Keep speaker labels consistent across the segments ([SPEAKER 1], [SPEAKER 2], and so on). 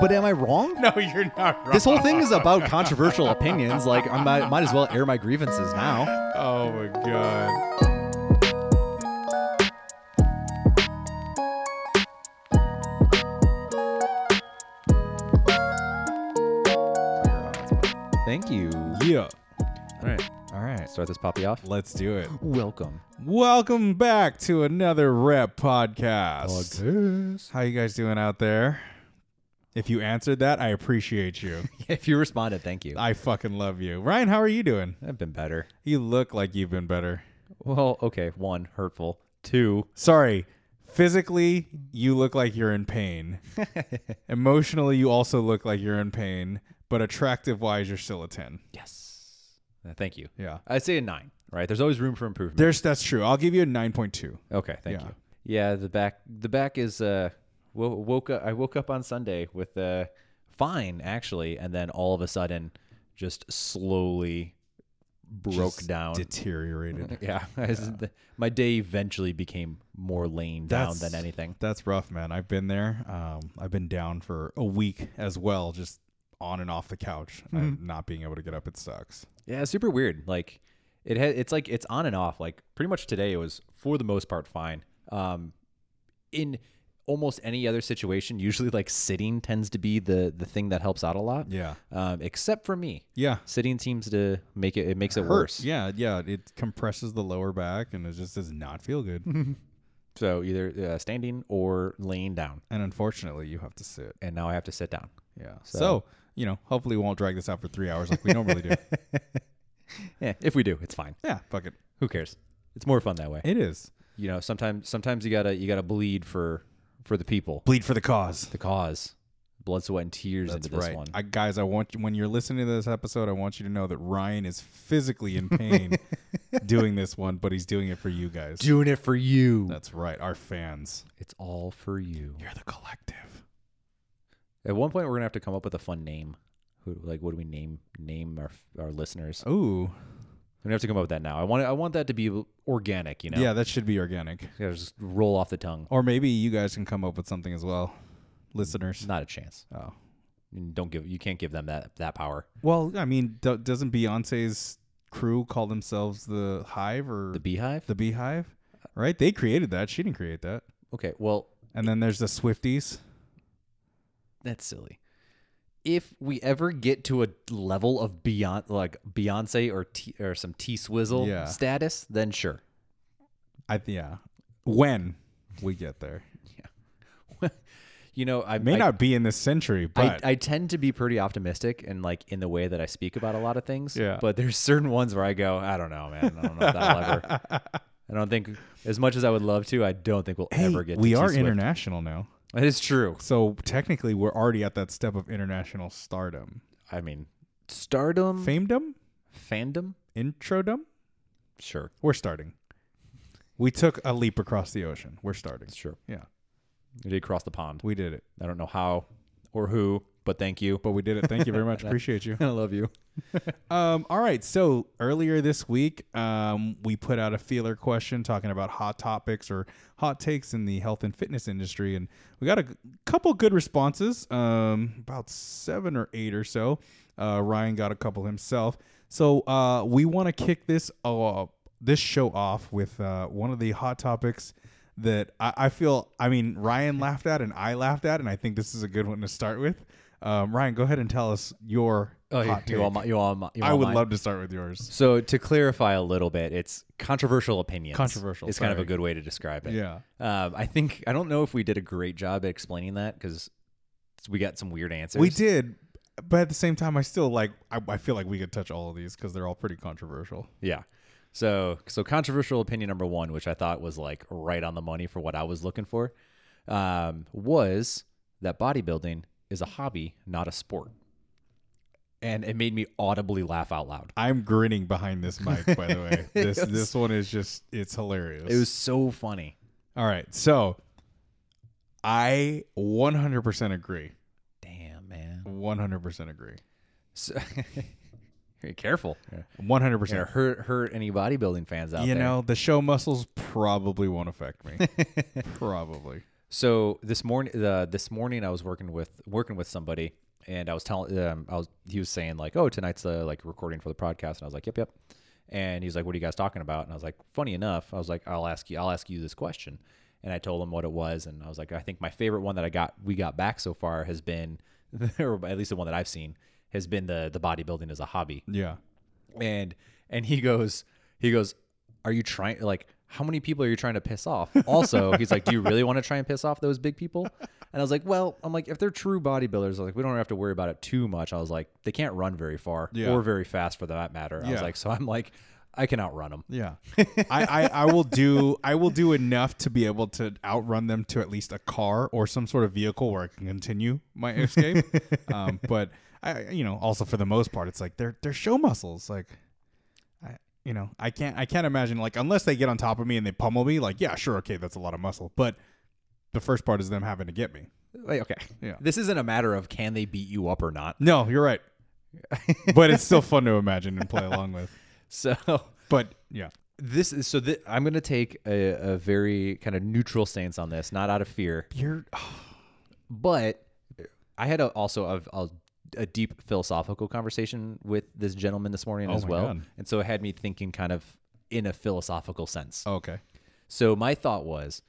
[SPEAKER 1] but am I wrong?
[SPEAKER 2] No, you're not wrong.
[SPEAKER 1] This whole thing is about controversial opinions. Like, I might, might as well air my grievances now.
[SPEAKER 2] Oh my god.
[SPEAKER 1] Thank you.
[SPEAKER 2] Yeah. All right,
[SPEAKER 1] All right, start this poppy off.
[SPEAKER 2] let's do it.
[SPEAKER 1] Welcome.
[SPEAKER 2] Welcome back to another rep podcast.
[SPEAKER 1] Podcast.
[SPEAKER 2] How you guys doing out there? If you answered that, I appreciate you.
[SPEAKER 1] If you responded, thank you.
[SPEAKER 2] I fucking love you. Ryan, how are you doing?
[SPEAKER 1] I've been better.
[SPEAKER 2] You look like you've been better.
[SPEAKER 1] Well, okay. One, hurtful. Two,
[SPEAKER 2] Sorry. Physically, you look like you're in pain. Emotionally, you also look like you're in pain, but attractive wise, you're still a 10.
[SPEAKER 1] yes. Uh, Thank you.
[SPEAKER 2] Yeah.
[SPEAKER 1] I'd say a nine, right? There's always room for improvement.
[SPEAKER 2] There's that's true. I'll give you a 9.2.
[SPEAKER 1] Okay, thank
[SPEAKER 2] Yeah.
[SPEAKER 1] you. Yeah, the back the back is uh wo- woke up I woke up on Sunday with uh fine actually and then all of a sudden just slowly broke
[SPEAKER 2] Just
[SPEAKER 1] down.
[SPEAKER 2] Deteriorated.
[SPEAKER 1] yeah. My day eventually became more laying down
[SPEAKER 2] That's-
[SPEAKER 1] than anything.
[SPEAKER 2] That's rough, man. I've been there. Um, I've been down for a week as well, just on and off the couch. I'm not being able to get up. It sucks.
[SPEAKER 1] Yeah, it's super weird. Like it ha- it's like it's on and off. Like pretty much today it was for the most part fine. Um in almost any other situation, usually like sitting tends to be the the thing that helps out a lot.
[SPEAKER 2] Yeah.
[SPEAKER 1] Um except for me.
[SPEAKER 2] Yeah.
[SPEAKER 1] Sitting seems to make it. It makes it
[SPEAKER 2] Hurts.
[SPEAKER 1] worse.
[SPEAKER 2] Yeah. Yeah. It compresses the lower back and it just does not feel good. and
[SPEAKER 1] So either uh, standing or laying down,
[SPEAKER 2] unfortunately, you have to sit.
[SPEAKER 1] and now I have to sit down.
[SPEAKER 2] Yeah. So, you know, hopefully we won't drag this out for three hours like we normally do.
[SPEAKER 1] Yeah, Eh, if we do, it's fine.
[SPEAKER 2] Yeah, fuck it.
[SPEAKER 1] Who cares? It's more fun that way.
[SPEAKER 2] It is.
[SPEAKER 1] You know, sometimes sometimes you gotta you gotta bleed for for the people,
[SPEAKER 2] Bleed for the cause.
[SPEAKER 1] the cause, blood, sweat, and tears into this one.
[SPEAKER 2] I, guys, I want you, when you're listening to this episode, I want you to know that Ryan is physically in pain doing this one, but he's doing it for you guys.
[SPEAKER 1] Doing it for you.
[SPEAKER 2] That's right. Our fans.
[SPEAKER 1] it's all for you.
[SPEAKER 2] You're the collective.
[SPEAKER 1] At one point, we're gonna have to come up with a fun name. Who, like, what do we name name our our listeners?
[SPEAKER 2] Ooh.
[SPEAKER 1] We're gonna have to come up with that now. I want I want that to be organic. You know,
[SPEAKER 2] Yeah, that should be organic.
[SPEAKER 1] Gotta just roll off the tongue.
[SPEAKER 2] Or maybe you guys can come up with something as well, listeners.
[SPEAKER 1] Not a chance.
[SPEAKER 2] Oh.
[SPEAKER 1] And Don't give you can't give them that that power.
[SPEAKER 2] Well, I mean, do, doesn't Beyonce's crew call themselves the Hive or
[SPEAKER 1] The beehive.
[SPEAKER 2] the Beehive? Right? They created that. She didn't create that.
[SPEAKER 1] okay, well
[SPEAKER 2] And then there's the Swifties.
[SPEAKER 1] that's silly. If we ever get to a level of Beyonce, like Beyonce or T, or some T Swizzle
[SPEAKER 2] Yeah.
[SPEAKER 1] status, then sure.
[SPEAKER 2] I th- yeah. When we get there,
[SPEAKER 1] you know, I
[SPEAKER 2] may
[SPEAKER 1] I,
[SPEAKER 2] not be in this century,
[SPEAKER 1] I,
[SPEAKER 2] but
[SPEAKER 1] I tend to be pretty optimistic and like in the way that I speak about a lot of things.
[SPEAKER 2] Yeah.
[SPEAKER 1] But there's certain ones where I go, I don't know, man. I don't know if that'll ever. I don't think as much as I would love to, I don't think we'll
[SPEAKER 2] hey,
[SPEAKER 1] ever get.
[SPEAKER 2] we
[SPEAKER 1] to
[SPEAKER 2] are
[SPEAKER 1] T-Swift.
[SPEAKER 2] international now.
[SPEAKER 1] That is true.
[SPEAKER 2] So technically, we're already at that step of international stardom,
[SPEAKER 1] I mean, stardom,
[SPEAKER 2] famedom,
[SPEAKER 1] fandom,
[SPEAKER 2] introdom.
[SPEAKER 1] sure.
[SPEAKER 2] We're starting. We took a leap across the ocean. We're starting.
[SPEAKER 1] Sure.
[SPEAKER 2] Yeah,
[SPEAKER 1] We did cross the pond.
[SPEAKER 2] we did it,
[SPEAKER 1] I don't know how or who, but thank you.
[SPEAKER 2] but we did it. Thank you very much. Appreciate you.
[SPEAKER 1] I love you.
[SPEAKER 2] Um, all right. So earlier this week, um, we put out a feeler question talking about hot topics or hot takes in the health and fitness industry, and we got a g- couple good responses, um, about seven or eight or so. Uh, Ryan got a couple himself. So uh, we want to kick this uh, this show off with uh, one of the hot topics that I, I feel. I mean, Ryan laughed at, and I laughed at, and I think this is a good one to start with. Um, Ryan, go ahead and tell us your
[SPEAKER 1] Oh, you,
[SPEAKER 2] hot take.
[SPEAKER 1] you all, mi- you all, mi- you
[SPEAKER 2] I
[SPEAKER 1] all
[SPEAKER 2] would
[SPEAKER 1] mine?
[SPEAKER 2] love to start with yours.
[SPEAKER 1] So to clarify a little bit, it's controversial opinions.
[SPEAKER 2] Controversial,
[SPEAKER 1] It's kind of a
[SPEAKER 2] sorry.
[SPEAKER 1] good way to describe it.
[SPEAKER 2] Yeah.
[SPEAKER 1] Um, I think I don't know if we did a great job at explaining that because we got some weird answers.
[SPEAKER 2] We did, but at the same time, I still like, I, I feel like we could touch all of these because they're all pretty controversial.
[SPEAKER 1] Yeah. So so controversial opinion number one, which I thought was like right on the money for what I was looking for, um, was that bodybuilding is a hobby, not a sport. And it made me audibly laugh out loud.
[SPEAKER 2] I'm grinning behind this mic, by the way. This this one is just, it's hilarious.
[SPEAKER 1] It was so funny.
[SPEAKER 2] all right. So I 100% agree.
[SPEAKER 1] Damn, man.
[SPEAKER 2] 100% agree.
[SPEAKER 1] So, be careful.
[SPEAKER 2] 100%.
[SPEAKER 1] Gonna hurt hurt any bodybuilding fans out
[SPEAKER 2] You
[SPEAKER 1] there.
[SPEAKER 2] know, the show muscles probably won't affect me. probably.
[SPEAKER 1] So this morning, uh, this morning I was working with working with somebody, and I was telling um, I was he was saying like, oh, tonight's the like recording for the podcast, and I was like, yep, yep. And he's like, what are you guys talking about? And I was like, funny enough, I was like, I'll ask you, I'll ask you this question, and I told him what it was, and I was like, I think my favorite one that I got we got back so far has been, or at least the one that I've seen has been the the bodybuilding as a hobby
[SPEAKER 2] Yeah.
[SPEAKER 1] and and he goes he goes are you trying like how many people are you trying to piss off also he's like do you really want to try and piss off those big people and i was like well i'm like if they're true bodybuilders I was like we don't have to worry about it too much i was like they can't run very far
[SPEAKER 2] Yeah.
[SPEAKER 1] or very fast for that matter i was
[SPEAKER 2] Yeah.
[SPEAKER 1] like so i'm like i can outrun them
[SPEAKER 2] Yeah. I, I, I will do I will do enough to be able to outrun them to at least a car or some sort of vehicle where I can continue my escape. um, but I you know, also for the most part it's like they're they're show muscles. Like I you know, I can't I can't imagine like unless they get on top of me and they pummel me, like, yeah, sure, okay, that's a lot of muscle. But the first part is them having to get me.
[SPEAKER 1] Wait, okay
[SPEAKER 2] Yeah.
[SPEAKER 1] this isn't a matter of can they beat you up or not
[SPEAKER 2] No, you're right. but it's still fun to imagine and play along with.
[SPEAKER 1] so
[SPEAKER 2] But yeah.
[SPEAKER 1] this is so th- i'm going to take a, a very kind of neutral stance on this not out of fear
[SPEAKER 2] You're
[SPEAKER 1] but I had a, also a, a, a deep philosophical conversation with this gentleman this morning as
[SPEAKER 2] Oh my
[SPEAKER 1] well,
[SPEAKER 2] God.
[SPEAKER 1] and so it had me thinking kind of in a philosophical sense.
[SPEAKER 2] Oh, okay.
[SPEAKER 1] So my thought was,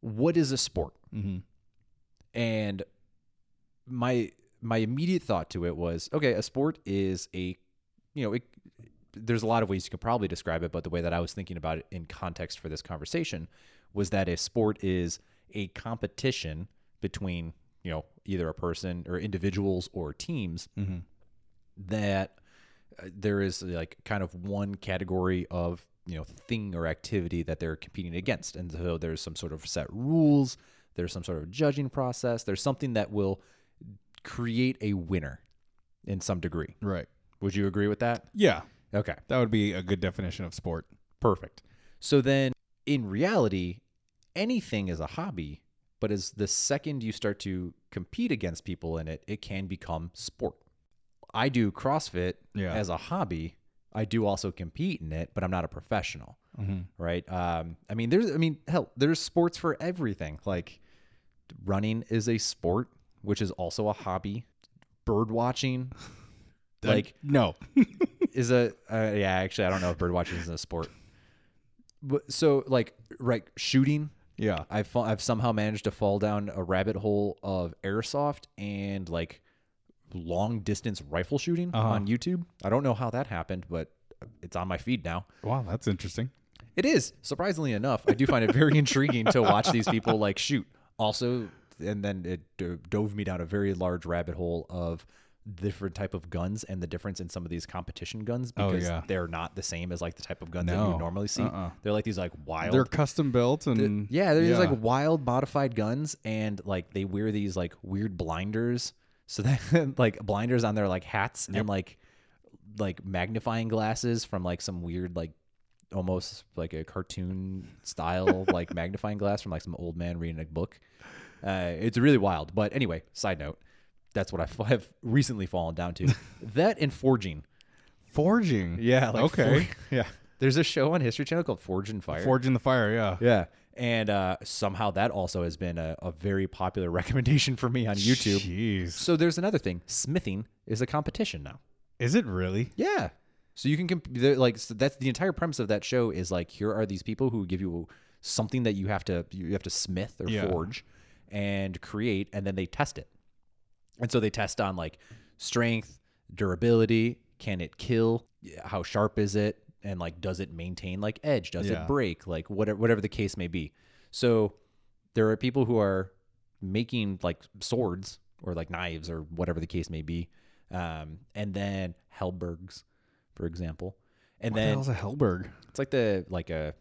[SPEAKER 1] what is a sport?
[SPEAKER 2] Mm-hmm.
[SPEAKER 1] And my my immediate thought to it was, okay, a sport is a you know, it, there's a lot of ways you could probably describe it, but the way that I was thinking about it in context for this conversation was that a sport is a competition between, you know, either a person or individuals or teams
[SPEAKER 2] Mm-hmm.
[SPEAKER 1] that uh, there is like kind of one category of you know thing or activity that they're competing against and so there's some sort of set rules there's some sort of judging process there's something that will create a winner in some degree
[SPEAKER 2] Right.
[SPEAKER 1] would you agree with that
[SPEAKER 2] Yeah.
[SPEAKER 1] okay
[SPEAKER 2] That would be a good definition of sport.
[SPEAKER 1] perfect so then in reality anything is a hobby but as the second you start to compete against people in it it can become sport i do crossfit
[SPEAKER 2] Yeah.
[SPEAKER 1] as a hobby i do also compete in it but i'm not a professional
[SPEAKER 2] Mm-hmm.
[SPEAKER 1] right um, i mean there's i mean hell there's sports for everything like running is a sport which is also a hobby bird watching like
[SPEAKER 2] no.
[SPEAKER 1] is a uh, yeah actually i don't know if bird watching is a sport but so like right shooting
[SPEAKER 2] yeah.
[SPEAKER 1] I've, fa- I've somehow managed to fall down a rabbit hole of airsoft and like long distance rifle shooting on youtube i don't know how that happened but it's on my feed now
[SPEAKER 2] Wow, that's interesting.
[SPEAKER 1] it is surprisingly enough i do find it very intriguing to watch these people like shoot also and then it do- dove me down a very large rabbit hole of different type of guns and the difference in some of these competition guns
[SPEAKER 2] Oh,
[SPEAKER 1] because
[SPEAKER 2] yeah.
[SPEAKER 1] they're not the same as like the type of guns that
[SPEAKER 2] No.
[SPEAKER 1] you normally see
[SPEAKER 2] Uh-uh.
[SPEAKER 1] they're like these like wild
[SPEAKER 2] They're custom built and
[SPEAKER 1] yeah, they're just like wild modified guns, and like they wear these like weird blinders, so that like blinders on their like hats and like like magnifying glasses from like some weird like almost like a cartoon style like magnifying glass from like some old man reading a book. Uh, it's really wild. But anyway, side note, that's what I have recently fallen down to. that and forging.
[SPEAKER 2] forging.
[SPEAKER 1] Yeah. Like
[SPEAKER 2] okay.
[SPEAKER 1] for- yeah. There's a show on History Channel called Forge and Fire.
[SPEAKER 2] Forging the fire, yeah.
[SPEAKER 1] Yeah. And uh, somehow that also has been a, a very popular recommendation for me on YouTube.
[SPEAKER 2] Jeez.
[SPEAKER 1] So there's another thing. Smithing is a competition now.
[SPEAKER 2] Is it really?
[SPEAKER 1] Yeah. So you can comp- they're like so that's the entire premise of that show is like here are these people who give you something that you have to you have to smith or
[SPEAKER 2] Yeah.
[SPEAKER 1] forge and create and then they test it. And so they test on like strength, durability, can it kill, how sharp is it, and like does it maintain like edge, does
[SPEAKER 2] Yeah.
[SPEAKER 1] it break, like whatever whatever the case may be. So there are people who are making like swords or like knives or whatever the case may be, um, and then halbergs, for example, and
[SPEAKER 2] What the
[SPEAKER 1] then
[SPEAKER 2] hell's a Hellberg?
[SPEAKER 1] it's like the like a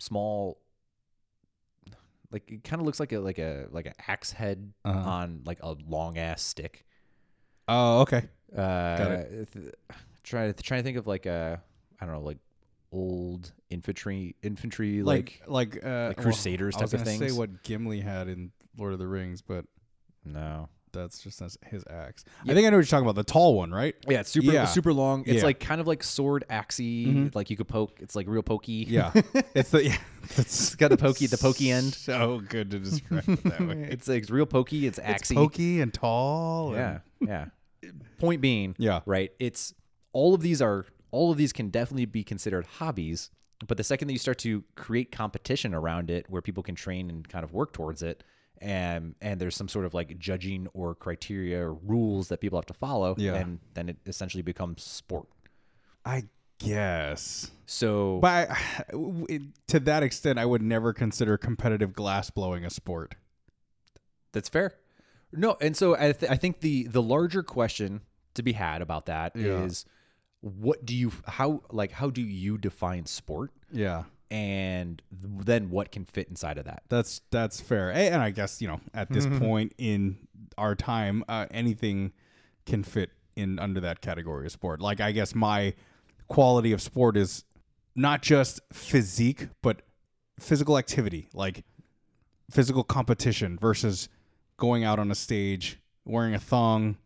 [SPEAKER 1] small like it kind of looks like a like a like an axe head
[SPEAKER 2] Uh-huh.
[SPEAKER 1] on like a long ass stick.
[SPEAKER 2] Oh, okay.
[SPEAKER 1] Uh, th- try to trying to think of like a I don't know like old infantry infantry like,
[SPEAKER 2] Like like, uh
[SPEAKER 1] like Crusaders
[SPEAKER 2] well, I was
[SPEAKER 1] type of
[SPEAKER 2] gonna
[SPEAKER 1] things?
[SPEAKER 2] say what Gimli had in Lord of the Rings, but
[SPEAKER 1] no
[SPEAKER 2] that's just his- his axe. I think I know what you're talking about. The tall one, right?
[SPEAKER 1] yeah Mm-hmm. it's super
[SPEAKER 2] Yeah.
[SPEAKER 1] super long it's
[SPEAKER 2] Yeah.
[SPEAKER 1] like kind of like sword axey like you could poke it's like real pokey
[SPEAKER 2] Yeah. it's the yeah,
[SPEAKER 1] it's got the pokey, the pokey end.
[SPEAKER 2] So good to describe it that way.
[SPEAKER 1] It's like it's real pokey. It's
[SPEAKER 2] It's
[SPEAKER 1] axy.
[SPEAKER 2] pokey and tall. and-
[SPEAKER 1] Yeah, yeah. Point being,
[SPEAKER 2] Yeah.
[SPEAKER 1] right. It's all of these are all of these can definitely be considered hobbies, but the second that you start to create competition around it, where people can train and kind of work towards it, and and there's some sort of like judging or criteria or rules that people have to follow,
[SPEAKER 2] Yeah.
[SPEAKER 1] then then it essentially becomes sport.
[SPEAKER 2] I guess.
[SPEAKER 1] So
[SPEAKER 2] But I, it- to that extent, I would never consider competitive glass blowing a sport.
[SPEAKER 1] That's fair. No, and so I, th- I think the the larger question to be had about that is,
[SPEAKER 2] Yeah.
[SPEAKER 1] what do you how like how do you define sport,
[SPEAKER 2] Yeah.
[SPEAKER 1] and then what can fit inside of that?
[SPEAKER 2] That's that's fair, A- and I guess you know at this point in our time, uh, anything can fit in under that category of sport. Like I guess my quality of sport is not just physique, but physical activity, like physical competition versus going out on a stage wearing a thong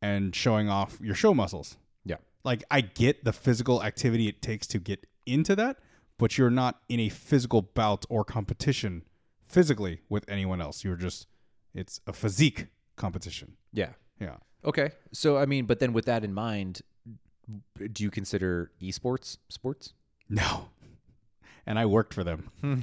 [SPEAKER 2] and showing off your show muscles.
[SPEAKER 1] Yeah,
[SPEAKER 2] Like I get the physical activity it takes to get into that, but you're not in a physical bout or competition physically with anyone else. You're just it's a physique competition.
[SPEAKER 1] yeah.
[SPEAKER 2] Yeah.
[SPEAKER 1] Okay, so I mean, but then with that in mind, do you consider esports sports?
[SPEAKER 2] No. And I worked for them.
[SPEAKER 1] Hmm.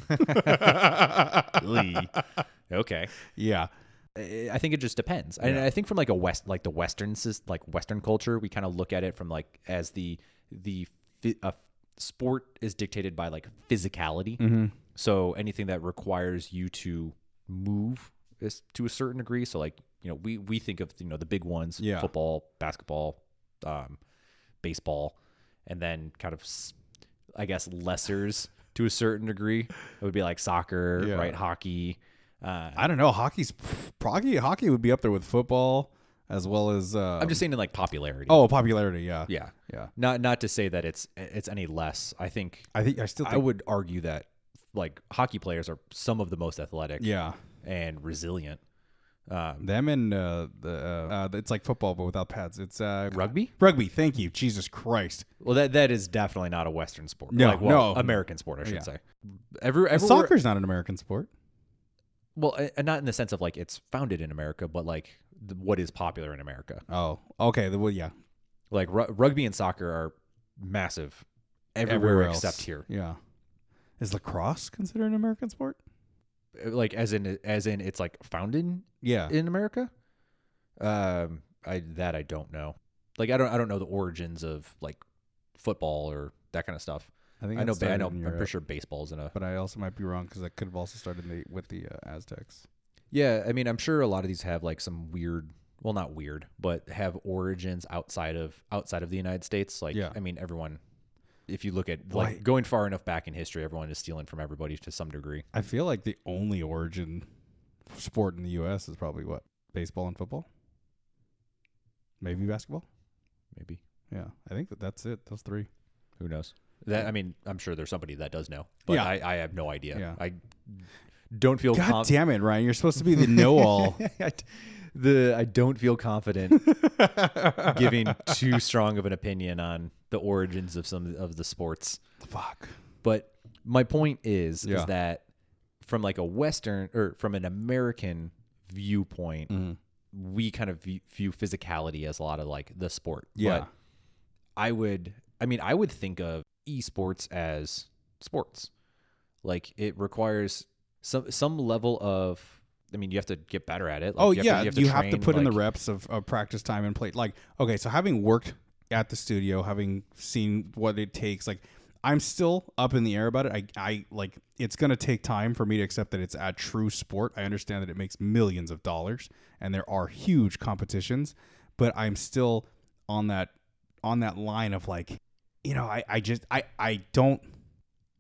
[SPEAKER 1] okay,
[SPEAKER 2] yeah.
[SPEAKER 1] I I think it just depends. And I think from like a west like the western sys- like western culture, we kind of look at it from like as the the fi- uh, sport is dictated by like physicality. So anything that requires you to move is to a certain degree. So like, you know, we we think of, you know, the big ones,
[SPEAKER 2] Yeah.
[SPEAKER 1] football, basketball, um baseball, and then kind of s- I guess lessers to a certain degree. It would be like soccer,
[SPEAKER 2] Yeah.
[SPEAKER 1] right, hockey, uh
[SPEAKER 2] I don't know. Hockey's hockey hockey would be up there with football as well as uh
[SPEAKER 1] I'm just saying in like popularity.
[SPEAKER 2] oh popularity, yeah.
[SPEAKER 1] yeah,
[SPEAKER 2] Yeah.
[SPEAKER 1] Not not to say that it's it's any less. I think
[SPEAKER 2] I think I still think
[SPEAKER 1] I would argue that like hockey players are some of the most athletic
[SPEAKER 2] yeah.
[SPEAKER 1] and resilient.
[SPEAKER 2] Them and uh, the uh, uh, it's like football but without pads. It's uh,
[SPEAKER 1] Rugby?
[SPEAKER 2] Rugby. Thank you, Jesus Christ.
[SPEAKER 1] Well, that that is definitely not a Western sport.
[SPEAKER 2] No,
[SPEAKER 1] like, well,
[SPEAKER 2] no.
[SPEAKER 1] American sport, I should
[SPEAKER 2] Yeah.
[SPEAKER 1] say. Every, everywhere,
[SPEAKER 2] Soccer's not an American sport.
[SPEAKER 1] Well, a- and not in the sense of like it's founded in America, but like th- what is popular in America.
[SPEAKER 2] Oh, okay. the- Well, yeah,
[SPEAKER 1] Like ru- rugby and soccer are massive everywhere,
[SPEAKER 2] else.
[SPEAKER 1] except here.
[SPEAKER 2] Yeah, is lacrosse considered an American sport?
[SPEAKER 1] Like as in as in it's like founded
[SPEAKER 2] Yeah,
[SPEAKER 1] in America? Um, I that I don't know. Like I don't I don't know the origins of like football or that kind of stuff.
[SPEAKER 2] I think
[SPEAKER 1] I
[SPEAKER 2] it
[SPEAKER 1] know ba- I
[SPEAKER 2] started
[SPEAKER 1] know
[SPEAKER 2] in
[SPEAKER 1] I'm
[SPEAKER 2] Europe,
[SPEAKER 1] pretty sure baseball's in a
[SPEAKER 2] but I also might be wrong because I could have also started in the, with the uh, Aztecs.
[SPEAKER 1] Yeah, I mean I'm sure a lot of these have like some weird well not weird, but have origins outside of outside of the United States. Like
[SPEAKER 2] Yeah.
[SPEAKER 1] I mean everyone if you look at like
[SPEAKER 2] Why-
[SPEAKER 1] going far enough back in history, everyone is stealing from everybody to some degree.
[SPEAKER 2] I feel like the only origin sport in the U.S. is probably what baseball and football, maybe basketball.
[SPEAKER 1] Maybe.
[SPEAKER 2] Yeah, I think that that's it. Those three.
[SPEAKER 1] Who knows? That I mean, I'm sure there's somebody that does know. But
[SPEAKER 2] Yeah.
[SPEAKER 1] I, I have no idea.
[SPEAKER 2] Yeah.
[SPEAKER 1] I don't feel
[SPEAKER 2] God
[SPEAKER 1] com-
[SPEAKER 2] damn it, Ryan! You're supposed to be the know-all.
[SPEAKER 1] I d- the I don't feel confident giving too strong of an opinion on the origins of some of the sports.
[SPEAKER 2] Fuck.
[SPEAKER 1] But my point is
[SPEAKER 2] Yeah.
[SPEAKER 1] is that from like a Western or from an American viewpoint,
[SPEAKER 2] Mm-hmm.
[SPEAKER 1] we kind of view, view physicality as a lot of like the sport.
[SPEAKER 2] Yeah.
[SPEAKER 1] But I would. I mean, I would think of esports as sports. Like it requires some some level of. I mean, you have to get better at it. Like,
[SPEAKER 2] oh
[SPEAKER 1] you have to-
[SPEAKER 2] yeah,
[SPEAKER 1] you have to, train,
[SPEAKER 2] put in the
[SPEAKER 1] like-
[SPEAKER 2] reps of, of practice time and play. Like okay, so having worked at the studio, having seen what it takes, like I'm still up in the air about it. I I like it's gonna take time for me to accept that it's a true sport. I understand that it makes millions of dollars and there are huge competitions, but I'm still on that on that line of like, you know, I I just I I don't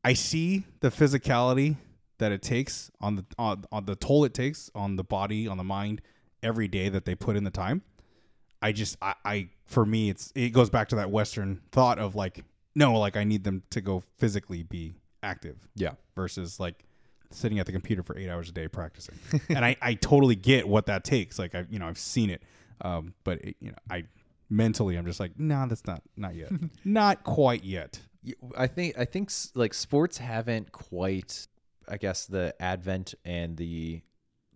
[SPEAKER 2] I see the physicality that it takes on the on, on the toll it takes on the body on the mind every day that they put in the time. I just I, I for me it's it goes back to that Western thought of like no like I need them to go physically be active
[SPEAKER 1] Yeah.
[SPEAKER 2] versus like sitting at the computer for eight hours a day practicing. and I, I totally get what that takes. Like I you know I've seen it, um, but it, you know I mentally I'm just like nah that's not not yet not quite yet.
[SPEAKER 1] Y- I think I think s- like sports haven't quite I guess the advent and the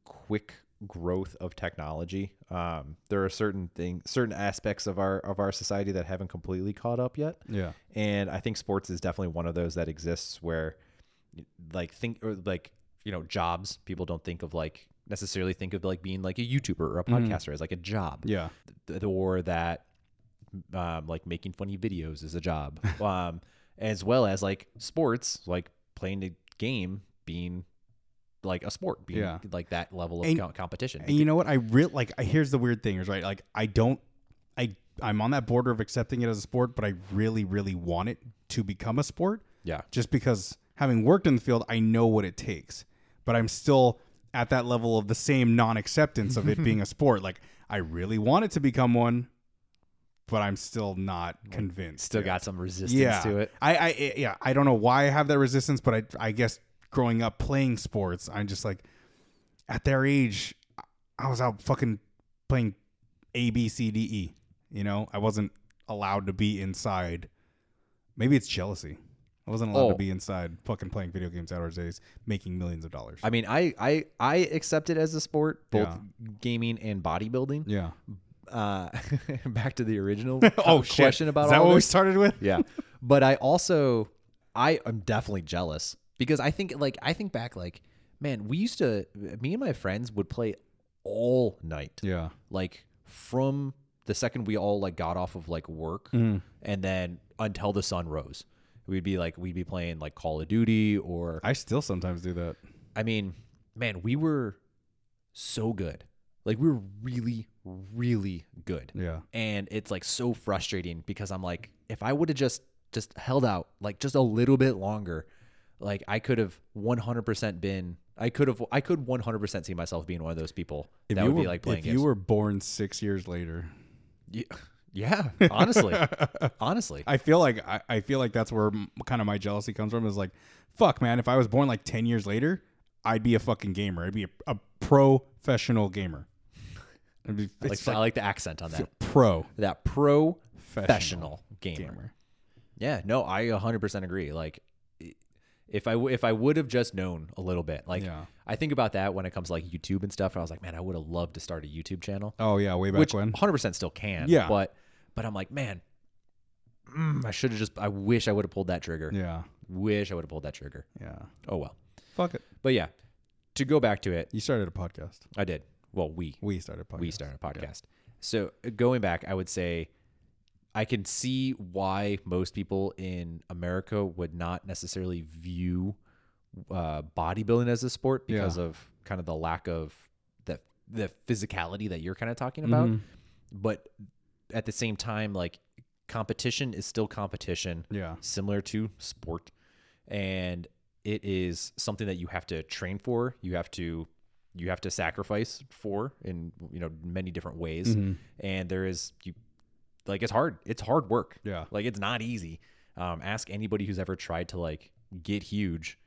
[SPEAKER 1] quick growth of technology, um, there are certain things, certain aspects of our of our society that haven't completely caught up yet.
[SPEAKER 2] Yeah.
[SPEAKER 1] And I think sports is definitely one of those that exists where like think or like you know jobs people don't think of like necessarily think of like being like a YouTuber or a podcaster as like a job
[SPEAKER 2] Mm-hmm. Yeah.
[SPEAKER 1] th- or that um, like making funny videos is a job, um, as well as like sports, like playing a game being like a sport, being
[SPEAKER 2] Yeah.
[SPEAKER 1] like that level of
[SPEAKER 2] And-
[SPEAKER 1] co- competition.
[SPEAKER 2] And you know what? I real like. I- Here's the weird thing is right. Like I don't. I I'm on that border of accepting it as a sport, but I really, really want it to become a sport.
[SPEAKER 1] yeah,
[SPEAKER 2] Just because having worked in the field, I know what it takes. But I'm still at that level of the same non-acceptance of it being a sport. Like I really want it to become one, but I'm still not convinced.
[SPEAKER 1] still
[SPEAKER 2] yet.
[SPEAKER 1] got some resistance
[SPEAKER 2] yeah.
[SPEAKER 1] to it.
[SPEAKER 2] I, I I- yeah, I don't know why I have that resistance, but I I guess growing up playing sports, I'm just like at their age, I was out fucking playing A B C D E. You know, I wasn't allowed to be inside. Maybe it's jealousy. I wasn't allowed to
[SPEAKER 1] Oh.
[SPEAKER 2] be inside, fucking playing video games hours days, making millions of dollars.
[SPEAKER 1] I mean, I I I accept it as a sport, both
[SPEAKER 2] Yeah.
[SPEAKER 1] gaming and bodybuilding.
[SPEAKER 2] yeah.
[SPEAKER 1] Uh, back to the original
[SPEAKER 2] Oh shit.
[SPEAKER 1] question about
[SPEAKER 2] Is that
[SPEAKER 1] all
[SPEAKER 2] what we
[SPEAKER 1] this.
[SPEAKER 2] started with?
[SPEAKER 1] yeah but i also i am definitely jealous because i think like i think back like man we used to me and my friends would play all night
[SPEAKER 2] Yeah.
[SPEAKER 1] like from the second we all like got off of like work
[SPEAKER 2] Mm-hmm.
[SPEAKER 1] and then until the sun rose we'd be like we'd be playing like call of duty or
[SPEAKER 2] I still sometimes do that.
[SPEAKER 1] i mean man we were so good like we were really really good
[SPEAKER 2] Yeah.
[SPEAKER 1] and it's like so frustrating because I'm like, if I would have just just held out like just a little bit longer, like I could have 100% been. I could have. I could 100% see myself being one of those people that would
[SPEAKER 2] were,
[SPEAKER 1] be like playing
[SPEAKER 2] if
[SPEAKER 1] games.
[SPEAKER 2] you were born six years later,
[SPEAKER 1] Ye- yeah, honestly, honestly,
[SPEAKER 2] I feel like I, I feel like that's where m- kind of my jealousy comes from. Is like, fuck, man. If I was born like ten years later, I'd be a fucking gamer. I'd be a, a professional gamer. I'd be,
[SPEAKER 1] like,
[SPEAKER 2] it's
[SPEAKER 1] I
[SPEAKER 2] like,
[SPEAKER 1] like the accent on that.
[SPEAKER 2] pro
[SPEAKER 1] That professional
[SPEAKER 2] Professional
[SPEAKER 1] gamer.
[SPEAKER 2] gamer.
[SPEAKER 1] Yeah, no, I 100% agree. Like if I w- if I would have just known a little bit. Like
[SPEAKER 2] Yeah.
[SPEAKER 1] I think about that when it comes to like YouTube and stuff and I was like, man, I would have loved to start a YouTube channel.
[SPEAKER 2] Oh yeah, way back
[SPEAKER 1] which
[SPEAKER 2] when.
[SPEAKER 1] 100% still can.
[SPEAKER 2] Yeah.
[SPEAKER 1] But but I'm like, man, mm, I should have just I wish I would have pulled that trigger.
[SPEAKER 2] Yeah,
[SPEAKER 1] Wish I would have pulled that trigger.
[SPEAKER 2] yeah.
[SPEAKER 1] Oh well.
[SPEAKER 2] Fuck it.
[SPEAKER 1] But yeah, to go back to it,
[SPEAKER 2] You started a podcast.
[SPEAKER 1] I did. Well, we
[SPEAKER 2] We started a podcast.
[SPEAKER 1] we started a podcast. So uh, going back, I would say I can see why most people in America would not necessarily view uh, bodybuilding as a sport because
[SPEAKER 2] Yeah.
[SPEAKER 1] of kind of the lack of the the physicality that you're kind of talking about. But at the same time, like competition is still competition
[SPEAKER 2] Yeah,
[SPEAKER 1] similar to sport and it is something that you have to train for you have to you have to sacrifice for in you know many different ways
[SPEAKER 2] Mm-hmm.
[SPEAKER 1] and there is you like it's hard it's hard work
[SPEAKER 2] yeah.
[SPEAKER 1] like it's not easy um, ask anybody who's ever tried to like get huge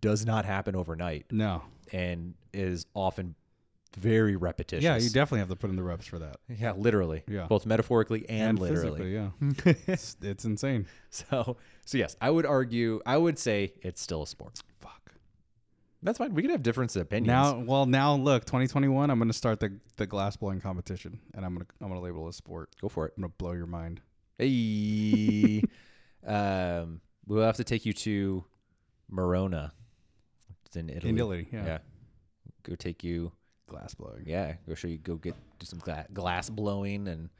[SPEAKER 1] does not happen overnight
[SPEAKER 2] No.
[SPEAKER 1] and is often very repetitious
[SPEAKER 2] Yeah, you definitely have to put in the reps for that.
[SPEAKER 1] yeah literally
[SPEAKER 2] Yeah.
[SPEAKER 1] both metaphorically and, literally
[SPEAKER 2] physically, yeah. it's, it's insane.
[SPEAKER 1] so so yes i would argue i would say it's still a sport
[SPEAKER 2] Fuck.
[SPEAKER 1] That's fine. We could have different opinions.
[SPEAKER 2] Now, well, now look, 2021. I'm gonna start the the glass blowing competition, and I'm gonna I'm gonna label it a sport.
[SPEAKER 1] go for it.
[SPEAKER 2] I'm gonna blow your mind.
[SPEAKER 1] Hey, um, we'll have to take you to Morona. It's in Italy.
[SPEAKER 2] In Italy, yeah.
[SPEAKER 1] Go take you.
[SPEAKER 2] glass blowing.
[SPEAKER 1] Yeah. Go show you. Go get do some gla- glass blowing and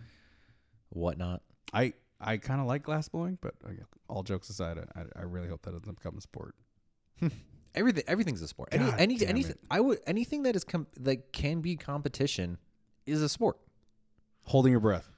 [SPEAKER 1] whatnot.
[SPEAKER 2] I I kind of like glass blowing, but I, all jokes aside, I, I really hope that doesn't become a sport.
[SPEAKER 1] Everything. Everything's a sport. Any,
[SPEAKER 2] God
[SPEAKER 1] any,
[SPEAKER 2] damn
[SPEAKER 1] anything.
[SPEAKER 2] it.
[SPEAKER 1] I would. Anything that is com- that can be competition is a sport.
[SPEAKER 2] Holding your breath.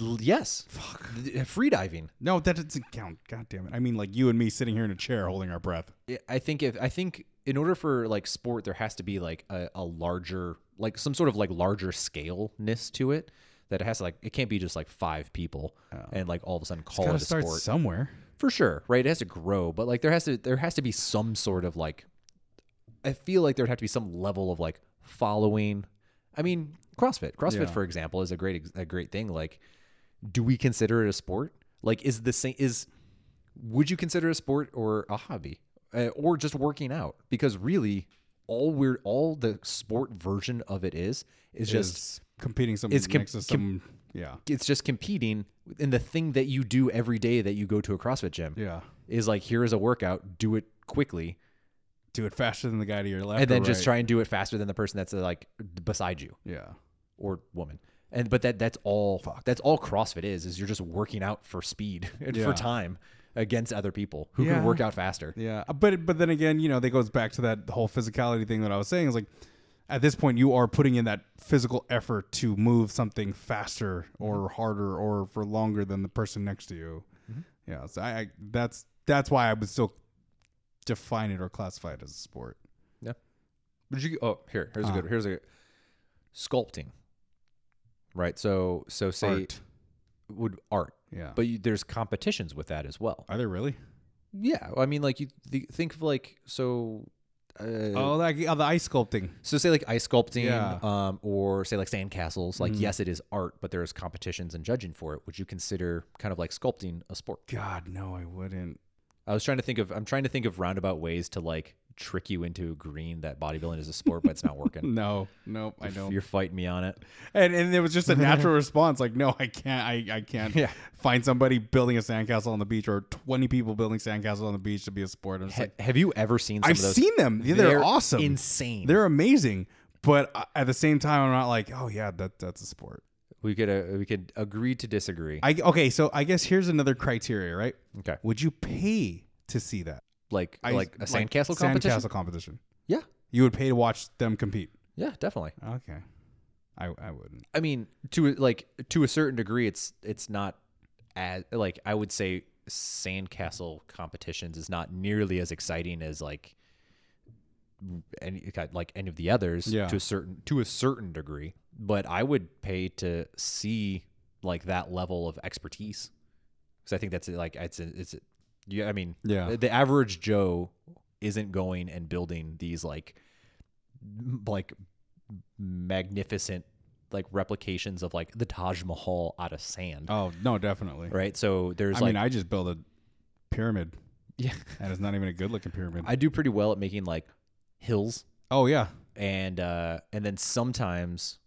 [SPEAKER 1] L- Yes. Fuck. Free diving.
[SPEAKER 2] No, that doesn't count. God damn it. I mean, like you and me sitting here in a chair holding our breath.
[SPEAKER 1] I- I think if I think in order for like sport, there has to be like a, a larger, like some sort of like larger scaleness to it. That it has to like it can't be just like five people and like all of a sudden call
[SPEAKER 2] Oh. Gotta
[SPEAKER 1] it a
[SPEAKER 2] start
[SPEAKER 1] sport
[SPEAKER 2] somewhere.
[SPEAKER 1] for sure, right? It has to grow, but like there has to there has to be some sort of like. I feel like there'd have to be some level of like following. I mean, CrossFit. CrossFit,
[SPEAKER 2] Yeah.
[SPEAKER 1] for example, is a great ex- a great thing. Like, do we consider it a sport? Like, is the same is would you consider it a sport or a hobby? uh, or just working out because really all we're all the sport version of it is is just
[SPEAKER 2] Is competing some
[SPEAKER 1] It's com-
[SPEAKER 2] next to some yeah
[SPEAKER 1] it's just competing in the thing that you do every day that you go to a CrossFit gym
[SPEAKER 2] yeah
[SPEAKER 1] is like here is a workout, do it quickly,
[SPEAKER 2] do it faster than the guy to your left
[SPEAKER 1] and then
[SPEAKER 2] or
[SPEAKER 1] just
[SPEAKER 2] right.
[SPEAKER 1] try and do it faster than the person that's uh, like beside you
[SPEAKER 2] yeah
[SPEAKER 1] or woman. And but that that's all that's all CrossFit is is you're just working out for speed and
[SPEAKER 2] Yeah.
[SPEAKER 1] for time against other people who
[SPEAKER 2] Yeah.
[SPEAKER 1] can work out faster.
[SPEAKER 2] Yeah, uh, but but then again, you know, that goes back to that whole physicality thing that I was saying. Is like, at this point, you are putting in that physical effort to move something faster
[SPEAKER 1] Mm-hmm.
[SPEAKER 2] or harder or for longer than the person next to you. Yeah, so I, I that's that's why I would still define it or classify it as a sport.
[SPEAKER 1] Yeah. Would you? Oh, here. Here's a good. Here's a sculpting. Right. So so say
[SPEAKER 2] Art.
[SPEAKER 1] would art.
[SPEAKER 2] Yeah.
[SPEAKER 1] But you, there's competitions with that as well.
[SPEAKER 2] Are there really?
[SPEAKER 1] Yeah, well, I mean, like you th- think of like so. Uh,
[SPEAKER 2] Oh, like oh, the ice sculpting.
[SPEAKER 1] so say like ice sculpting,
[SPEAKER 2] Yeah. Mm-hmm.
[SPEAKER 1] um, or say like sandcastles. Like yes, it is art, but there's competitions and judging for it. Would you consider kind of like sculpting a sport?
[SPEAKER 2] God, no, I wouldn't.
[SPEAKER 1] I was trying to think of. I'm trying to think of roundabout ways to like trick you into agreeing that bodybuilding is a sport, but it's not working.
[SPEAKER 2] No, no, I don't.
[SPEAKER 1] You're fighting me on it.
[SPEAKER 2] And and it was just a natural response, like, no, I can't, I, I can't
[SPEAKER 1] Yeah.
[SPEAKER 2] find somebody building a sandcastle on the beach or twenty people building sandcastles on the beach to be a sport. I'm just
[SPEAKER 1] Ha-
[SPEAKER 2] like,
[SPEAKER 1] have you ever seen? Some
[SPEAKER 2] I've
[SPEAKER 1] of those?
[SPEAKER 2] seen them. Yeah, They're,
[SPEAKER 1] They're
[SPEAKER 2] awesome,
[SPEAKER 1] insane.
[SPEAKER 2] They're amazing. But I- at the same time, I'm not like, oh yeah, that that's a sport.
[SPEAKER 1] We could uh, we could agree to disagree.
[SPEAKER 2] I okay, so I guess here's another criteria, right?
[SPEAKER 1] okay,
[SPEAKER 2] Would you pay to see that?
[SPEAKER 1] like
[SPEAKER 2] I-
[SPEAKER 1] like a sandcastle competition.
[SPEAKER 2] Sandcastle competition.
[SPEAKER 1] Yeah,
[SPEAKER 2] You would pay to watch them compete.
[SPEAKER 1] yeah, definitely.
[SPEAKER 2] Okay, I I wouldn't.
[SPEAKER 1] I mean, to like to a certain degree, it's it's not as like I would say sandcastle competitions is not nearly as exciting as like any like any of the others
[SPEAKER 2] Yeah.
[SPEAKER 1] to a certain to a certain degree. But I would pay to see like that level of expertise because I think that's like it's a, it's a, yeah. I mean,
[SPEAKER 2] Yeah.
[SPEAKER 1] the average Joe isn't going and building these like m- like magnificent like replications of like the Taj Mahal out of sand,
[SPEAKER 2] Oh no, definitely.
[SPEAKER 1] right? So there's
[SPEAKER 2] I
[SPEAKER 1] like
[SPEAKER 2] mean, I just built a pyramid.
[SPEAKER 1] yeah,
[SPEAKER 2] and it's not even a good looking pyramid.
[SPEAKER 1] I do pretty well at making like hills
[SPEAKER 2] oh yeah,
[SPEAKER 1] and uh and then sometimes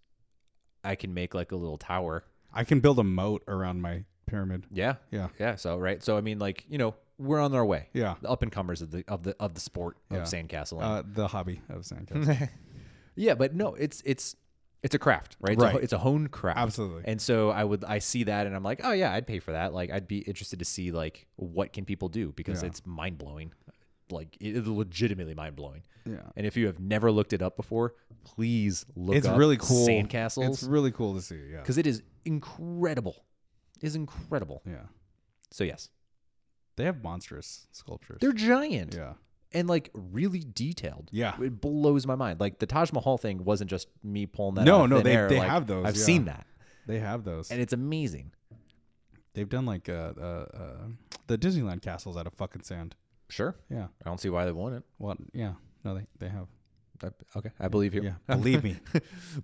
[SPEAKER 1] I can make like a little tower.
[SPEAKER 2] I can build a moat around my pyramid.
[SPEAKER 1] Yeah.
[SPEAKER 2] Yeah,
[SPEAKER 1] Yeah, so right. So I mean like, you know, we're on our way.
[SPEAKER 2] yeah.
[SPEAKER 1] The up and comers of the of the of the sport of
[SPEAKER 2] Yeah.
[SPEAKER 1] sandcastling.
[SPEAKER 2] Uh, the hobby of sandcastles.
[SPEAKER 1] Yeah, but no, it's it's it's a craft, right? It's, A,
[SPEAKER 2] Right.
[SPEAKER 1] it's a honed craft,
[SPEAKER 2] Absolutely.
[SPEAKER 1] And so I would I see that, and I'm like, oh yeah, I'd pay for that. Like I'd be interested to see like what can people do because
[SPEAKER 2] Yeah.
[SPEAKER 1] it's mind blowing, like it is legitimately mind blowing.
[SPEAKER 2] yeah,
[SPEAKER 1] And if you have never looked it up before, please look.
[SPEAKER 2] it's
[SPEAKER 1] up
[SPEAKER 2] really cool. It's
[SPEAKER 1] sandcastles
[SPEAKER 2] really cool to see. Yeah,
[SPEAKER 1] because it is incredible. It is incredible.
[SPEAKER 2] yeah.
[SPEAKER 1] So yes,
[SPEAKER 2] They have monstrous sculptures.
[SPEAKER 1] they're giant
[SPEAKER 2] yeah,
[SPEAKER 1] and like really detailed.
[SPEAKER 2] Yeah.
[SPEAKER 1] it blows my mind. Like the Taj Mahal thing wasn't just me pulling that.
[SPEAKER 2] No,
[SPEAKER 1] out of
[SPEAKER 2] no,
[SPEAKER 1] thin
[SPEAKER 2] they-
[SPEAKER 1] air.
[SPEAKER 2] they
[SPEAKER 1] Like,
[SPEAKER 2] have those,
[SPEAKER 1] I've
[SPEAKER 2] yeah.
[SPEAKER 1] seen that,
[SPEAKER 2] they have those.
[SPEAKER 1] and it's amazing.
[SPEAKER 2] They've done like uh, uh, uh, the Disneyland castles out of fucking sand.
[SPEAKER 1] Sure,
[SPEAKER 2] Yeah.
[SPEAKER 1] I don't see why they wouldn't.
[SPEAKER 2] Well, yeah. No, they they have.
[SPEAKER 1] I- okay, I believe you.
[SPEAKER 2] Yeah, believe me.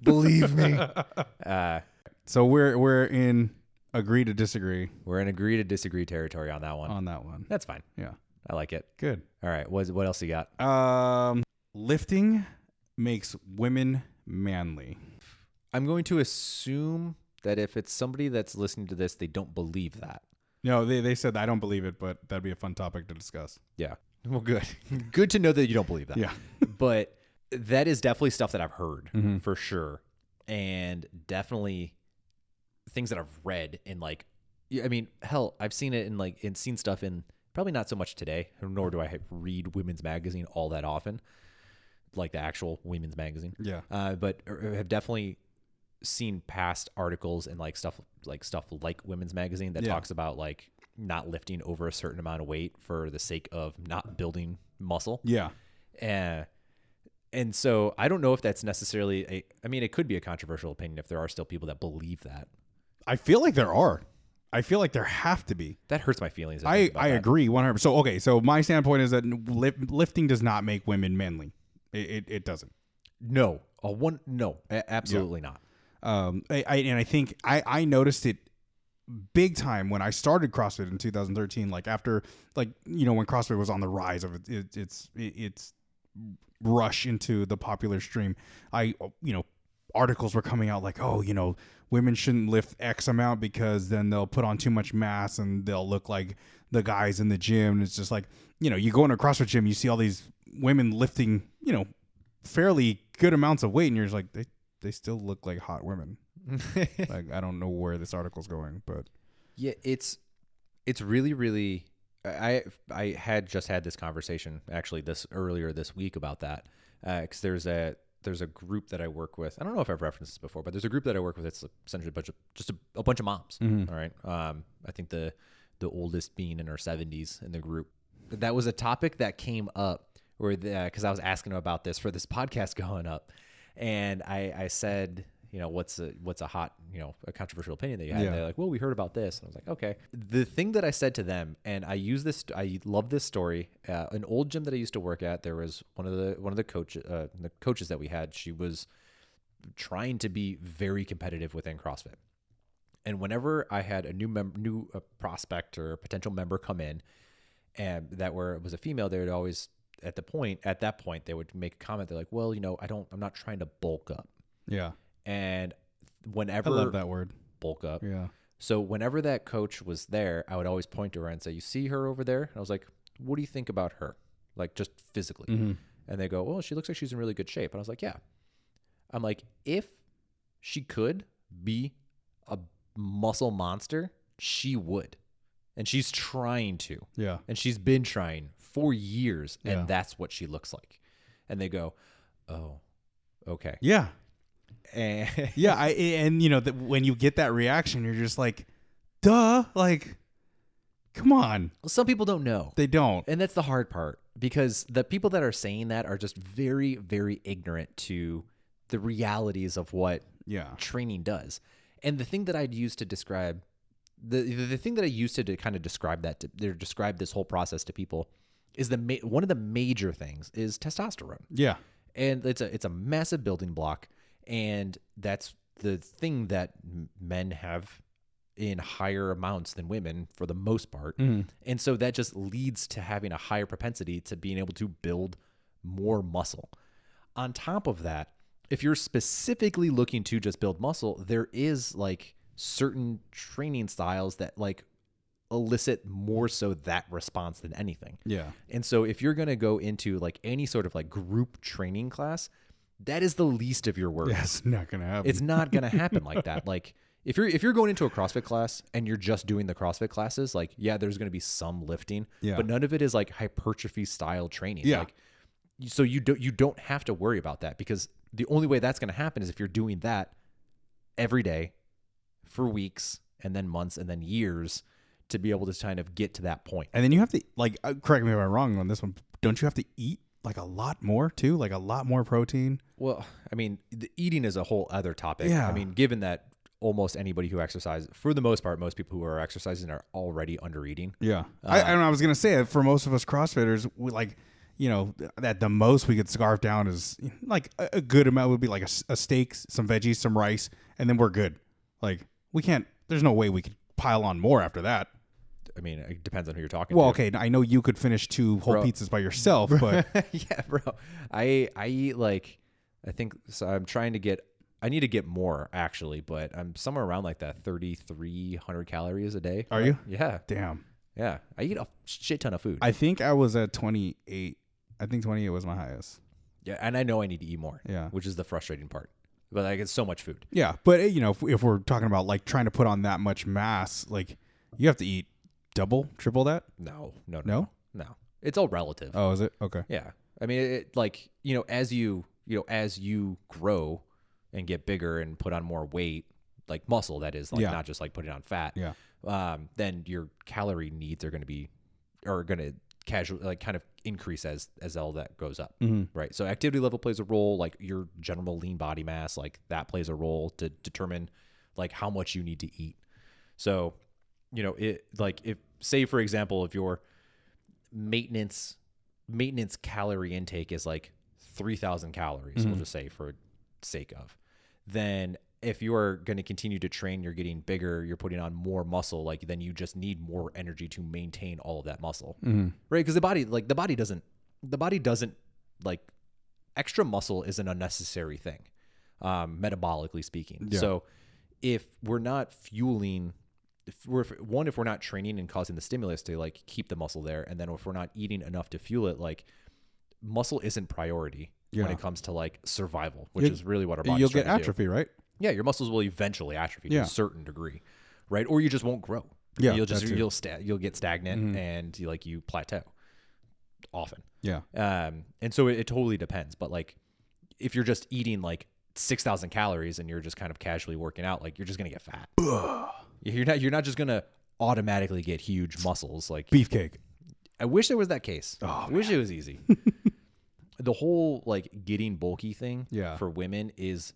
[SPEAKER 1] believe me. Uh,
[SPEAKER 2] So we're we're in agree to disagree
[SPEAKER 1] we're in agree to disagree territory on that one.
[SPEAKER 2] on that one.
[SPEAKER 1] That's fine.
[SPEAKER 2] Yeah,
[SPEAKER 1] I like it.
[SPEAKER 2] good.
[SPEAKER 1] All right. What what else you got?
[SPEAKER 2] Um, lifting makes women manly.
[SPEAKER 1] I'm going to assume that if it's somebody that's listening to this, they don't believe that.
[SPEAKER 2] No, they, they said I don't believe it, but that'd be a fun topic to discuss.
[SPEAKER 1] Yeah. Well, good. good to know that you don't believe that.
[SPEAKER 2] Yeah.
[SPEAKER 1] but that is definitely stuff that I've heard for sure, and definitely things that I've read and like. yeah, I mean, hell, I've seen it in like and seen stuff in probably not so much today. Nor do I read women's magazine all that often, like the actual women's magazine.
[SPEAKER 2] Yeah.
[SPEAKER 1] Uh, but er, have definitely seen past articles and like stuff like stuff like women's magazine that
[SPEAKER 2] Yeah.
[SPEAKER 1] talks about like not lifting over a certain amount of weight for the sake of not building muscle.
[SPEAKER 2] Yeah.
[SPEAKER 1] Uh, and so I don't know if that's necessarily a. I mean, it could be a controversial opinion if there are still people that believe that.
[SPEAKER 2] I feel like there are. I feel like there have to be.
[SPEAKER 1] That hurts my feelings. if
[SPEAKER 2] I,
[SPEAKER 1] think about
[SPEAKER 2] I
[SPEAKER 1] that.
[SPEAKER 2] agree 100%. So, okay. So, my standpoint is that lif- lifting does not make women manly. It, it, it doesn't.
[SPEAKER 1] No, a one. No, a- absolutely not.
[SPEAKER 2] Um, I, I, and I think I, I noticed it big time when I started CrossFit in 2013. Like after, like you know, when CrossFit was on the rise of it, it, its its rush into the popular stream, I you know articles were coming out like, oh, you know, women shouldn't lift X amount because then they'll put on too much mass and they'll look like the guys in the gym. And it's just like you know, you go into a CrossFit gym, you see all these women lifting, you know, fairly good amounts of weight, and you're just like they. They still look like hot women. like I don't know where this article's going, but
[SPEAKER 1] Yeah, it's it's really really I I had just had this conversation actually this earlier this week about that because there's a there's a group that I work with. I don't know if I've referenced this before, but there's a group that I work with. It's essentially a bunch of just a, a bunch of moms. all right, um, I think the the oldest being in her 70s in the group. That was a topic that came up where because I was asking her about this for this podcast going up, and I I said you know what's a what's a hot you know a controversial opinion that you had.
[SPEAKER 2] Yeah.
[SPEAKER 1] They're like, well, we heard about this, and I was like, okay. The thing that I said to them, and I use this, I love this story. Uh, an old gym that I used to work at, there was one of the one of the coach uh, the coaches that we had. She was trying to be very competitive within CrossFit. And whenever I had a new mem- new uh, prospect or potential member come in, and that were was a female, they would always at the point at that point they would make a comment. They're like, "Well, you know, I don't, I'm not trying to bulk up."
[SPEAKER 2] yeah,
[SPEAKER 1] And
[SPEAKER 2] I
[SPEAKER 1] whenever
[SPEAKER 2] love that word.
[SPEAKER 1] bulk up,
[SPEAKER 2] Yeah,
[SPEAKER 1] so whenever that coach was there, I would always point to her and say, "You see her over there?" And I was like, "What do you think about her? Like just physically?"
[SPEAKER 2] Mm-hmm.
[SPEAKER 1] And they go, "Well, she looks like she's in really good shape." And I was like, "Yeah." I'm like, "If she could be a muscle monster, she would." And she's trying to.
[SPEAKER 2] yeah,
[SPEAKER 1] And she's been trying for years and
[SPEAKER 2] Yeah.
[SPEAKER 1] that's what she looks like. And they go, "Oh, okay."
[SPEAKER 2] yeah,
[SPEAKER 1] And
[SPEAKER 2] yeah. I and you know that when you get that reaction, you're just like, duh, like, come on.
[SPEAKER 1] some people don't know.
[SPEAKER 2] They don't.
[SPEAKER 1] And that's the hard part because the people that are saying that are just very, very ignorant to the realities of what
[SPEAKER 2] Yeah,
[SPEAKER 1] training does. And the thing that I'd use to describe the the the thing that I used to, to kind of describe that to or describe this whole process to people is the ma- one of the major things is testosterone
[SPEAKER 2] yeah,
[SPEAKER 1] and it's a it's a massive building block and that's the thing that m- men have in higher amounts than women for the most part and so that just leads to having a higher propensity to being able to build more muscle on top of that if you're specifically looking to just build muscle there is like certain training styles that like elicit more so that response than anything
[SPEAKER 2] yeah,
[SPEAKER 1] and so if you're going to go into like any sort of like group training class, that is the least of your worries.
[SPEAKER 2] yeah. It's not gonna happen.
[SPEAKER 1] It's not going to happen like that. Like if you're if you're going into a CrossFit class and you're just doing the CrossFit classes, like yeah, there's going to be some lifting,
[SPEAKER 2] Yeah.
[SPEAKER 1] but none of it is like hypertrophy style training.
[SPEAKER 2] Yeah.
[SPEAKER 1] Like you- so you don't you don't have to worry about that because the only way that's going to happen is if you're doing that every day for weeks and then months and then years to be able to kind of get to that point.
[SPEAKER 2] and then you have to like uh, correct me if I'm wrong on this one. Don't you have to eat like a lot more too? Like a lot more protein.
[SPEAKER 1] Well, I mean, the eating is a whole other topic.
[SPEAKER 2] Yeah.
[SPEAKER 1] I mean, given that almost anybody who exercises, for the most part, most people who are exercising are already under eating.
[SPEAKER 2] Yeah, Uh, I, I don't know. I was gonna say that for most of us CrossFitters, we like, you know, th- that the most we could scarf down is like a, a good amount would be like a, s- a steak, some veggies, some rice, and then we're good. Like we can't. There's no way we could pile on more after that.
[SPEAKER 1] I mean, it depends on who you're talking
[SPEAKER 2] Well,
[SPEAKER 1] to.
[SPEAKER 2] okay, I know you could finish two whole
[SPEAKER 1] Bro.
[SPEAKER 2] pizzas by yourself, but
[SPEAKER 1] yeah, bro. I I eat like I think so I'm trying to get I need to get more actually, but I'm somewhere around like that 3300 calories a day.
[SPEAKER 2] are you?
[SPEAKER 1] Yeah.
[SPEAKER 2] Damn.
[SPEAKER 1] Yeah. I eat a shit ton of food.
[SPEAKER 2] I think I was at 28. I think 28 was my highest.
[SPEAKER 1] yeah, and I know I need to eat more.
[SPEAKER 2] Yeah.
[SPEAKER 1] Which is the frustrating part. But I get so much food.
[SPEAKER 2] Yeah, but eh, you know, if, if we're talking about like trying to put on that much mass, like you have to eat double, triple that.
[SPEAKER 1] No. No. No.
[SPEAKER 2] No?
[SPEAKER 1] No. no. It's all relative.
[SPEAKER 2] Oh, is it okay?
[SPEAKER 1] Yeah. I mean, it, like, you know, as you, you know, as you grow and get bigger and put on more weight, like muscle, that is, like,
[SPEAKER 2] Yeah.
[SPEAKER 1] not just like putting on fat,
[SPEAKER 2] Yeah.
[SPEAKER 1] um, then your calorie needs are going to be, are going to casually, like, kind of increase as, as all that goes up.
[SPEAKER 2] Mm-hmm.
[SPEAKER 1] Right. So activity level plays a role, like your general lean body mass, like that plays a role to determine, like, how much you need to eat. So, you know, it, like, if, say, for example, if you're, maintenance maintenance calorie intake is like 3000 calories we'll just say for sake of then if you are going to continue to train, you're getting bigger, you're putting on more muscle, like then you just need more energy to maintain all of that muscle. Right? Cuz the body like the body doesn't the body doesn't like extra muscle is an unnecessary thing. Um metabolically speaking. So if we're not fueling if we're if, one if we're not training and causing the stimulus to like keep the muscle there and then if we're not eating enough to fuel it like muscle isn't priority when
[SPEAKER 2] Yeah.
[SPEAKER 1] it comes to like survival, which
[SPEAKER 2] You'll-
[SPEAKER 1] is really what our body's
[SPEAKER 2] You'll
[SPEAKER 1] trying
[SPEAKER 2] get
[SPEAKER 1] to do.
[SPEAKER 2] atrophy, right?
[SPEAKER 1] Yeah, your muscles will eventually atrophy
[SPEAKER 2] Yeah.
[SPEAKER 1] to a certain degree, right? Or you just won't grow.
[SPEAKER 2] Yeah, Mm-hmm.
[SPEAKER 1] you'll just
[SPEAKER 2] that too.
[SPEAKER 1] you'll sta- you'll get stagnant and you, like you plateau often.
[SPEAKER 2] Yeah.
[SPEAKER 1] Um, and so it, it totally depends. But like, if you're just eating like six thousand calories and you're just kind of casually working out, like you're just gonna get fat. you're not you're not just gonna automatically get huge muscles. Like
[SPEAKER 2] Beefcake.
[SPEAKER 1] I wish there was that case.
[SPEAKER 2] Oh,
[SPEAKER 1] I wish it was easy. the whole like getting bulky thing
[SPEAKER 2] Yeah.
[SPEAKER 1] for women is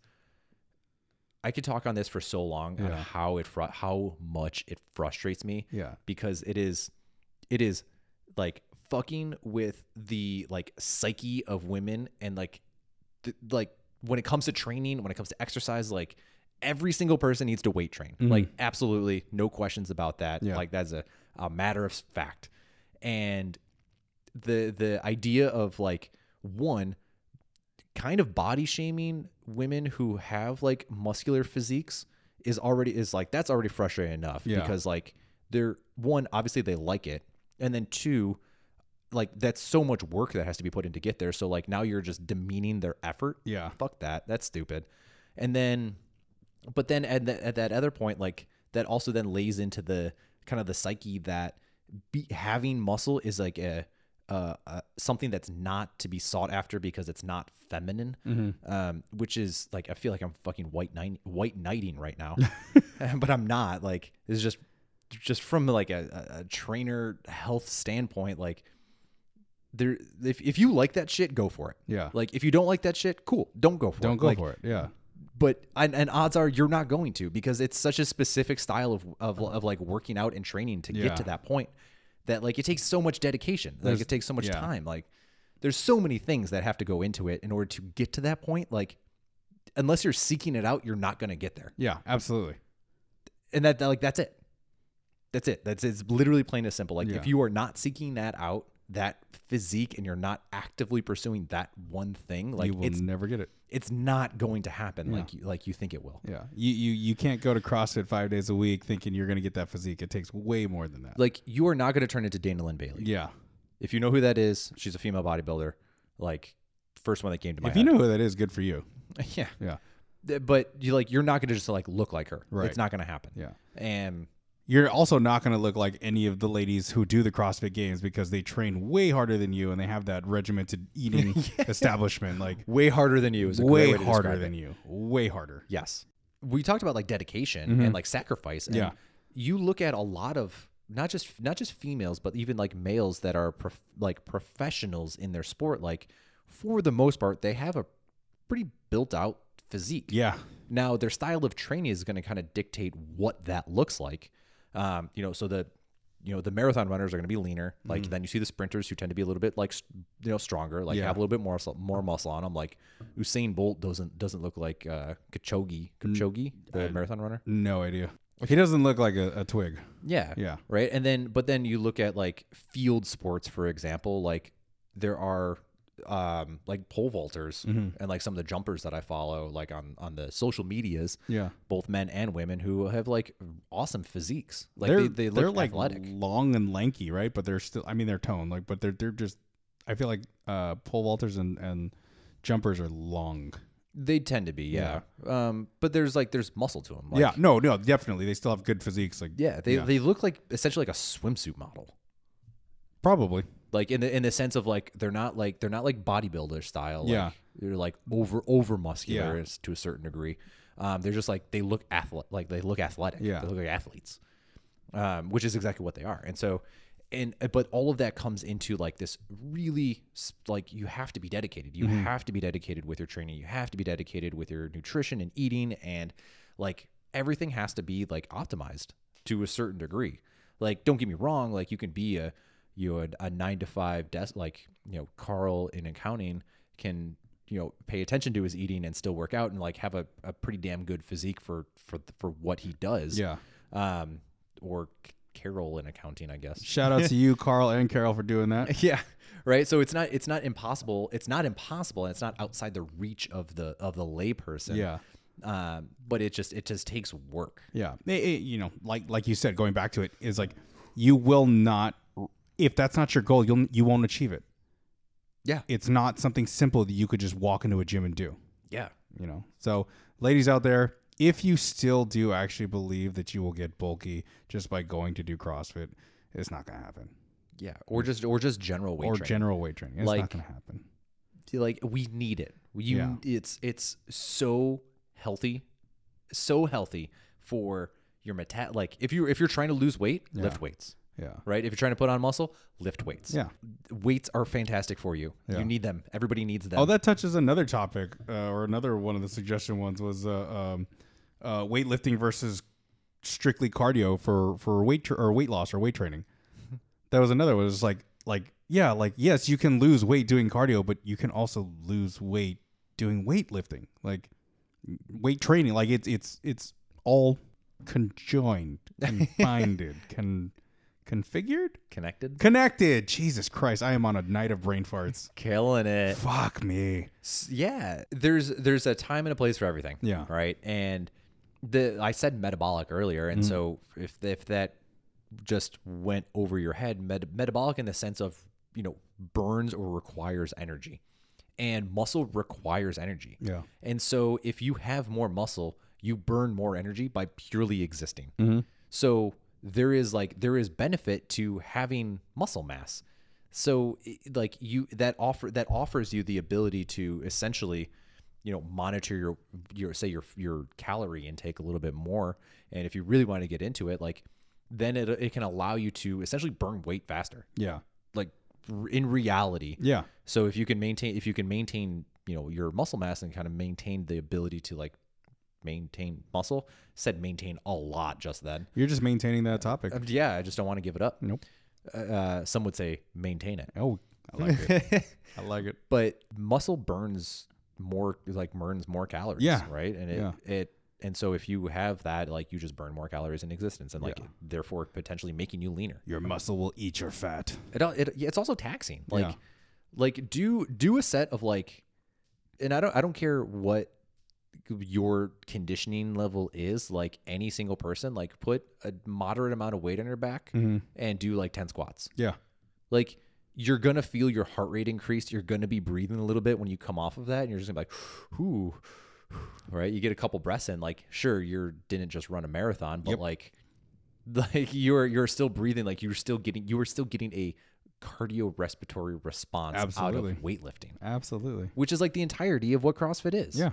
[SPEAKER 1] I could talk on this for so long on
[SPEAKER 2] Yeah.
[SPEAKER 1] how it fru- how much it frustrates me
[SPEAKER 2] Yeah.
[SPEAKER 1] because it is it is like fucking with the like psyche of women and like th- like when it comes to training, when it comes to exercise, like every single person needs to weight train. Like absolutely no questions about that.
[SPEAKER 2] Mm-hmm. Yeah.
[SPEAKER 1] Like that's a, a matter of fact. And the the idea of like one kind of body shaming women who have like muscular physiques is already is like that's already frustrating enough
[SPEAKER 2] Yeah.
[SPEAKER 1] because like they're one obviously they like it and then two like that's so much work that has to be put in to get there so like now you're just demeaning their effort
[SPEAKER 2] Yeah.
[SPEAKER 1] fuck that that's stupid and then but then at, the, at that other point like that also then lays into the kind of the psyche that be, having muscle is like a uh, uh, something that's not to be sought after because it's not feminine, um, which is like I feel like I'm fucking white knight, white knighting right now, but I'm not. Like it's just just from like a, a- a trainer health standpoint, like there if if you like that shit, go for it.
[SPEAKER 2] Yeah.
[SPEAKER 1] Like if you don't like that shit, cool, don't go for it.
[SPEAKER 2] Don't go
[SPEAKER 1] Like,
[SPEAKER 2] for it. Yeah.
[SPEAKER 1] but and, and odds are you're not going to because it's such a specific style of of, of like working out and training to
[SPEAKER 2] Yeah.
[SPEAKER 1] get to that point that like it takes so much dedication like it takes so much
[SPEAKER 2] yeah.
[SPEAKER 1] time like there's so many things that have to go into it in order to get to that point like unless you're seeking it out you're not going to get there
[SPEAKER 2] Yeah. Absolutely.
[SPEAKER 1] and that, that, like that's it that's it that's it's literally plain and simple like
[SPEAKER 2] Yeah.
[SPEAKER 1] if you are not seeking that out that physique and you're not actively pursuing that one thing like
[SPEAKER 2] you will
[SPEAKER 1] it's
[SPEAKER 2] never get it.
[SPEAKER 1] it's not going to happen like you like you think it will
[SPEAKER 2] Yeah. You, you you can't go to CrossFit five days a week thinking you're gonna get that physique. It takes way more than that.
[SPEAKER 1] like you are not going to turn into Dana Lynn Bailey.
[SPEAKER 2] Yeah.
[SPEAKER 1] If you know who that is, she's a female bodybuilder. Like first one that came to my
[SPEAKER 2] If you
[SPEAKER 1] head.
[SPEAKER 2] know who that is, good for you.
[SPEAKER 1] yeah.
[SPEAKER 2] Yeah.
[SPEAKER 1] Th- But you like you're not going to just like look like her.
[SPEAKER 2] Right.
[SPEAKER 1] It's not going to happen.
[SPEAKER 2] Yeah.
[SPEAKER 1] And
[SPEAKER 2] You're also not going to look like any of the ladies who do the CrossFit games because they train way harder than you and they have that regimented eating establishment like
[SPEAKER 1] way harder than you is a
[SPEAKER 2] way
[SPEAKER 1] great way to
[SPEAKER 2] harder
[SPEAKER 1] describe it.
[SPEAKER 2] than you. Way harder.
[SPEAKER 1] Yes. We talked about like dedication and like sacrifice. And
[SPEAKER 2] Yeah.
[SPEAKER 1] You look at a lot of not just not just females, but even like males that are prof- like professionals in their sport. Like for the most part, they have a pretty built out physique.
[SPEAKER 2] Yeah.
[SPEAKER 1] Now, their style of training is going to kind of dictate what that looks like. Um, you know, so the you know the marathon runners are going to be leaner. Like then you see the sprinters who tend to be a little bit like s- you know stronger, like
[SPEAKER 2] Mm. Yeah.
[SPEAKER 1] have a little bit more muscle, more muscle on them. Like Usain Bolt doesn't doesn't look like uh, Kipchoge, Kipchoge, the marathon runner.
[SPEAKER 2] No idea. He doesn't look like a, a twig.
[SPEAKER 1] Yeah.
[SPEAKER 2] Yeah.
[SPEAKER 1] Right. And then, but then you look at like field sports, for example, like there are um like pole vaulters
[SPEAKER 2] Mm-hmm.
[SPEAKER 1] and like some of the jumpers that I follow like on on the social medias
[SPEAKER 2] Yeah.
[SPEAKER 1] both men and women who have like awesome physiques. Like
[SPEAKER 2] they're
[SPEAKER 1] they, they look
[SPEAKER 2] are like
[SPEAKER 1] athletic.
[SPEAKER 2] long and lanky, right? But they're still I mean they're toned, like but they're they're just I feel like uh pole vaulters and and jumpers are long.
[SPEAKER 1] They tend to be, yeah. Um, but there's like there's muscle to them. Like,
[SPEAKER 2] yeah. No, no, definitely. They still have good physiques like
[SPEAKER 1] yeah. They they look like essentially like a swimsuit model.
[SPEAKER 2] probably.
[SPEAKER 1] Like in the in the sense of like they're not like they're not like bodybuilder style. Like,
[SPEAKER 2] Yeah.
[SPEAKER 1] They're like over over muscular is- to a certain degree. Um, they're just like they look athlete like they look athletic.
[SPEAKER 2] Yeah.
[SPEAKER 1] They look like athletes. um, which is exactly what they are. And so, and uh, but all of that comes into like this really s- like you have to be dedicated. You have to be dedicated with your training. You have to be dedicated with your nutrition and eating, and like everything has to be like optimized to a certain degree. Like, don't get me wrong. Like, you can be a you know, a, a nine to five desk. Like, you know, Carl in accounting can you know pay attention to his eating and still work out and like have a, a pretty damn good physique for for for what he does.
[SPEAKER 2] Yeah.
[SPEAKER 1] Um, or C- Carol in accounting, I guess.
[SPEAKER 2] Shout out to you, Carl and Carol, for doing that.
[SPEAKER 1] Yeah. Right. So it's not it's not impossible. It's not impossible, and it's not outside the reach of the of the layperson.
[SPEAKER 2] Yeah.
[SPEAKER 1] Um, but it just it just takes work.
[SPEAKER 2] Yeah, It- it- you know, like like you said, going back to it is like you will not if that's not your goal, you'll you won't achieve it.
[SPEAKER 1] Yeah.
[SPEAKER 2] It's not something simple that you could just walk into a gym and do.
[SPEAKER 1] Yeah.
[SPEAKER 2] You know, so ladies out there, if you still do actually believe that you will get bulky just by going to do CrossFit, it's not gonna happen.
[SPEAKER 1] Yeah. Or just or just general weight
[SPEAKER 2] or
[SPEAKER 1] training.
[SPEAKER 2] general weight training, it's
[SPEAKER 1] Like-
[SPEAKER 2] not gonna happen.
[SPEAKER 1] like we need it. You,
[SPEAKER 2] Yeah.
[SPEAKER 1] it's it's so healthy, so healthy for your meta. Like if you are if you're trying to lose weight, lift weights.
[SPEAKER 2] Yeah,
[SPEAKER 1] Right. If you're trying to put on muscle, lift weights.
[SPEAKER 2] yeah.
[SPEAKER 1] Weights are fantastic for you.
[SPEAKER 2] Yeah.
[SPEAKER 1] You need them. Everybody needs them.
[SPEAKER 2] Oh, that touches another topic, uh, or another one of the suggestion ones was uh, um, uh, weightlifting versus strictly cardio for for weight tra- or weight loss or weight training. That was another one. It was like like yeah, like yes, you can lose weight doing cardio, but you can also lose weight doing weightlifting, like weight training. Like it's it's it's all conjoined, combined, con configured,
[SPEAKER 1] Connected.
[SPEAKER 2] connected. Jesus Christ, I am on a night of brain farts.
[SPEAKER 1] Killing it.
[SPEAKER 2] Fuck me.
[SPEAKER 1] S- yeah there's there's a time and a place for everything
[SPEAKER 2] Yeah.
[SPEAKER 1] right and the i said metabolic earlier and so if if that just went over your head met, metabolic in the sense of you know burns or requires energy and muscle requires energy
[SPEAKER 2] Yeah.
[SPEAKER 1] and so if you have more muscle you burn more energy by purely existing so there is like there is benefit to having muscle mass. So i- like you that offer that offers you the ability to essentially, you know, monitor your your say your your calorie intake a little bit more. And if you really want to get into it, like then it it can allow you to essentially burn weight faster.
[SPEAKER 2] Yeah.
[SPEAKER 1] Like r- in reality.
[SPEAKER 2] Yeah.
[SPEAKER 1] So if you can maintain if you can maintain, you know, your muscle mass and kind of maintain the ability to like maintain muscle, said maintain a lot just then.
[SPEAKER 2] You're just maintaining that topic.
[SPEAKER 1] Uh, yeah, I just don't want to give it up.
[SPEAKER 2] Nope.
[SPEAKER 1] Uh, Uh, some would say maintain it,
[SPEAKER 2] Oh, I like it. I like it.
[SPEAKER 1] but muscle burns more, like burns more calories.
[SPEAKER 2] Yeah.
[SPEAKER 1] Right. And it,
[SPEAKER 2] Yeah.
[SPEAKER 1] it, and so if you have that, like you just burn more calories in existence, and like therefore potentially making you leaner.
[SPEAKER 2] Your muscle will eat your fat.
[SPEAKER 1] It, al- it yeah, it's also taxing. Like,
[SPEAKER 2] Yeah.
[SPEAKER 1] like do do a set of like, and I don't I don't care what your conditioning level is. Like any single person, like put a moderate amount of weight on your back and do like ten squats.
[SPEAKER 2] Yeah.
[SPEAKER 1] like you're gonna feel your heart rate increase. You're gonna be breathing a little bit when you come off of that, and you're just gonna be like, "Ooh," right? You get a couple breaths in. Like, sure, you didn't just run a marathon, but like, like you're you're still breathing. Like you're still getting you were still getting a cardiorespiratory response
[SPEAKER 2] Absolutely.
[SPEAKER 1] out of weightlifting,
[SPEAKER 2] Absolutely.
[SPEAKER 1] which is like the entirety of what CrossFit is
[SPEAKER 2] Yeah.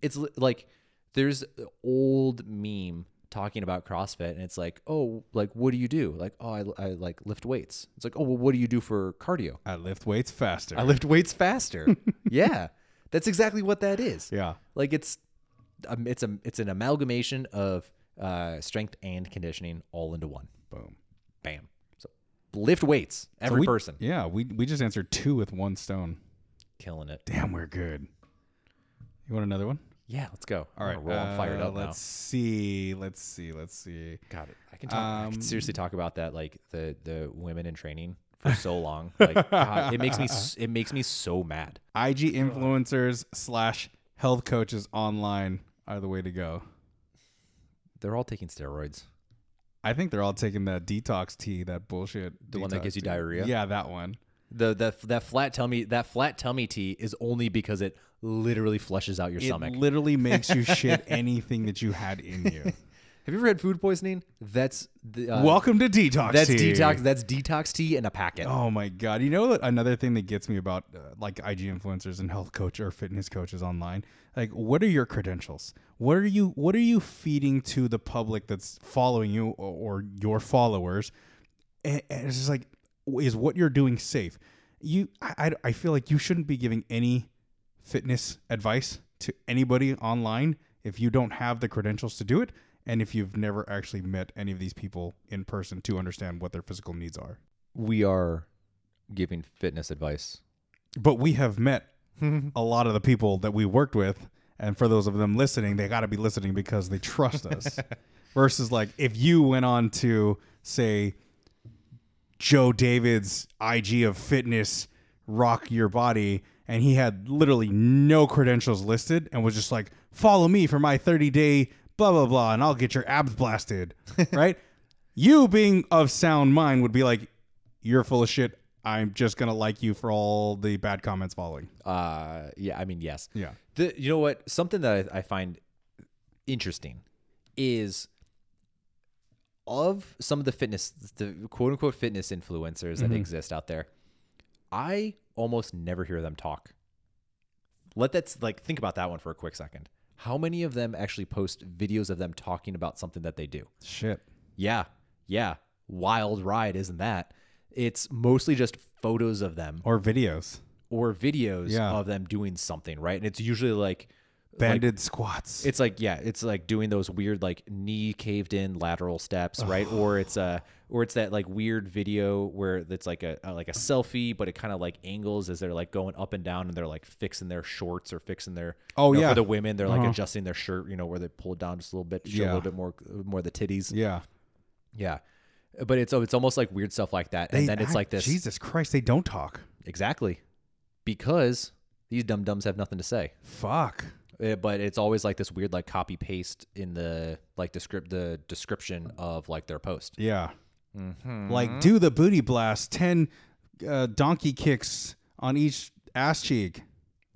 [SPEAKER 1] it's li- like there's an old meme talking about CrossFit and it's like, oh, like what do you do? Like, oh, I, I like lift weights. It's like, oh, well, what do you do for cardio?
[SPEAKER 2] I lift weights faster.
[SPEAKER 1] I lift weights faster. yeah, that's exactly what that is.
[SPEAKER 2] yeah.
[SPEAKER 1] Like it's, um, it's a, it's an amalgamation of uh, strength and conditioning all into one.
[SPEAKER 2] Boom.
[SPEAKER 1] Bam. So lift weights, every
[SPEAKER 2] We-
[SPEAKER 1] person,
[SPEAKER 2] Yeah. We, we just answered two with one stone.
[SPEAKER 1] killing it.
[SPEAKER 2] Damn, we're good. You want another one?
[SPEAKER 1] Yeah, let's go.
[SPEAKER 2] All right.
[SPEAKER 1] roll. I'm fired
[SPEAKER 2] uh,
[SPEAKER 1] up
[SPEAKER 2] Let's
[SPEAKER 1] now.
[SPEAKER 2] see. Let's see. Let's see.
[SPEAKER 1] God, I can talk. I
[SPEAKER 2] Um,
[SPEAKER 1] can seriously talk about that, like the the women in training for so long. Like, God, it makes me s- it makes me so mad.
[SPEAKER 2] IG influencers slash health coaches online are the way to go.
[SPEAKER 1] They're all taking steroids.
[SPEAKER 2] I think they're all taking that detox tea, that bullshit.
[SPEAKER 1] The one that
[SPEAKER 2] detox
[SPEAKER 1] gives you
[SPEAKER 2] tea.
[SPEAKER 1] diarrhea?
[SPEAKER 2] Yeah, that one.
[SPEAKER 1] The that that flat tummy that flat tummy tea is only because it literally flushes out your
[SPEAKER 2] It
[SPEAKER 1] stomach.
[SPEAKER 2] literally makes you shit anything that you had in you.
[SPEAKER 1] Have you ever had food poisoning? That's the, uh,
[SPEAKER 2] Welcome to detox.
[SPEAKER 1] that's
[SPEAKER 2] tea.
[SPEAKER 1] detox. That's detox tea in a packet.
[SPEAKER 2] Oh my god! You know what? Another thing that gets me about uh, like IG influencers and health coach or fitness coaches online. Like, what are your credentials? What are you? What are you feeding to the public that's following you or, or your followers? And, and it's just like, is what you're doing safe? You, I, I, I feel like you shouldn't be giving any fitness advice to anybody online if you don't have the credentials to do it. And if you've never actually met any of these people in person to understand what their physical needs are.
[SPEAKER 1] We are giving fitness advice.
[SPEAKER 2] But we have met a lot of the people that we worked with, and for those of them listening, they got to be listening because they trust us. Versus, like, if you went on to say Joe David's IG of fitness, rock your body, and he had literally no credentials listed and was just like, follow me for my 30 day blah, blah, blah, and I'll get your abs blasted, right? You being of sound mind would be like, you're full of shit. I'm just going to like you for all the bad comments following.
[SPEAKER 1] Uh, yeah, I mean, yes.
[SPEAKER 2] Yeah.
[SPEAKER 1] The, you know what? Something that I, I find interesting is of some of the fitness, the quote unquote fitness influencers that exist out there. I almost never hear them talk. Let that's like think about that one for a quick second. How many of them actually post videos of them talking about something that they do?
[SPEAKER 2] Shit.
[SPEAKER 1] Yeah, yeah, wild ride, isn't that? It's mostly just photos of them
[SPEAKER 2] Or videos.
[SPEAKER 1] or videos
[SPEAKER 2] Yeah.
[SPEAKER 1] of them doing something, right? And it's usually like
[SPEAKER 2] Banded squats.
[SPEAKER 1] it's like yeah, it's like doing those weird like knee caved in lateral steps, right? or it's a or it's that like weird video where it's like a, a like a selfie, but it kind of like angles as they're like going up and down, and they're like fixing their shorts or fixing their
[SPEAKER 2] Oh,
[SPEAKER 1] you know,
[SPEAKER 2] yeah. Uh-huh.
[SPEAKER 1] for the women they're like adjusting their shirt, you know, where they pull it down just a little bit, to show a
[SPEAKER 2] Yeah.
[SPEAKER 1] little bit more uh, more of the titties,
[SPEAKER 2] yeah.
[SPEAKER 1] yeah. But it's it's almost like weird stuff like that, and
[SPEAKER 2] They
[SPEAKER 1] then it's
[SPEAKER 2] act-
[SPEAKER 1] like this
[SPEAKER 2] Jesus Christ, they don't talk.
[SPEAKER 1] exactly because these dum dums have nothing to say.
[SPEAKER 2] Fuck.
[SPEAKER 1] Uh, but it's always like this weird like copy paste in the like descript the description of like their post.
[SPEAKER 2] Yeah.
[SPEAKER 1] Mm-hmm.
[SPEAKER 2] Like, do the booty blast, 10 uh, donkey kicks on each ass cheek.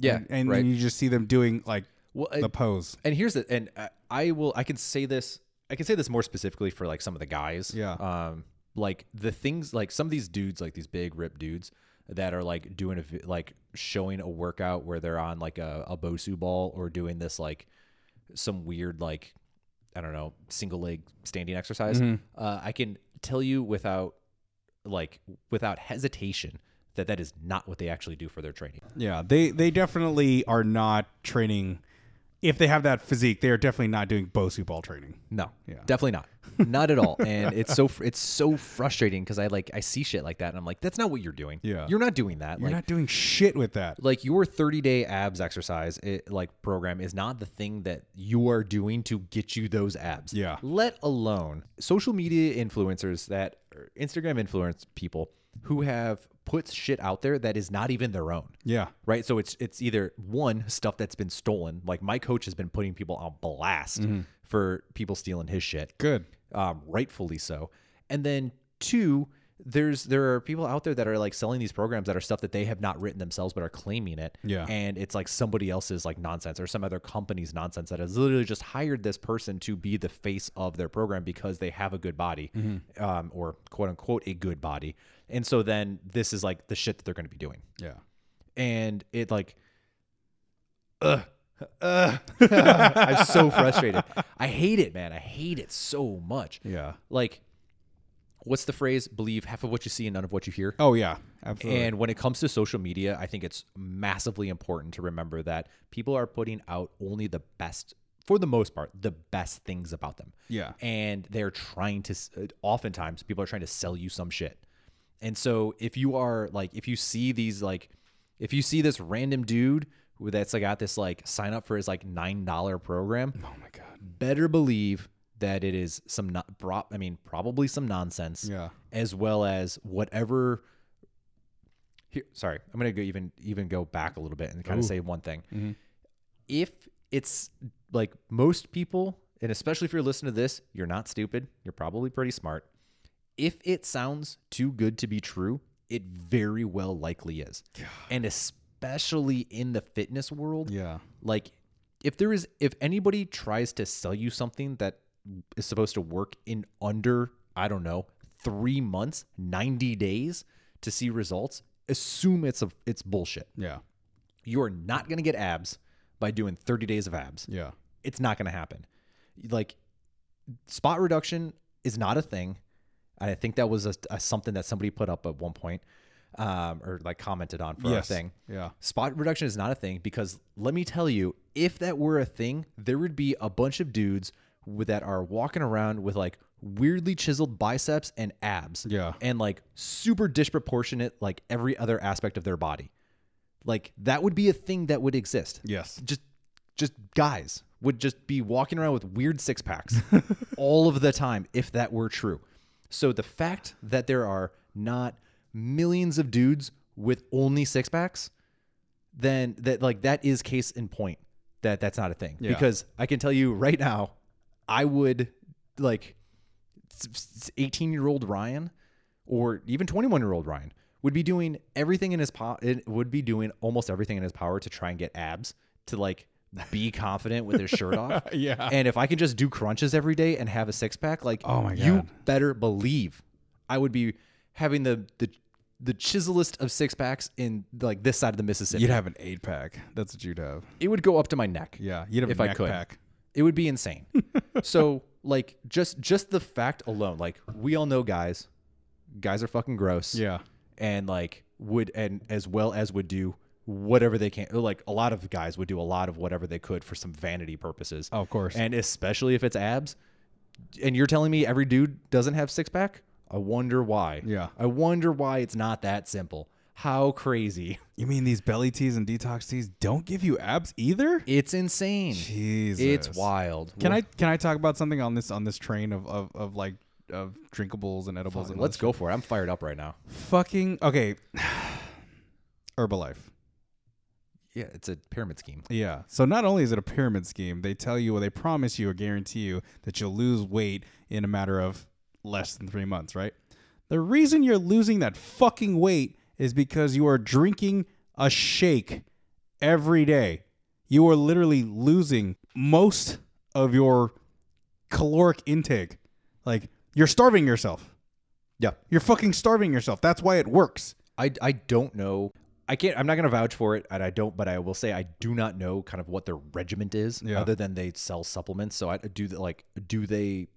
[SPEAKER 1] Yeah,
[SPEAKER 2] And, and
[SPEAKER 1] right.
[SPEAKER 2] you just see them doing like
[SPEAKER 1] Well,
[SPEAKER 2] the
[SPEAKER 1] and,
[SPEAKER 2] pose.
[SPEAKER 1] and here's the and I- I will I can say this I can say this more specifically for like some of the guys.
[SPEAKER 2] Yeah.
[SPEAKER 1] Um, like the things like some of these dudes like these big ripped dudes that are like doing a vi- like showing a workout where they're on like a, a Bosu ball or doing this like some weird like I don't know single leg standing exercise. Uh, I can tell you without like without hesitation that that is not what they actually do for their training.
[SPEAKER 2] Yeah, they they definitely are not training. If they have that physique, they are definitely not doing Bosu ball training.
[SPEAKER 1] No,
[SPEAKER 2] Yeah.
[SPEAKER 1] definitely not, not at all. And it's so fr- it's so frustrating because I like I see shit like that and I'm like, that's not what you're doing.
[SPEAKER 2] Yeah.
[SPEAKER 1] you're not doing that.
[SPEAKER 2] You're
[SPEAKER 1] like,
[SPEAKER 2] not doing shit with that.
[SPEAKER 1] like your 30 day abs exercise it, like program is not the thing that you are doing to get you those abs.
[SPEAKER 2] Yeah.
[SPEAKER 1] Let alone social media influencers that or Instagram influence people who have put shit out there that is not even their own.
[SPEAKER 2] Yeah,
[SPEAKER 1] Right. So it's it's either one stuff that's been stolen. Like my coach has been putting people on blast for people stealing his shit
[SPEAKER 2] Mm-hmm. good.
[SPEAKER 1] um, rightfully so. And then two, there's there are people out there that are like selling these programs that are stuff that they have not written themselves but are claiming it.
[SPEAKER 2] Yeah.
[SPEAKER 1] And it's like somebody else's like nonsense or some other company's nonsense that has literally just hired this person to be the face of their program because they have a good body,
[SPEAKER 2] Mm-hmm.
[SPEAKER 1] um, or quote unquote a good body. And so then this is like the shit that they're going to be doing
[SPEAKER 2] Yeah,
[SPEAKER 1] and it like ugh, ugh. i'm so frustrated i hate it man i hate it so much
[SPEAKER 2] yeah.
[SPEAKER 1] like what's the phrase believe half of what you see and none of what you hear
[SPEAKER 2] Oh yeah, absolutely.
[SPEAKER 1] and when it comes to social media i think it's massively important to remember that people are putting out only the best for the most part the best things about them
[SPEAKER 2] Yeah.
[SPEAKER 1] and they're trying to s- uh, oftentimes people are trying to sell you some shit and so if you are like if you see these like if you see this random dude who that's like got this like sign up for his like nine dollar program
[SPEAKER 2] oh my god.
[SPEAKER 1] better believe that it is some not bro- i mean probably some nonsense
[SPEAKER 2] Yeah.
[SPEAKER 1] as well as whatever here sorry i'm gonna go even even go back a little bit and kind of say one thing if it's like most people and especially if you're listening to this you're not stupid you're probably pretty smart if it sounds too good to be true it very well likely is and especially in the fitness world
[SPEAKER 2] Yeah.
[SPEAKER 1] like if there is if anybody tries to sell you something that is supposed to work in under i don't know 3 months 90 days to see results assume it's a it's bullshit
[SPEAKER 2] Yeah.
[SPEAKER 1] you are not going to get abs by doing 30 days of abs
[SPEAKER 2] Yeah.
[SPEAKER 1] it's not going to happen like spot reduction is not a thing and i think that was a, a something that somebody put up at one point um, or like commented on for
[SPEAKER 2] Yes.
[SPEAKER 1] a thing
[SPEAKER 2] Yeah.
[SPEAKER 1] Spot reduction is not a thing because let me tell you, if that were a thing, there would be a bunch of dudes with- that are walking around with like weirdly chiseled biceps and abs.
[SPEAKER 2] Yeah.
[SPEAKER 1] And like super disproportionate, like every other aspect of their body. Like that would be a thing that would exist.
[SPEAKER 2] Yes.
[SPEAKER 1] Just just guys would just be walking around with weird six packs all of the time if that were true. So the fact that there are not millions of dudes with only six packs, then that like that is case in point that that's not a thing.
[SPEAKER 2] Yeah.
[SPEAKER 1] Because I can tell you right now, I would like 18 year old Ryan or even 21 year old Ryan would be doing everything in his po- it would be doing almost everything in his power to try and get abs to like be confident with his shirt off.
[SPEAKER 2] Yeah.
[SPEAKER 1] And if I can just do crunches every day and have a six pack, like
[SPEAKER 2] Oh my
[SPEAKER 1] you
[SPEAKER 2] God.
[SPEAKER 1] better believe I would be having the the the chiselest of six packs in like this side of the Mississippi.
[SPEAKER 2] You'd have an eight pack. That's what you'd have.
[SPEAKER 1] It would go up to my neck.
[SPEAKER 2] Yeah. You'd have
[SPEAKER 1] If
[SPEAKER 2] a
[SPEAKER 1] I
[SPEAKER 2] neck
[SPEAKER 1] could.
[SPEAKER 2] pack.
[SPEAKER 1] It would be insane. so like just just the fact alone, like we all know guys, guys are fucking gross.
[SPEAKER 2] Yeah.
[SPEAKER 1] And like would and as well as would do whatever they can. Like a lot of guys would do a lot of whatever they could for some vanity purposes.
[SPEAKER 2] Oh, of course.
[SPEAKER 1] And especially if it's abs. And you're telling me every dude doesn't have six pack? I wonder why.
[SPEAKER 2] Yeah.
[SPEAKER 1] I wonder why it's not that simple. How crazy.
[SPEAKER 2] you mean these belly teas and detox teas don't give you abs either?
[SPEAKER 1] It's insane.
[SPEAKER 2] Jesus.
[SPEAKER 1] It's wild.
[SPEAKER 2] Can I can I talk about something on this on this train of of, of like of drinkables and edibles and all
[SPEAKER 1] Let's
[SPEAKER 2] this
[SPEAKER 1] go for it. I'm fired up right now.
[SPEAKER 2] shit? fucking okay. Herbalife.
[SPEAKER 1] Yeah, it's a pyramid scheme.
[SPEAKER 2] Yeah. So not only is it a pyramid scheme, they tell you or they promise you or guarantee you that you'll lose weight in a matter of less than three months, right? The reason you're losing that fucking weight is because you are drinking a shake every day. You are literally losing most of your caloric intake. Like you're starving yourself.
[SPEAKER 1] Yeah.
[SPEAKER 2] You're fucking starving yourself. That's why it works.
[SPEAKER 1] I, I don't know. I can't. I'm not going to vouch for it, and I don't. But I will say I do not know kind of what their regiment is,
[SPEAKER 2] Yeah.
[SPEAKER 1] other than they sell supplements. So I do the, like do they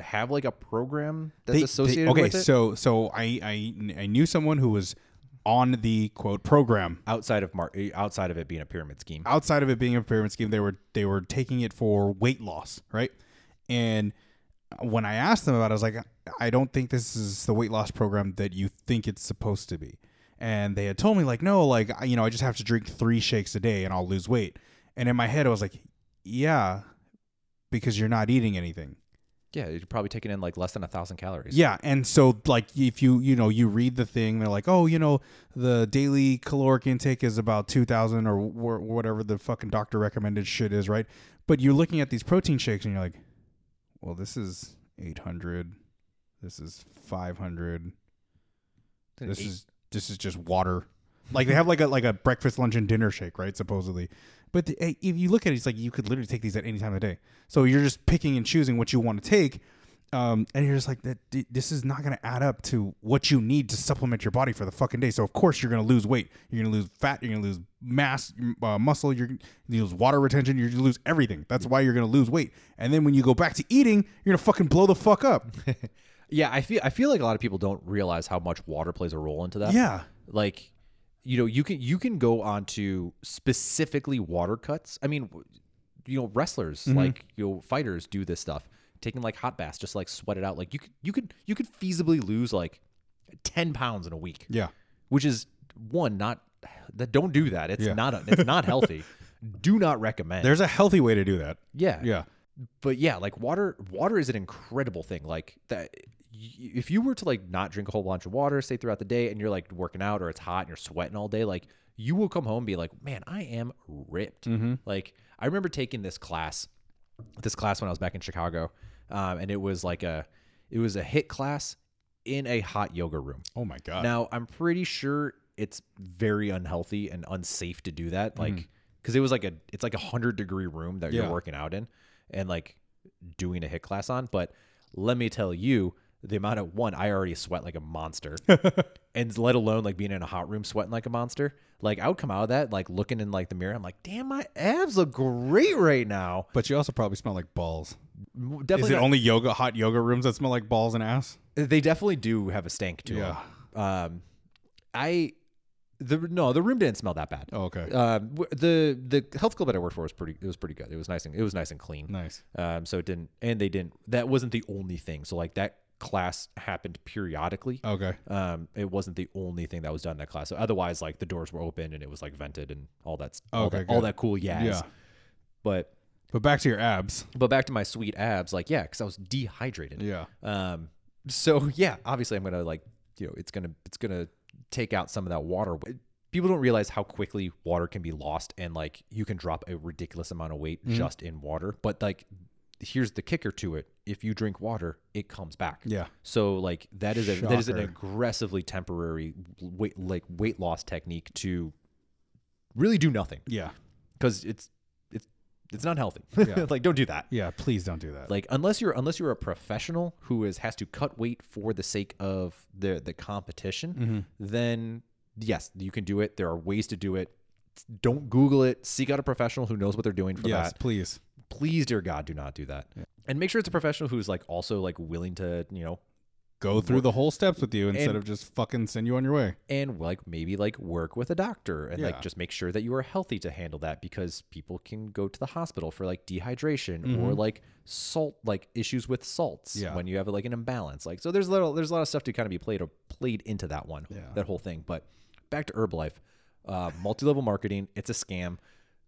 [SPEAKER 1] have like a program that's
[SPEAKER 2] They- they-
[SPEAKER 1] associated
[SPEAKER 2] okay,
[SPEAKER 1] with it
[SPEAKER 2] so so I, I I knew someone who was on the quote program
[SPEAKER 1] outside of mar- eh, outside of it being a pyramid scheme?
[SPEAKER 2] outside of it being a pyramid scheme, they were they were taking it for weight loss, right? And when I asked them about it, I was like, I don't think this is the weight loss program that you think it's supposed to be. And they had told me like, no, like I- you know, I just have to drink three shakes a day and I'll lose weight. And in my head, I was like, yeah, because you're not eating anything.
[SPEAKER 1] Yeah, you're probably taking in like less than a thousand calories.
[SPEAKER 2] Yeah, and so like if you you know you read the thing, they're like, oh, you know, the daily caloric intake is about two thousand or wh- whatever the fucking doctor recommended shit is, right? But you're looking at these protein shakes and you're like, well, this is eight hundred, this is five hundred, this is this is just water. Like they have like a like a breakfast, lunch, and dinner shake, right? Supposedly, but the, eh, if you look at it, it's like you could literally take these at any time of the day. So you're just picking and choosing what you want to take, um, and you're just like that. th- This is not going to add up to what you need to supplement your body for the fucking day. So of course you're going to lose weight. You're going to lose fat. You're going to lose mass, uh, muscle. You're going to lose water retention. You're going to lose everything. That's why you're going to lose weight. And then when you go back to eating, you're going to fucking blow the fuck up.
[SPEAKER 1] yeah. I feel I feel like a lot of people don't realize how much water plays a role into that.
[SPEAKER 2] yeah.
[SPEAKER 1] like you know you can you can go onto specifically water cuts i mean w- you know wrestlers
[SPEAKER 2] Mm-hmm.
[SPEAKER 1] like you know fighters do this stuff taking like hot baths just like sweat it out like you could you could you could feasibly lose like 10 pounds in a week
[SPEAKER 2] Yeah.
[SPEAKER 1] which is one not that don't do that it's
[SPEAKER 2] Yeah.
[SPEAKER 1] not a, it's not healthy do not recommend
[SPEAKER 2] There's a healthy way to do that.
[SPEAKER 1] yeah
[SPEAKER 2] Yeah.
[SPEAKER 1] but yeah, like water, water is an incredible thing. Like that, y- if you were to like not drink a whole bunch of water, say throughout the day, and you're like working out or it's hot and you're sweating all day, like you will come home and be like, man, I am ripped. Like I remember taking this class, this class when I was back in Chicago, um, and it was like a, it was a hit class in a hot yoga room.
[SPEAKER 2] Oh my god.
[SPEAKER 1] Now, I'm pretty sure it's very unhealthy and unsafe to do that. Like, because it was like a, it's like a hundred degree room that
[SPEAKER 2] Mm-hmm. Yeah.
[SPEAKER 1] you're working out in and like doing a hit class on. But let me tell you, the amount of one, I already sweat like a monster and let alone like being in a hot room sweating like a monster. Like, I would come out of that, like looking in like the mirror. I'm like, damn, my abs look great right now.
[SPEAKER 2] But you also probably smell like balls.
[SPEAKER 1] Definitely
[SPEAKER 2] Is it
[SPEAKER 1] not-
[SPEAKER 2] only yoga hot yoga rooms that smell like balls and ass?
[SPEAKER 1] they definitely do have a stank to
[SPEAKER 2] Yeah.
[SPEAKER 1] them. Um, I, the, no, the room didn't smell that bad.
[SPEAKER 2] Oh, okay.
[SPEAKER 1] Um, w- the the health club that I worked for was pretty. It was pretty good. It was nice and it was nice and clean.
[SPEAKER 2] nice.
[SPEAKER 1] Um, so it didn't, and they didn't. That wasn't the only thing. So like that class happened periodically.
[SPEAKER 2] Okay.
[SPEAKER 1] Um, it wasn't the only thing that was done in that class. So otherwise, like the doors were open and it was like vented and all that, all,
[SPEAKER 2] Okay,
[SPEAKER 1] that, all
[SPEAKER 2] good.
[SPEAKER 1] that cool yaz.
[SPEAKER 2] Yeah.
[SPEAKER 1] But
[SPEAKER 2] But back to your abs.
[SPEAKER 1] but back to my sweet abs, like yeah, because I was dehydrated.
[SPEAKER 2] Yeah.
[SPEAKER 1] Um, so yeah, obviously I'm gonna like you know it's gonna it's gonna take out some of that water. People don't realize how quickly water can be lost, and like you can drop a ridiculous amount of weight
[SPEAKER 2] Mm-hmm.
[SPEAKER 1] just in water. But like, here's the kicker to it: if you drink water, it comes back.
[SPEAKER 2] Yeah.
[SPEAKER 1] So like that is a that is an
[SPEAKER 2] Shocker.
[SPEAKER 1] aggressively temporary weight like weight loss technique to really do nothing
[SPEAKER 2] Yeah.
[SPEAKER 1] because it's it's it's not healthy.
[SPEAKER 2] Yeah.
[SPEAKER 1] like don't do that
[SPEAKER 2] Yeah. Please don't do that.
[SPEAKER 1] like unless you're unless you're a professional who is has to cut weight for the sake of the the competition then yes you can do it there are ways to do it don't google it seek out a professional who knows what they're doing for
[SPEAKER 2] yes,
[SPEAKER 1] that
[SPEAKER 2] please.
[SPEAKER 1] please dear god do not do that and make sure it's a professional who's like also like willing to you know
[SPEAKER 2] Go through the whole steps with you instead
[SPEAKER 1] And-
[SPEAKER 2] of just fucking send you on your way.
[SPEAKER 1] and like maybe like work with a doctor and
[SPEAKER 2] Yeah.
[SPEAKER 1] like just make sure that you are healthy to handle that because people can go to the hospital for like dehydration or like salt like issues with salts
[SPEAKER 2] Mm-hmm. Yeah.
[SPEAKER 1] when you have like an imbalance like so there's a little there's a lot of stuff to kind of be played played into that one that whole thing but back to herbalife uh multi-level marketing it's a scam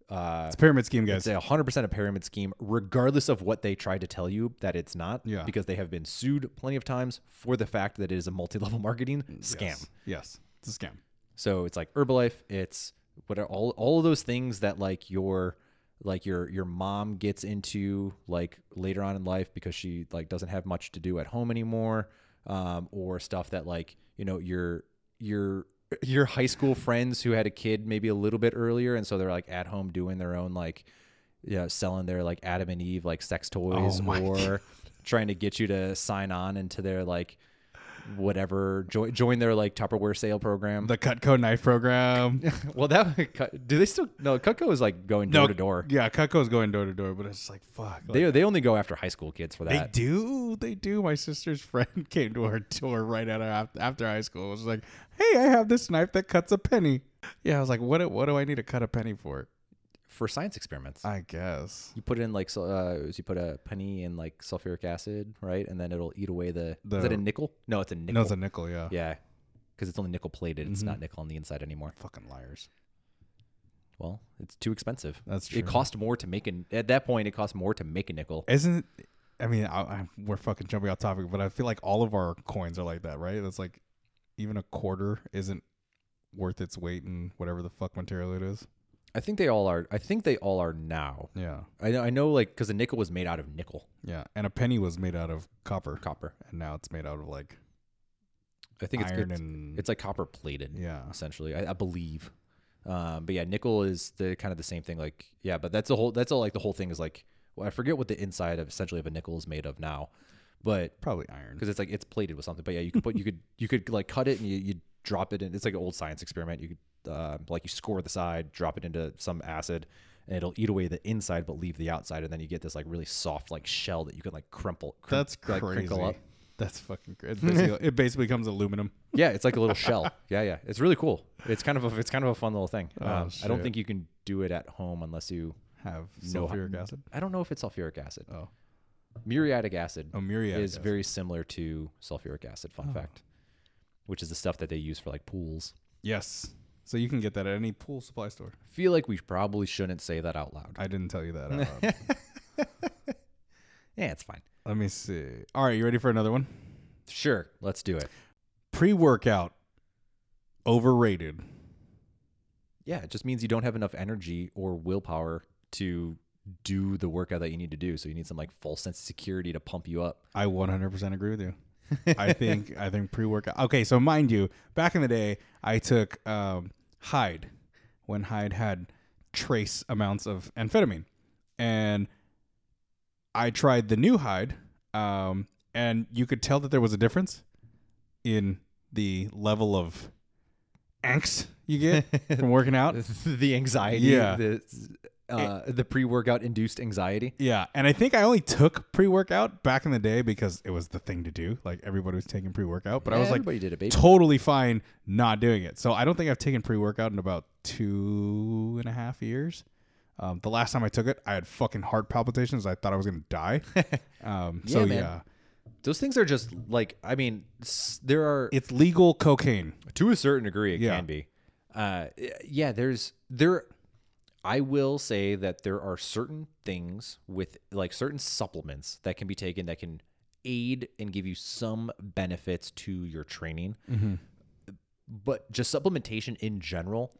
[SPEAKER 1] uh
[SPEAKER 2] It's a pyramid scheme, guys.
[SPEAKER 1] it's a 100% a pyramid scheme regardless of what they try to tell you that it's not
[SPEAKER 2] Yeah.
[SPEAKER 1] because they have been sued plenty of times for the fact that it is a multi-level marketing scam
[SPEAKER 2] Yes. Yes. It's a scam.
[SPEAKER 1] so it's like Herbalife. It's what are all all of those things that like your like your your mom gets into like later on in life because she like doesn't have much to do at home anymore, um, or stuff that like you know your your your high school friends who had a kid maybe a little bit earlier and so they're like at home doing their own like you know selling their like adam and eve like sex toys
[SPEAKER 2] Oh my
[SPEAKER 1] or trying to get you to sign on into their like whatever join join their like tupperware sale program
[SPEAKER 2] The Cutco knife program.
[SPEAKER 1] well, that would cut- do they still? No, Cutco is like going door to door.
[SPEAKER 2] Yeah, Cutco's going door to door, but it's like fuck. like,
[SPEAKER 1] They they only go after high school kids for
[SPEAKER 2] they
[SPEAKER 1] that.
[SPEAKER 2] do, they do. My sister's friend came to our door right out of, after high school. It was like, "Hey, I have this knife that cuts a penny." Yeah, I was like, "What? What do I need to cut a penny for?"
[SPEAKER 1] for science experiments.
[SPEAKER 2] I guess
[SPEAKER 1] Uh, you put in like so, uh, you put a penny in like sulfuric acid, right, and then it'll eat away the.
[SPEAKER 2] The-
[SPEAKER 1] is that a nickel? No, it's a nickel.
[SPEAKER 2] no, it's a nickel. Yeah,
[SPEAKER 1] yeah, because it's only nickel plated. It's not nickel on the inside anymore.
[SPEAKER 2] fucking liars.
[SPEAKER 1] Well, it's too expensive.
[SPEAKER 2] That's true.
[SPEAKER 1] It cost more to make an at that point. It cost more to make a nickel.
[SPEAKER 2] Isn't? I mean, I, I, we're fucking jumping off topic, but I feel like all of our coins are like that, right? That's like even a quarter isn't worth its weight in whatever the fuck material it is.
[SPEAKER 1] I think they all are. I think they all are now.
[SPEAKER 2] Yeah,
[SPEAKER 1] I know. I know. Like because the nickel was made out of nickel
[SPEAKER 2] yeah. And a penny was made out of copper,
[SPEAKER 1] copper.
[SPEAKER 2] and now it's made out of like
[SPEAKER 1] I think it's
[SPEAKER 2] iron
[SPEAKER 1] it's,
[SPEAKER 2] and
[SPEAKER 1] it's like copper plated.
[SPEAKER 2] yeah.
[SPEAKER 1] essentially, I, I believe. Um, but yeah, nickel is the kind of the same thing. Like, yeah, but that's the whole. That's all. Like the whole thing is like. Well, I forget what the inside of essentially of a nickel is made of now, but
[SPEAKER 2] Probably iron.
[SPEAKER 1] because it's like it's plated with something. But yeah, you could put you could you could like cut it and you you drop it in. It's like an old science experiment. You could uh, like you score the side, drop it into some acid, and it'll eat away the inside but leave the outside, and then you get this like really soft like shell that you can like crumple. crim-
[SPEAKER 2] That's
[SPEAKER 1] like,
[SPEAKER 2] crazy.
[SPEAKER 1] crinkle up.
[SPEAKER 2] That's fucking crazy. Basically, it basically becomes aluminum.
[SPEAKER 1] Yeah, it's like a little shell. Yeah, yeah. It's really cool. It's kind of a it's kind of a fun little thing. um, I
[SPEAKER 2] Oh, shit.
[SPEAKER 1] don't think you can do it at home unless you.
[SPEAKER 2] Have
[SPEAKER 1] No,
[SPEAKER 2] sulfuric acid.
[SPEAKER 1] I don't know if it's sulfuric acid.
[SPEAKER 2] Oh.
[SPEAKER 1] Muriatic acid
[SPEAKER 2] Oh, muriatic
[SPEAKER 1] is
[SPEAKER 2] acid. Oh.
[SPEAKER 1] very similar to sulfuric acid. Fun fact, which is the stuff that they use for like pools.
[SPEAKER 2] Yes. So you can get that at any pool supply store.
[SPEAKER 1] Feel like we probably shouldn't say that out loud.
[SPEAKER 2] I didn't tell you that. Out loud.
[SPEAKER 1] Yeah, it's fine.
[SPEAKER 2] Let me see. All right, you ready for another one?
[SPEAKER 1] Sure, let's do it.
[SPEAKER 2] Pre-workout overrated.
[SPEAKER 1] Yeah, it just means you don't have enough energy or willpower to do the workout that you need to do. So you need some like false sense of security to pump you up.
[SPEAKER 2] I 100% agree with you. I think I think pre-workout. Okay, so mind you, back in the day, I took um, Hyde when Hyde had trace amounts of amphetamine, and I tried the new Hyde, um, and you could tell that there was a difference in the level of angst you get from working out.
[SPEAKER 1] the anxiety,
[SPEAKER 2] Yeah.
[SPEAKER 1] the uh, the pre-workout induced anxiety.
[SPEAKER 2] Yeah, and I think I only took pre-workout back in the day because it was the thing to do. Like everybody was taking pre-workout, but I was like
[SPEAKER 1] everybody did it, baby.
[SPEAKER 2] totally fine not doing it. So I don't think I've taken pre workout in about two and a half years. Um, the last time I took it, I had fucking heart palpitations. I thought I was gonna die. Um, so
[SPEAKER 1] Yeah, man.
[SPEAKER 2] yeah,
[SPEAKER 1] Those things are just like I mean, s- there are
[SPEAKER 2] It's legal cocaine.
[SPEAKER 1] to a certain degree it
[SPEAKER 2] Yeah.
[SPEAKER 1] can be. Uh, yeah, there's there. I will say that there are certain things with like certain supplements that can be taken that can aid and give you some benefits to your training
[SPEAKER 2] Mm-hmm.
[SPEAKER 1] but just supplementation in general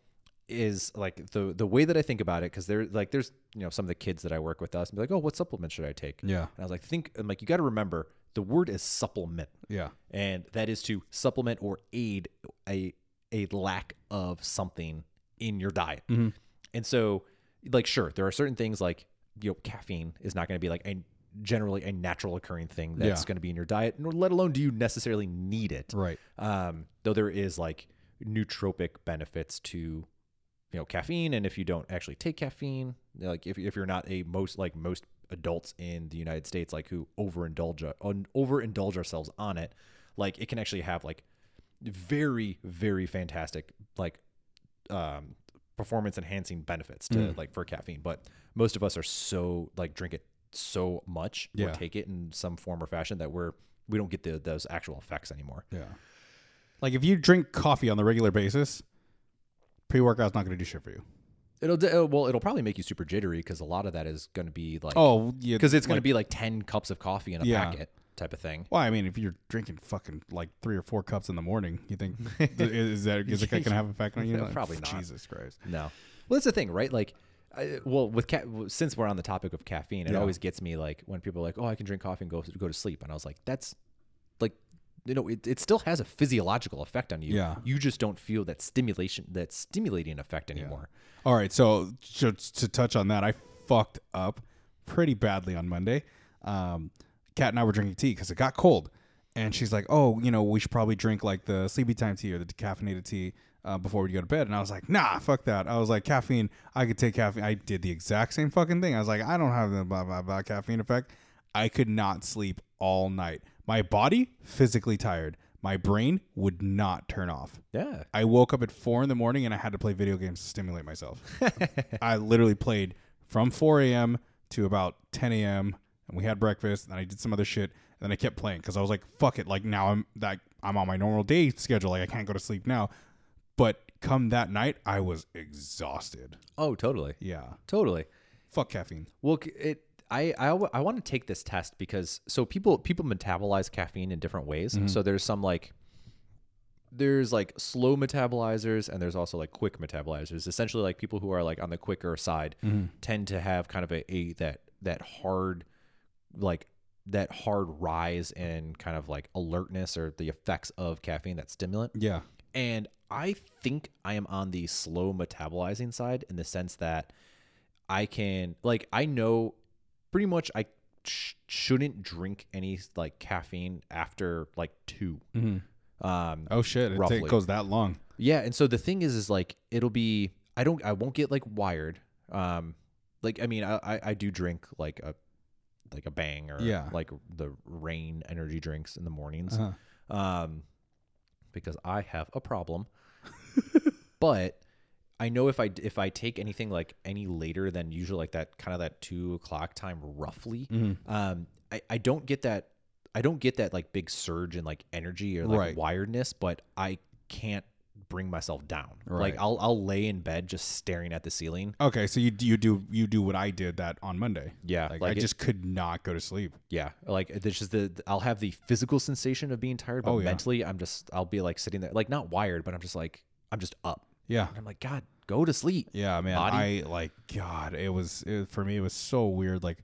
[SPEAKER 1] is like the the way that I think about it because there like there's you know some of the kids that I work with us and be like oh what supplement should I take
[SPEAKER 2] Yeah.
[SPEAKER 1] and I was like think I'm like you got to remember the word is supplement
[SPEAKER 2] Yeah.
[SPEAKER 1] and that is to supplement or aid a a lack of something in your diet and so like sure there are certain things like you know caffeine is not going to be like a generally a natural occurring thing that's
[SPEAKER 2] Yeah.
[SPEAKER 1] going to be in your diet nor let alone do you necessarily need it
[SPEAKER 2] Right.
[SPEAKER 1] um, though there is like nootropic benefits to you know caffeine and if you don't actually take caffeine like if, if you're not a most like most adults in the united states like who overindulge un- overindulge ourselves on it like it can actually have like very very fantastic like um performance enhancing benefits to like for caffeine but most of us are so like drink it so much
[SPEAKER 2] Yeah.
[SPEAKER 1] or take it in some form or fashion that we're we don't get the, those actual effects anymore
[SPEAKER 2] Yeah. Like if you drink coffee on the regular basis, pre workout's not going to do shit for you.
[SPEAKER 1] It'll d- uh, well, it'll probably make you super jittery because a lot of that is going to be like
[SPEAKER 2] Oh, yeah.
[SPEAKER 1] because it's going to be like ten cups of coffee in a
[SPEAKER 2] Yeah.
[SPEAKER 1] packet type of thing.
[SPEAKER 2] Well, I mean, if you're drinking fucking like three or four cups in the morning, you think is that is it going to have an effect on you?
[SPEAKER 1] Yeah,
[SPEAKER 2] Like,
[SPEAKER 1] probably not.
[SPEAKER 2] Jesus Christ.
[SPEAKER 1] No, well, that's the thing, right? Like, I, well, with ca- since we're on the topic of caffeine, it
[SPEAKER 2] Yeah.
[SPEAKER 1] always gets me like when people are like, "Oh, I can drink coffee and go go to sleep," and I was like, "That's like." You know, it, it still has a physiological effect on you.
[SPEAKER 2] Yeah.
[SPEAKER 1] You just don't feel that stimulation, that stimulating effect anymore.
[SPEAKER 2] All right, so to, to touch on that, I fucked up pretty badly on Monday. Um, Kat and I were drinking tea because it got cold, and she's like, "Oh, you know, we should probably drink like the sleepy time tea or the decaffeinated tea uh, before we go to bed." And I was like, "Nah, fuck that." I was like, "Caffeine, I could take caffeine." I did the exact same fucking thing. I was like, "I don't have the blah blah blah caffeine effect." I could not sleep all night. My body physically tired. My brain would not turn off.
[SPEAKER 1] Yeah.
[SPEAKER 2] I woke up at four in the morning and I had to play video games to stimulate myself. I literally played from 4 a.m. to about 10 a.m. and we had breakfast. And I did some other shit, and then I kept playing because I was like, "Fuck it!" Like now I'm like I'm on my normal day schedule. Like I can't go to sleep now. But come that night, I was exhausted.
[SPEAKER 1] Oh, totally.
[SPEAKER 2] Yeah,
[SPEAKER 1] Totally.
[SPEAKER 2] fuck caffeine.
[SPEAKER 1] Well, c- it I I, w- I want to take this test because so people people metabolize caffeine in different ways. So there's some like there's like slow metabolizers and there's also like quick metabolizers. Essentially, like people who are like on the quicker side tend to have kind of a, a that that hard like that hard rise in kind of like alertness or the effects of caffeine that stimulant
[SPEAKER 2] Yeah,
[SPEAKER 1] and I think I am on the slow metabolizing side in the sense that I can like I know pretty much I sh- shouldn't drink any like caffeine after like 2 Um,
[SPEAKER 2] Mm-hmm. Oh shit! It
[SPEAKER 1] Roughly.
[SPEAKER 2] take, goes that long.
[SPEAKER 1] yeah, and so the thing is, is like it'll be I don't I won't get like wired. Um, like I mean I I, I do drink like a like a bang or
[SPEAKER 2] Yeah.
[SPEAKER 1] like the rain energy drinks in the mornings
[SPEAKER 2] Uh-huh.
[SPEAKER 1] um, because I have a problem. but I know if I if I take anything like any later than usually like that kind of that two o'clock time roughly,
[SPEAKER 2] Mm-hmm.
[SPEAKER 1] um, I I don't get that I don't get that like big surge in like energy or like
[SPEAKER 2] Right.
[SPEAKER 1] wiredness, but I can't bring myself down.
[SPEAKER 2] Right.
[SPEAKER 1] Like I'll I'll lay in bed just staring at the ceiling.
[SPEAKER 2] Okay, so you do- you do you do what I did that on Monday.
[SPEAKER 1] Yeah,
[SPEAKER 2] like,
[SPEAKER 1] like
[SPEAKER 2] I
[SPEAKER 1] it-
[SPEAKER 2] just could not go to sleep.
[SPEAKER 1] Yeah, like it's just the I'll have the physical sensation of being tired, but
[SPEAKER 2] Oh, yeah.
[SPEAKER 1] mentally I'm just I'll be like sitting there like not wired, but I'm just like I'm just up.
[SPEAKER 2] Yeah,
[SPEAKER 1] And I'm like, God, go to sleep.
[SPEAKER 2] Yeah, man.
[SPEAKER 1] Body?
[SPEAKER 2] I like God. It was it, for me. It was so weird. Like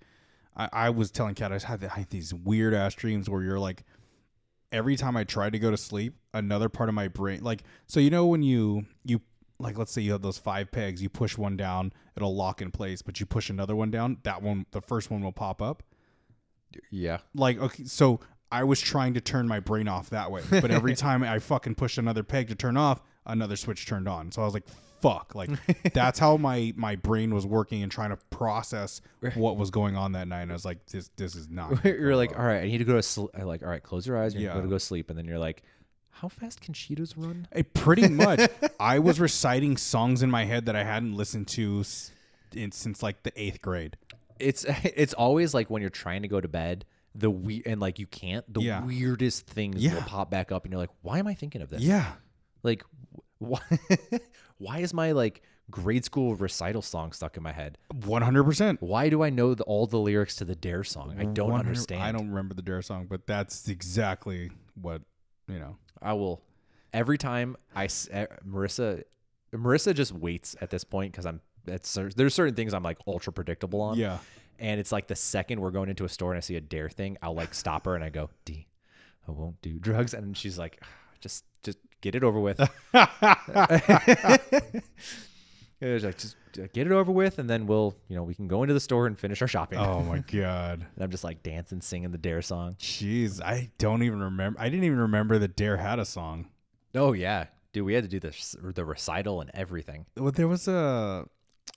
[SPEAKER 2] I, I was telling Kat, I just had, the, I had these weird ass dreams where you're like, every time I tried to go to sleep, another part of my brain, like, so you know when you you like, let's say you have those five pegs, you push one down, it'll lock in place, but you push another one down, that one, the first one will pop up
[SPEAKER 1] Yeah.
[SPEAKER 2] like okay so i was trying to turn my brain off that way but every time i fucking pushed another peg to turn off another switch turned on so i was like fuck like that's how my my brain was working and trying to process what was going on that night and i was like this this is not gonna
[SPEAKER 1] You're
[SPEAKER 2] go
[SPEAKER 1] like,
[SPEAKER 2] well.
[SPEAKER 1] all right, I need to go to sleep. Like, all right, close your eyes. You're
[SPEAKER 2] Yeah.
[SPEAKER 1] going to go to sleep. And then you're like, how fast can Cheetos run?
[SPEAKER 2] Eh, pretty much i was reciting songs in my head that i hadn't listened to s- in, since like the eighth grade
[SPEAKER 1] It's it's always like when you're trying to go to bed the we and like you can't the
[SPEAKER 2] Yeah.
[SPEAKER 1] weirdest things will
[SPEAKER 2] Yeah.
[SPEAKER 1] pop back up and you're like why am i thinking of this
[SPEAKER 2] Yeah.
[SPEAKER 1] like why why is my like grade school recital song stuck in my head
[SPEAKER 2] 100%.
[SPEAKER 1] why do i know the, all the lyrics to the dare song i don't
[SPEAKER 2] 100
[SPEAKER 1] understand
[SPEAKER 2] I don't remember the Dare song, but that's exactly what, you know.
[SPEAKER 1] I will. Every time I s- eh, Marissa, Marissa just waits at this point because I'm. That's cer- there's certain things I'm like ultra predictable on.
[SPEAKER 2] Yeah.
[SPEAKER 1] And it's like the second we're going into a store and I see a dare thing, I'll like stop her and I go, D, I won't do drugs. And she's like, "Ah, just just get it over with. And it's like, just uh, get it over with, and then we'll, you know, we can go into the store and finish our shopping.
[SPEAKER 2] Oh my God.
[SPEAKER 1] And I'm just like dancing, singing the dare song.
[SPEAKER 2] Jeez. I don't even remember. I didn't even remember that Dare had a song.
[SPEAKER 1] Oh yeah, dude, we had to do this the recital and everything.
[SPEAKER 2] Well, there was a.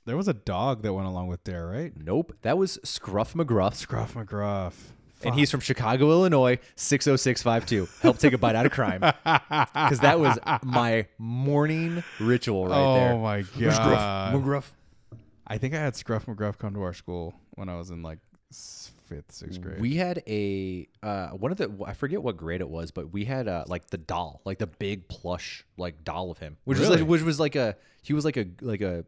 [SPEAKER 2] There was a dog that went along with Dare, right?
[SPEAKER 1] Nope, that was Scruff McGruff.
[SPEAKER 2] Scruff McGruff.
[SPEAKER 1] and he's from Chicago, Illinois, 60652. Help take a bite out of crime. Because that was my morning ritual right
[SPEAKER 2] oh
[SPEAKER 1] there.
[SPEAKER 2] my
[SPEAKER 1] Gruff,
[SPEAKER 2] god!
[SPEAKER 1] McGruff.
[SPEAKER 2] I think I had Scruff McGruff come to our school when I was in like s- fifth, sixth grade.
[SPEAKER 1] We had a uh, one of the I forget what grade it was, but we had uh, like the doll, like the big plush like doll of him, which was
[SPEAKER 2] Really?
[SPEAKER 1] like which was like a he was like a like a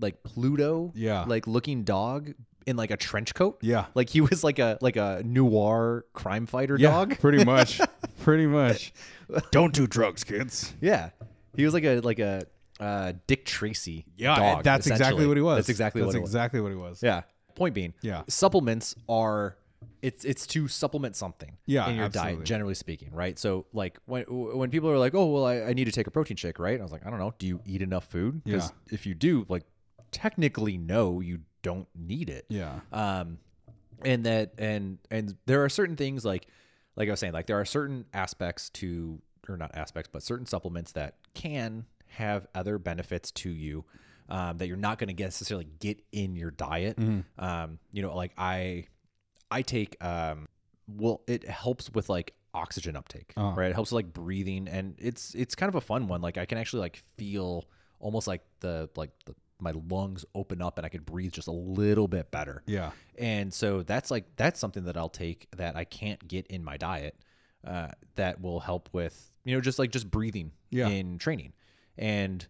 [SPEAKER 1] like Pluto,
[SPEAKER 2] Yeah.
[SPEAKER 1] like looking dog in like a trench coat,
[SPEAKER 2] Yeah.
[SPEAKER 1] like he was like a like a noir crime fighter
[SPEAKER 2] yeah,
[SPEAKER 1] dog,
[SPEAKER 2] pretty much, pretty much. Don't do drugs, kids.
[SPEAKER 1] Yeah, he was like a like a uh, Dick Tracy.
[SPEAKER 2] Yeah,
[SPEAKER 1] dog,
[SPEAKER 2] that's exactly
[SPEAKER 1] essentially.
[SPEAKER 2] what he was.
[SPEAKER 1] That's exactly
[SPEAKER 2] that's
[SPEAKER 1] what it was.
[SPEAKER 2] exactly what he was.
[SPEAKER 1] Yeah. Point being,
[SPEAKER 2] Yeah.
[SPEAKER 1] supplements are it's it's to supplement something
[SPEAKER 2] Yeah,
[SPEAKER 1] in your
[SPEAKER 2] absolutely.
[SPEAKER 1] diet, generally speaking, right? So like when when people are like, oh well, I, I need to take a protein shake, right? I was like, I don't know, do you eat enough food? Because if you do, like technically, no, you don't need it
[SPEAKER 2] Yeah.
[SPEAKER 1] um and that and and there are certain things like like i was saying like there are certain aspects to or not aspects but certain supplements that can have other benefits to you um, that you're not going to necessarily get in your diet um you know like i i take um well it helps with like oxygen uptake
[SPEAKER 2] Uh-huh.
[SPEAKER 1] right it helps with like breathing and it's it's kind of a fun one like i can actually like feel almost like the like the, my lungs open up and i can breathe just a little bit better
[SPEAKER 2] Yeah.
[SPEAKER 1] and so that's like that's something that I'll take that I can't get in my diet uh, that will help with you know just like just breathing
[SPEAKER 2] Yeah.
[SPEAKER 1] in training, and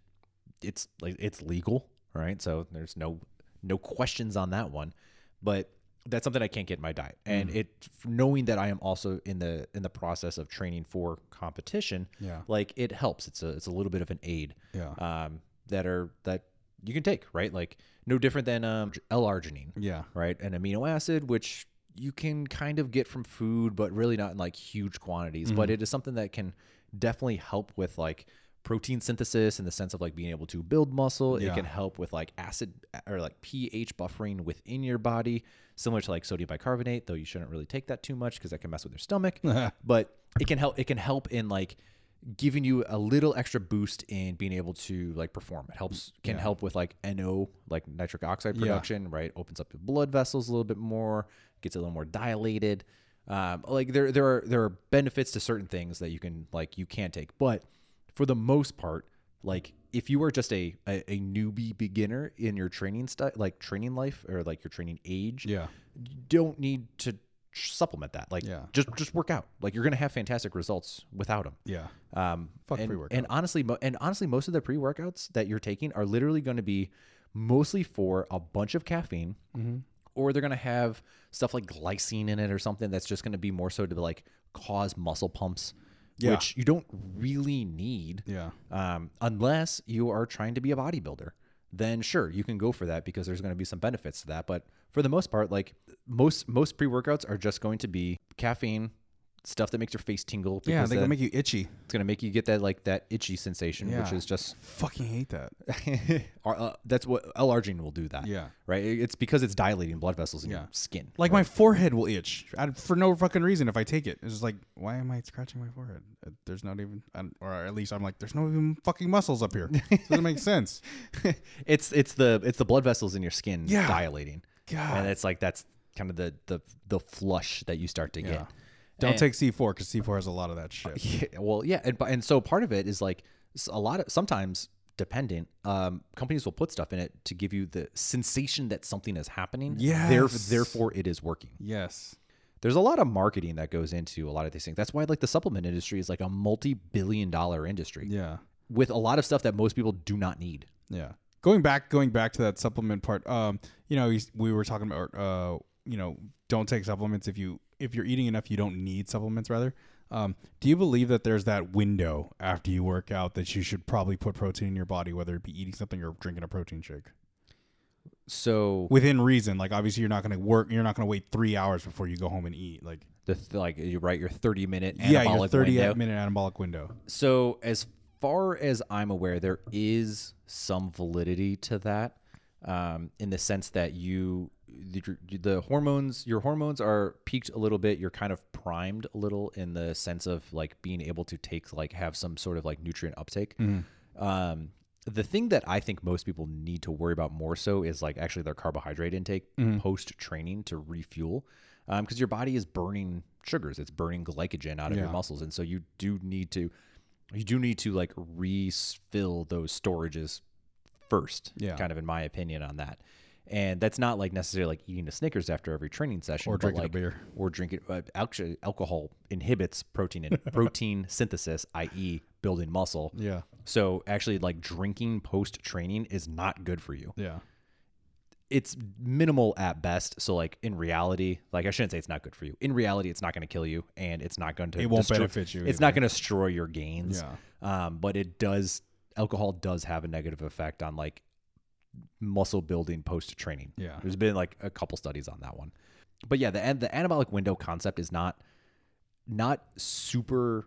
[SPEAKER 1] it's like it's legal, right? So there's no no questions on that one, but that's something I can't get in my diet, and it knowing that I am also in the in the process of training for competition,
[SPEAKER 2] Yeah.
[SPEAKER 1] like it helps. It's a it's a little bit of an aid
[SPEAKER 2] Yeah.
[SPEAKER 1] um, that are that you can take, right? Like no different than um, L-arginine
[SPEAKER 2] Yeah.
[SPEAKER 1] right? An amino acid, which you can kind of get from food, but really not in like huge quantities. But
[SPEAKER 2] Mm-hmm.
[SPEAKER 1] it is something that can definitely help with like protein synthesis in the sense of like being able to build muscle.
[SPEAKER 2] Yeah.
[SPEAKER 1] It can help with like acid or like pH buffering within your body, similar to like sodium bicarbonate, though you shouldn't really take that too much because that can mess with your stomach. but it can help it can help in like giving you a little extra boost in being able to like perform. It helps can help with like NO like nitric oxide
[SPEAKER 2] Yeah.
[SPEAKER 1] production circulation, right? Opens up the blood vessels a little bit more, gets a little more dilated. Um, like there, there are there are benefits to certain things that you can like you can take, but for the most part, like if you are just a a, a newbie beginner in your training stu- like training life or like your training age,
[SPEAKER 2] Yeah.
[SPEAKER 1] you don't need to supplement that. Like
[SPEAKER 2] Yeah.
[SPEAKER 1] just just work out. Like you're gonna have fantastic results without them.
[SPEAKER 2] Yeah.
[SPEAKER 1] Um,
[SPEAKER 2] Fuck
[SPEAKER 1] and,
[SPEAKER 2] pre-workout.
[SPEAKER 1] And honestly, mo- and honestly, most of the pre workouts that you're taking are literally going to be mostly for a bunch of caffeine,
[SPEAKER 2] Mm-hmm.
[SPEAKER 1] or they're going to have stuff like glycine in it or something that's just going to be more so to like cause muscle pumps,
[SPEAKER 2] Yeah.
[SPEAKER 1] which you don't really need
[SPEAKER 2] Yeah.
[SPEAKER 1] um, unless you are trying to be a bodybuilder then sure you can go for that because there's going to be some benefits to that but for the most part like most most pre-workouts are just going to be caffeine stuff that makes your face tingle
[SPEAKER 2] Yeah.
[SPEAKER 1] because
[SPEAKER 2] They can
[SPEAKER 1] that-
[SPEAKER 2] make you itchy.
[SPEAKER 1] it's gonna make you get that like that itchy sensation, which
[SPEAKER 2] Yeah.
[SPEAKER 1] is just
[SPEAKER 2] Fucking hate that.
[SPEAKER 1] Ar- uh, that's what L-arginine will do. That
[SPEAKER 2] Yeah.
[SPEAKER 1] right. It- It's because it's dilating blood vessels in
[SPEAKER 2] Yeah.
[SPEAKER 1] your skin.
[SPEAKER 2] Like my forehead will itch I, for no fucking reason if I take it. It's just like, why am I scratching my forehead? Uh, There's not even, I don't- or at least I'm like, there's no even fucking muscles up here. Doesn't make sense.
[SPEAKER 1] it's it's the it's the blood vessels in your skin
[SPEAKER 2] Yeah.
[SPEAKER 1] dilating,
[SPEAKER 2] God.
[SPEAKER 1] and it's like that's kind of the the the flush that you start to
[SPEAKER 2] Yeah.
[SPEAKER 1] get.
[SPEAKER 2] Don't
[SPEAKER 1] And-
[SPEAKER 2] take C4 because C4 has a lot of that shit.
[SPEAKER 1] Yeah, well, yeah, and bu- and so part of it is like s- a lot of sometimes dependent um, companies will put stuff in it to give you the sensation that something is happening.
[SPEAKER 2] Yes.
[SPEAKER 1] Theref- therefore, it is working.
[SPEAKER 2] Yes.
[SPEAKER 1] there's a lot of marketing that goes into a lot of these things. That's why like the supplement industry is like a multi-billion dollar industry
[SPEAKER 2] Yeah.
[SPEAKER 1] with a lot of stuff that most people do not need.
[SPEAKER 2] Yeah. Going back, going back to that supplement part. Um, you know, he's- we were talking about, uh, you know, don't take supplements if you if you're eating enough, you don't need supplements. Rather, um, do you believe that there's that window after you work out that you should probably put protein in your body, whether it be eating something or drinking a protein shake,
[SPEAKER 1] So
[SPEAKER 2] within reason? Like, obviously, you're not going to work, you're not going to wait three hours before you go home and eat. Like,
[SPEAKER 1] the th- like you write your 30 minute
[SPEAKER 2] yeah,
[SPEAKER 1] anabolic
[SPEAKER 2] your 30
[SPEAKER 1] window.
[SPEAKER 2] minute anabolic window.
[SPEAKER 1] So as far as I'm aware, there is some validity to that, um, in the sense that you the, the hormones your hormones are peaked a little bit. You're kind of primed a little in the sense of like being able to take like have some sort of like nutrient uptake.
[SPEAKER 2] Mm-hmm.
[SPEAKER 1] Um, the thing that I think most people need to worry about more so is like actually their carbohydrate intake
[SPEAKER 2] Mm-hmm.
[SPEAKER 1] post training to refuel, because your body is burning sugars, it's burning glycogen out of your muscles, and so you do need to, you do need to like refill those storages first.
[SPEAKER 2] Yeah.
[SPEAKER 1] kind of in my opinion on that, and that's not like necessarily like eating a Snickers after every training session
[SPEAKER 2] Or
[SPEAKER 1] but,
[SPEAKER 2] drinking a
[SPEAKER 1] like,
[SPEAKER 2] beer.
[SPEAKER 1] or drinking uh, actually alcohol inhibits protein and protein synthesis, i.e., building muscle.
[SPEAKER 2] Yeah.
[SPEAKER 1] So actually, like drinking post training is not good for you.
[SPEAKER 2] Yeah.
[SPEAKER 1] It's minimal at best. So like in reality, like I shouldn't say it's not good for you. In reality, it's not going to kill you, and it's not going to.
[SPEAKER 2] It won't benefit you
[SPEAKER 1] It's not going to destroy your gains.
[SPEAKER 2] Yeah.
[SPEAKER 1] Um, but it does. Alcohol does have a negative effect on like muscle building post training.
[SPEAKER 2] Yeah.
[SPEAKER 1] There's been like a couple studies on that one. But yeah, the an- the anabolic window concept is not not super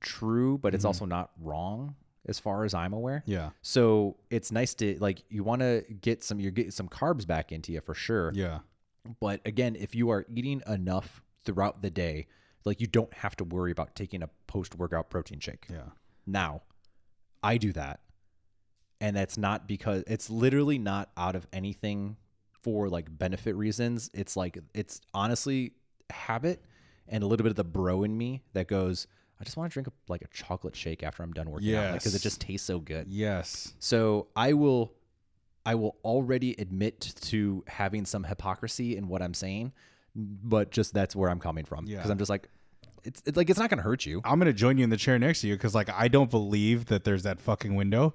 [SPEAKER 1] true, but it's
[SPEAKER 2] Mm-hmm.
[SPEAKER 1] also not wrong as far as I'm aware.
[SPEAKER 2] Yeah.
[SPEAKER 1] So it's nice to like you want to get some you get some carbs back into you for sure.
[SPEAKER 2] Yeah.
[SPEAKER 1] But again, if you are eating enough throughout the day, like you don't have to worry about taking a post workout protein shake.
[SPEAKER 2] Yeah.
[SPEAKER 1] Now, I do that. And that's not because it's literally not out of anything for like benefit reasons. It's like, it's honestly habit and a little bit of the bro in me that goes, I just want to drink a, like a chocolate shake after I'm done working out because
[SPEAKER 2] Yes.
[SPEAKER 1] it just tastes so good.
[SPEAKER 2] Yes.
[SPEAKER 1] So I will, I will already admit to having some hypocrisy in what I'm saying, but just that's where I'm coming from because
[SPEAKER 2] Yeah.
[SPEAKER 1] I'm just like, it's, it's like it's not gonna hurt you.
[SPEAKER 2] I'm gonna join you in the chair next to you because like I don't believe that there's that fucking window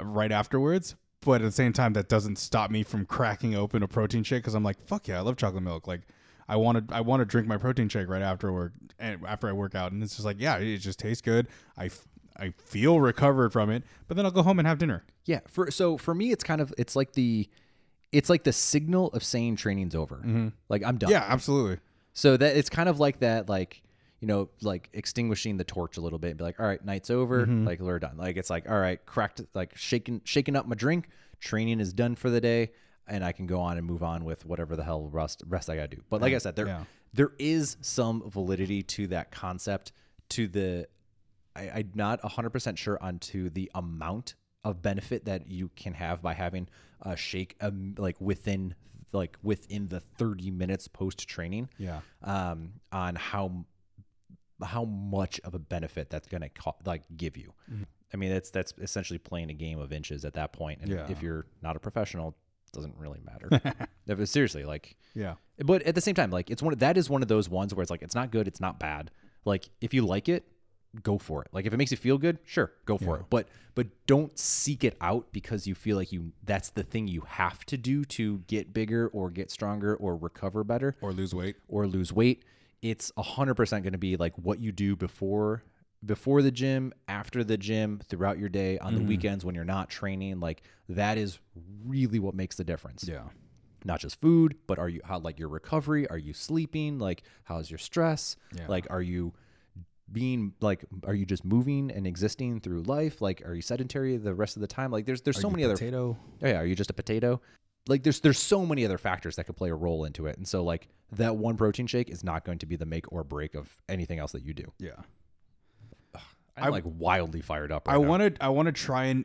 [SPEAKER 2] uh, right afterwards. But at the same time, that doesn't stop me from cracking open a protein shake because I'm like, fuck yeah, I love chocolate milk. Like, I want to, I want to drink my protein shake right after work and after I work out, and it's just like, yeah, it just tastes good. I, f- I feel recovered from it, but then I'll go home and have dinner.
[SPEAKER 1] Yeah. For so for me, it's kind of it's like the it's like the signal of saying training's over. Like I'm done.
[SPEAKER 2] Yeah, absolutely.
[SPEAKER 1] So that it's kind of like that, like you know, like extinguishing the torch a little bit, and be like, all right, night's over.
[SPEAKER 2] Mm-hmm.
[SPEAKER 1] Like we're done. Like it's like all right, cracked. Like shaking shaking up my drink. Training is done for the day, and I can go on and move on with whatever the hell rest rest I gotta do. But like I said, there
[SPEAKER 2] Yeah.
[SPEAKER 1] there is some validity to that concept. To the I, I'm not 100% sure onto the amount of benefit that you can have by having a shake um, like within like within the 30 minutes post training
[SPEAKER 2] Yeah.
[SPEAKER 1] um on how how much of a benefit that's going to co- like give you i mean that's that's essentially playing a game of inches at that point and
[SPEAKER 2] Yeah.
[SPEAKER 1] if you're not a professional it doesn't really matter No, but seriously like
[SPEAKER 2] Yeah.
[SPEAKER 1] but at the same time like it's one that is one of those ones where it's like it's not good it's not bad like if you like it go for it like if it makes you feel good sure go for it but but don't seek it out because you feel like you that's the thing you have to do to get bigger or get stronger or recover better
[SPEAKER 2] Or lose weight.
[SPEAKER 1] or lose weight it's 100% going to be like what you do before before the gym after the gym throughout your day on
[SPEAKER 2] Mm-hmm.
[SPEAKER 1] the weekends when you're not training like that is really what makes the difference
[SPEAKER 2] Yeah.
[SPEAKER 1] not just food, but are you how like your recovery? Are you sleeping? Like how's your stress?
[SPEAKER 2] Yeah.
[SPEAKER 1] Like are you being like are you just moving and existing through life? Like are you sedentary the rest of the time? Like there's there's so many other
[SPEAKER 2] potato.
[SPEAKER 1] oh, yeah, are you just a potato? Like there's there's so many other factors that could play a role into it. And so like that one protein shake is not going to be the make or break of anything else that you do.
[SPEAKER 2] Yeah.
[SPEAKER 1] I'm, like wildly fired up right
[SPEAKER 2] I
[SPEAKER 1] now.
[SPEAKER 2] want to I want to try and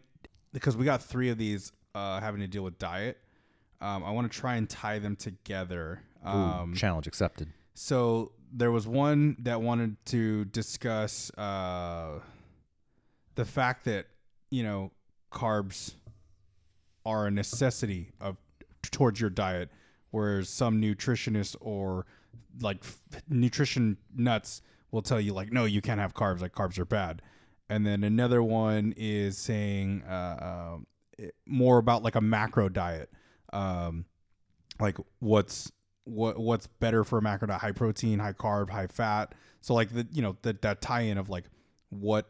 [SPEAKER 2] because we got three of these uh, having to deal with diet. Um, I want to try and tie them together. Um,
[SPEAKER 1] challenge accepted.
[SPEAKER 2] so there was one that wanted to discuss uh, the fact that you know carbs are a necessity of towards your diet, whereas some nutritionists or like f- nutrition nuts will tell you like no you can't have carbs like carbs are bad and then another one is saying uh, um, it- more about like a macro diet um, like what's what what's better for a macro diet high protein high carb high fat so like the you know that that tie-in of like what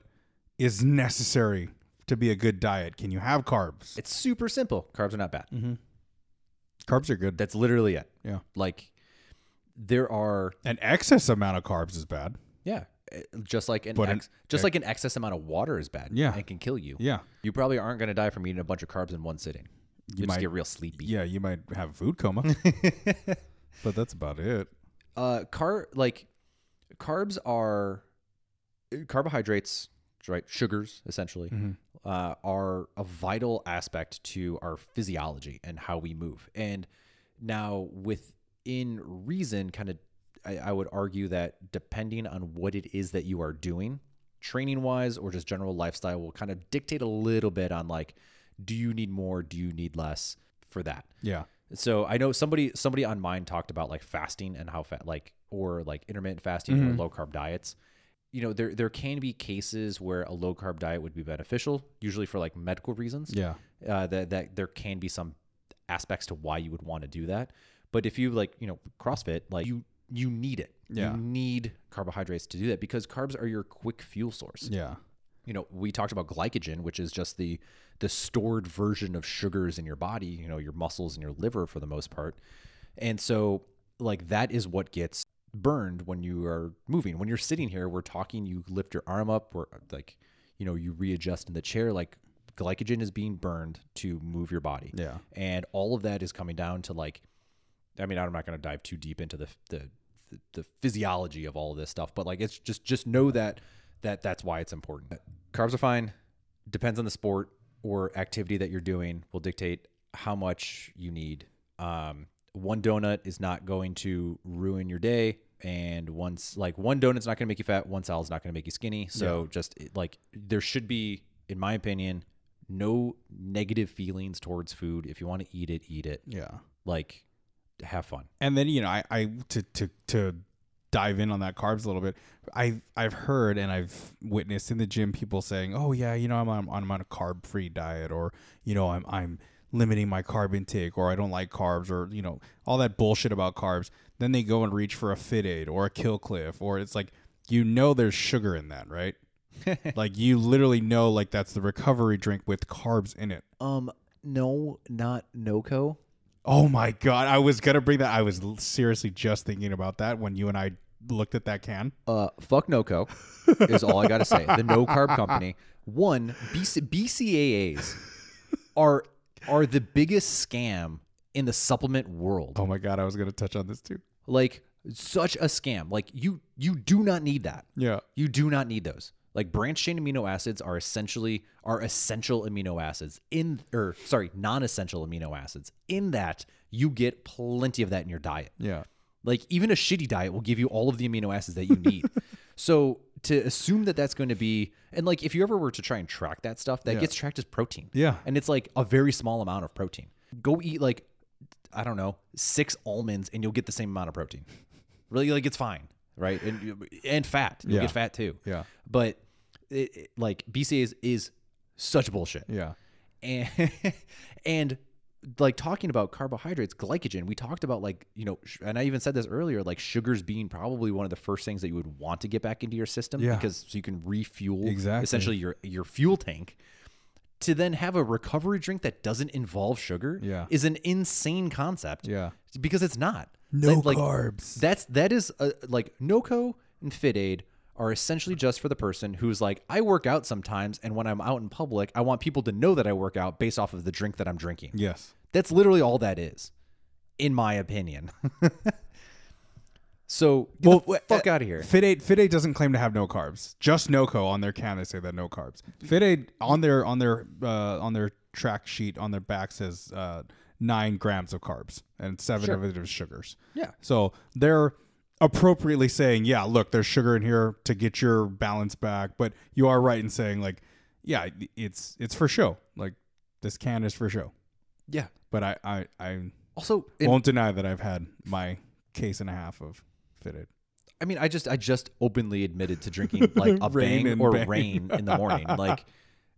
[SPEAKER 2] is necessary to be a good diet can you have carbs
[SPEAKER 1] It's super simple. Carbs are not bad.
[SPEAKER 2] carbs are good
[SPEAKER 1] That's literally it.
[SPEAKER 2] yeah
[SPEAKER 1] Like there are
[SPEAKER 2] an excess amount of carbs is bad
[SPEAKER 1] yeah, eh, just like an eh
[SPEAKER 2] But an
[SPEAKER 1] ex, just like an excess amount of water is bad.
[SPEAKER 2] Yeah.
[SPEAKER 1] and can kill you.
[SPEAKER 2] yeah
[SPEAKER 1] You probably aren't going to die from eating a bunch of carbs in one sitting. You, just
[SPEAKER 2] might-
[SPEAKER 1] get real sleepy.
[SPEAKER 2] yeah you might have a food coma but that's about it
[SPEAKER 1] uh car like carbs are carbohydrates right sugars essentially uh, are a vital aspect to our physiology and how we move and now within reason kind of I, I would argue that depending on what it is that you are doing training wise or just general lifestyle will kind of dictate a little bit on like do you need more do you need less for that
[SPEAKER 2] yeah
[SPEAKER 1] so I know somebody somebody on mine talked about like fasting and how fat like or like intermittent fasting or
[SPEAKER 2] Mm-hmm.
[SPEAKER 1] low carb diets. You know, there there can be cases where a low carb diet would be beneficial, usually for like medical reasons.
[SPEAKER 2] yeah
[SPEAKER 1] Uh, that that there can be some aspects to why you would want to do that. But if you like, you know, CrossFit, like you you need it.
[SPEAKER 2] Yeah.
[SPEAKER 1] You need carbohydrates to do that because carbs are your quick fuel source
[SPEAKER 2] yeah
[SPEAKER 1] you know we talked about glycogen which is just the the stored version of sugars in your body you know your muscles and your liver for the most part and so like that is what gets burned when you are moving when you're sitting here we're talking you lift your arm up or like you know you readjust in the chair like glycogen is being burned to move your body
[SPEAKER 2] yeah
[SPEAKER 1] and all of that is coming down to like i mean i'm not going to dive too deep into the, the the physiology of all of this stuff but like it's just just know that that that's why it's important carbs are fine depends on the sport or activity that you're doing will dictate how much you need um one donut is not going to ruin your day and once like one donut's not going to make you fat one salad's not going to make you skinny so just it- like there should be in my opinion no negative feelings towards food. If you want to eat it, eat it.
[SPEAKER 2] yeah
[SPEAKER 1] Like, have fun.
[SPEAKER 2] and then you know I, I to to to dive in on that carbs a little bit i've i've heard and i've witnessed in the gym people saying oh yeah you know i'm on, I'm on a carb free diet or you know i'm i'm limiting my carb intake or i don't like carbs or you know all that bullshit about carbs then they go and reach for a fit aid or a kill cliff or it's like you know there's sugar in that right like you literally know like that's the recovery drink with carbs in it
[SPEAKER 1] Um, no, not NoCo.
[SPEAKER 2] Oh my god, I was gonna bring that. I was l- seriously just thinking about that when you and I looked at that can.
[SPEAKER 1] Uh, fuck NoCo is all I gotta say. The no carb company. One BC- BCAAs are are the biggest scam in the supplement world.
[SPEAKER 2] Oh my god, I was gonna touch on this too.
[SPEAKER 1] Like such a scam. Like you you do not need that.
[SPEAKER 2] Yeah,
[SPEAKER 1] You do not need those. Like branched chain amino acids are essentially are essential amino acids in or sorry, non-essential amino acids. In that you get plenty of that in your diet.
[SPEAKER 2] yeah,
[SPEAKER 1] Like even a shitty diet will give you all of the amino acids that you need. so to assume that that's going to be and like if you ever were to try and track that stuff, that gets tracked as protein.
[SPEAKER 2] Yeah.
[SPEAKER 1] And it's like a very small amount of protein. Go eat like I don't know, 6 almonds and you'll get the same amount of protein. Really like it's fine, right? And you- and fat. You'll
[SPEAKER 2] Yeah.
[SPEAKER 1] get fat too.
[SPEAKER 2] yeah,
[SPEAKER 1] But it, it- like BCA is, is such bullshit
[SPEAKER 2] yeah,
[SPEAKER 1] and and like talking about carbohydrates glycogen we talked about like you know sh- and i even said this earlier like sugars being probably one of the first things that you would want to get back into your system
[SPEAKER 2] Yeah.
[SPEAKER 1] because so you can refuel
[SPEAKER 2] Exactly.
[SPEAKER 1] essentially your your fuel tank to then have a recovery drink that doesn't involve sugar
[SPEAKER 2] Yeah.
[SPEAKER 1] is an insane concept
[SPEAKER 2] yeah.
[SPEAKER 1] because it's not
[SPEAKER 2] No
[SPEAKER 1] Like- like,
[SPEAKER 2] carbs.
[SPEAKER 1] that's that is uh like NoCo and Fit Aid are essentially just for the person who's like, I work out sometimes, and when I'm out in public, I want people to know that I work out based off of the drink that I'm drinking.
[SPEAKER 2] Yes.
[SPEAKER 1] That's literally all that is, in my opinion. so get the
[SPEAKER 2] Well,
[SPEAKER 1] fuck
[SPEAKER 2] uh,
[SPEAKER 1] out of here.
[SPEAKER 2] Fit Aid Fit Aid doesn't claim to have no carbs. Just NoCo on their can they say that no carbs. Fit Aid on their on their uh, on their track sheet on their back says uh, nine grams of carbs and seven of it is sugars.
[SPEAKER 1] Yeah.
[SPEAKER 2] So they're appropriately saying, yeah, look, there's sugar in here to get your balance back. But you are right in saying like, yeah, it's it's for show. Like this can is for show.
[SPEAKER 1] Yeah.
[SPEAKER 2] But I I, I
[SPEAKER 1] Also, in
[SPEAKER 2] won't deny that I've had my case and a half of benefited.
[SPEAKER 1] I mean, I just I just openly admitted to drinking like a
[SPEAKER 2] Rain
[SPEAKER 1] bang
[SPEAKER 2] and
[SPEAKER 1] or
[SPEAKER 2] bang.
[SPEAKER 1] rain in the morning. Like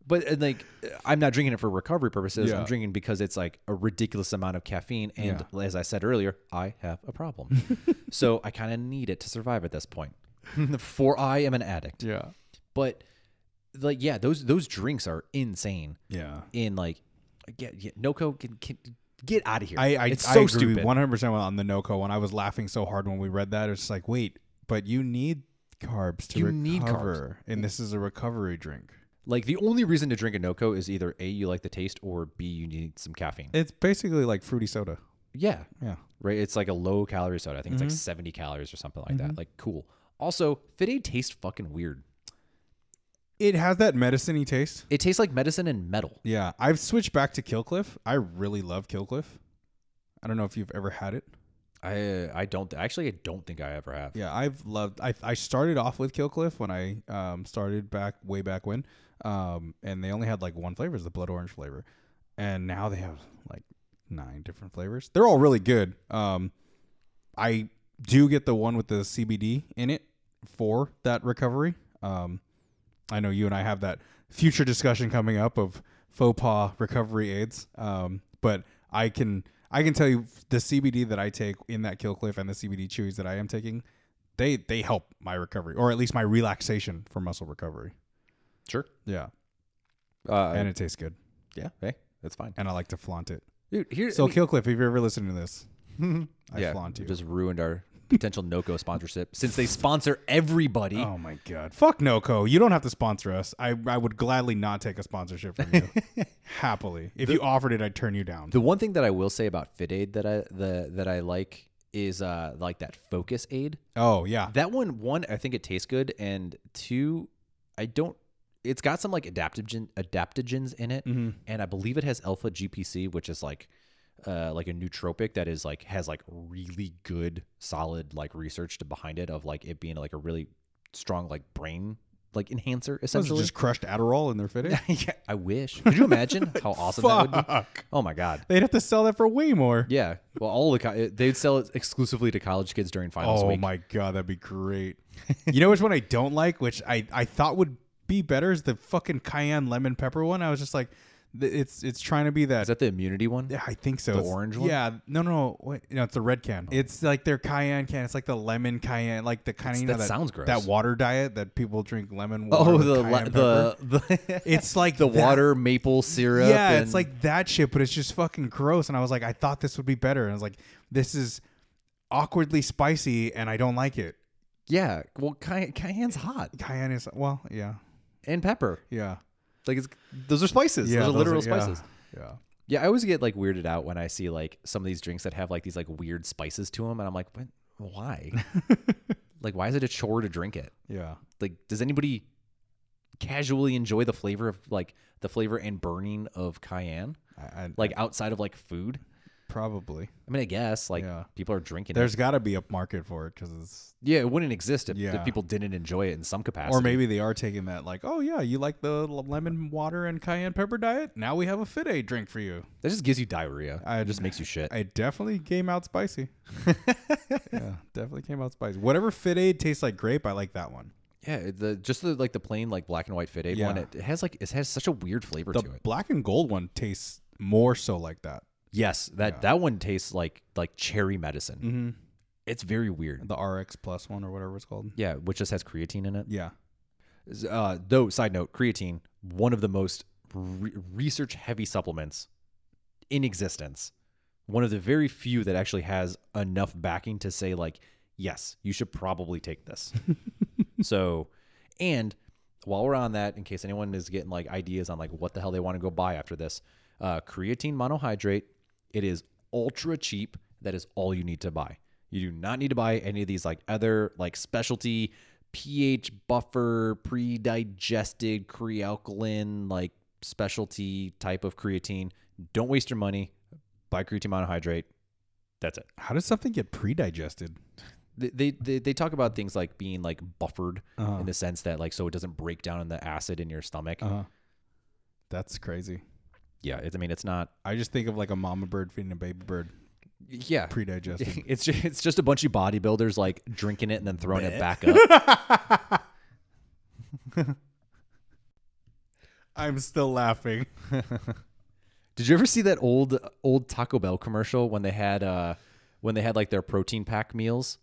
[SPEAKER 1] but and, like I'm not drinking it for recovery purposes.
[SPEAKER 2] Yeah.
[SPEAKER 1] I'm drinking because it's like a ridiculous amount of caffeine and as I said earlier, I have a problem. so I kind of need it to survive at this point. for I am an addict.
[SPEAKER 2] Yeah.
[SPEAKER 1] But like yeah, those those drinks are insane.
[SPEAKER 2] Yeah.
[SPEAKER 1] In like get, get Noco can, can get out of here.
[SPEAKER 2] I, I
[SPEAKER 1] it's
[SPEAKER 2] I
[SPEAKER 1] so
[SPEAKER 2] agree
[SPEAKER 1] stupid.
[SPEAKER 2] One hundred percent on the NoCo one. I was laughing so hard when we read that. It's just like, wait, but you need carbs to
[SPEAKER 1] You
[SPEAKER 2] recover,
[SPEAKER 1] need carbs.
[SPEAKER 2] and this is a recovery drink.
[SPEAKER 1] Like the only reason to drink a NoCo is either A, you like the taste, or B, you need some caffeine.
[SPEAKER 2] It's basically like fruity soda.
[SPEAKER 1] yeah. Mm-hmm.
[SPEAKER 2] Yeah.
[SPEAKER 1] Right. It's like a low calorie soda. I think it's like 70 calories or something like that. Like cool. Also, Fit Aid tastes fucking weird.
[SPEAKER 2] It has that medicine-y taste.
[SPEAKER 1] It tastes like medicine and metal.
[SPEAKER 2] Yeah, I've switched back to Killcliff. I really love Killcliff. I don't know if you've ever had it.
[SPEAKER 1] I I don't actually I don't think I ever have.
[SPEAKER 2] Yeah, I've loved. I I started off with Killcliff when I um started back way back when, um, and they only had like one flavor, is the blood orange flavor, and now they have like nine different flavors. They're all really good. Um, I do get the one with the CBD in it for that recovery. Um, I know you and I have that future discussion coming up of faux pas recovery aids. Um, but I can I can tell you the CBD that I take in that kill cliff and the CBD chewies that I am taking, they they help my recovery or at least my relaxation for muscle recovery.
[SPEAKER 1] Sure.
[SPEAKER 2] Yeah,
[SPEAKER 1] Uh,
[SPEAKER 2] and it tastes good,
[SPEAKER 1] yeah. Hey, that's fine.
[SPEAKER 2] and I like to flaunt it.
[SPEAKER 1] Dude, here.
[SPEAKER 2] So
[SPEAKER 1] I mean-
[SPEAKER 2] kill cliff, if you're ever listening to this, I
[SPEAKER 1] yeah,
[SPEAKER 2] flaunt you.
[SPEAKER 1] Just ruined our potential NoCo sponsorship since they sponsor everybody.
[SPEAKER 2] Oh my god! Fuck Noco. You don't have to sponsor us. I, I would gladly not take a sponsorship from you, happily. If you offered it, I'd turn you down.
[SPEAKER 1] The one thing that I will say about Fit Aid that I the that I like is uh like that focus aid.
[SPEAKER 2] oh yeah,
[SPEAKER 1] That one one I think it tastes good and two I don't it's got some like adaptogen adaptogens in
[SPEAKER 2] Mm.
[SPEAKER 1] it
[SPEAKER 2] Mm-hmm.
[SPEAKER 1] and I believe it has alpha GPC which is like uh like a nootropic that is like has like really good solid like research to behind it of like it being like a really strong like brain like enhancer
[SPEAKER 2] Those are
[SPEAKER 1] essentially.
[SPEAKER 2] just crushed Adderall in their fitting.
[SPEAKER 1] yeah, I wish. Could you imagine how awesome that would be?
[SPEAKER 2] Fuck.
[SPEAKER 1] Oh my god.
[SPEAKER 2] They'd have to sell that for way more.
[SPEAKER 1] Yeah. Well, all the co- they'd sell it exclusively to college kids during finals
[SPEAKER 2] oh
[SPEAKER 1] week.
[SPEAKER 2] my god, that'd be great. you know which one I don't like, which I, I thought would be better is the fucking cayenne lemon pepper one. I was just like, th- it's it's trying to be that.
[SPEAKER 1] Is that the immunity one?
[SPEAKER 2] yeah, I think so.
[SPEAKER 1] the
[SPEAKER 2] It's-
[SPEAKER 1] orange one? Oh.
[SPEAKER 2] Yeah, no, no, wait, no, it's the red can. It's like their cayenne can. It's like the lemon cayenne, like the kind of you know
[SPEAKER 1] that
[SPEAKER 2] that
[SPEAKER 1] sounds gross.
[SPEAKER 2] That water diet that people drink lemon water.
[SPEAKER 1] Oh,
[SPEAKER 2] with
[SPEAKER 1] the
[SPEAKER 2] cayenne
[SPEAKER 1] le- the, the
[SPEAKER 2] pepper. It's like
[SPEAKER 1] the
[SPEAKER 2] that-
[SPEAKER 1] water maple syrup.
[SPEAKER 2] Yeah,
[SPEAKER 1] and-
[SPEAKER 2] it's like that shit, but it's just fucking gross. And I was like, I thought this would be better. And I was like, this is awkwardly spicy, and I don't like it.
[SPEAKER 1] yeah. Well, cay- cayenne's hot
[SPEAKER 2] Cayenne is well, yeah,
[SPEAKER 1] and pepper.
[SPEAKER 2] yeah,
[SPEAKER 1] Like it's those are spices.
[SPEAKER 2] yeah.
[SPEAKER 1] those are literal
[SPEAKER 2] yeah,
[SPEAKER 1] spices.
[SPEAKER 2] Yeah,
[SPEAKER 1] Yeah, I always get like weirded out when I see like some of these drinks that have like these like weird spices to them, and I'm like, what? why? like, why is it a chore to drink it?
[SPEAKER 2] yeah.
[SPEAKER 1] Like, does anybody casually enjoy the flavor of like the flavor and burning of cayenne?
[SPEAKER 2] I, I,
[SPEAKER 1] Like outside of like food?
[SPEAKER 2] probably.
[SPEAKER 1] I mean, I guess like
[SPEAKER 2] Yeah.
[SPEAKER 1] people are drinking it.
[SPEAKER 2] There's got to be a market for it because it's,
[SPEAKER 1] Yeah, it wouldn't exist if, if
[SPEAKER 2] Yeah.
[SPEAKER 1] people didn't enjoy it in some capacity.
[SPEAKER 2] or maybe they are taking that like, oh yeah, you like the l- lemon water and cayenne pepper diet? Now we have a fit aid drink for you.
[SPEAKER 1] that just gives you diarrhea.
[SPEAKER 2] I-
[SPEAKER 1] it just makes you shit.
[SPEAKER 2] I definitely came out spicy. yeah, definitely came out spicy. Whatever fit aid tastes like grape, I like that one.
[SPEAKER 1] yeah, the just the like the plain like black and white fit aid
[SPEAKER 2] Yeah.
[SPEAKER 1] one. It, it has like it has such a weird flavor
[SPEAKER 2] The
[SPEAKER 1] to it.
[SPEAKER 2] black and gold one tastes more so like that.
[SPEAKER 1] Yes, that that one tastes like like cherry medicine. It's very weird.
[SPEAKER 2] The RX plus one or whatever it's called.
[SPEAKER 1] Yeah, which just has creatine in it.
[SPEAKER 2] Yeah.
[SPEAKER 1] Uh, though, side note, creatine one of the most re- research heavy supplements in existence. One of the very few that actually has enough backing to say like, yes, you should probably take this. so, and while we're on that, in case anyone is getting like ideas on like what the hell they want to go buy after this, uh, creatine monohydrate, it is ultra cheap. That is all you need to buy. You do not need to buy any of these like other like specialty pH buffer, pre-digested crealkaline like specialty type of creatine. Don't waste your money. Buy creatine monohydrate. That's it
[SPEAKER 2] How does something get pre-digested?
[SPEAKER 1] they- they, they they talk about things like being like buffered in the sense that like so it doesn't break down in the acid in your stomach.
[SPEAKER 2] Uh-huh. That's crazy.
[SPEAKER 1] Yeah, it's, I mean it's not.
[SPEAKER 2] I just think of like a mama bird feeding a baby bird.
[SPEAKER 1] yeah.
[SPEAKER 2] pre-digested.
[SPEAKER 1] it's just, it's just a bunch of bodybuilders like drinking it and then throwing it back up.
[SPEAKER 2] I'm still laughing.
[SPEAKER 1] Did you ever see that old old Taco Bell commercial when they had uh when they had like their protein pack meals?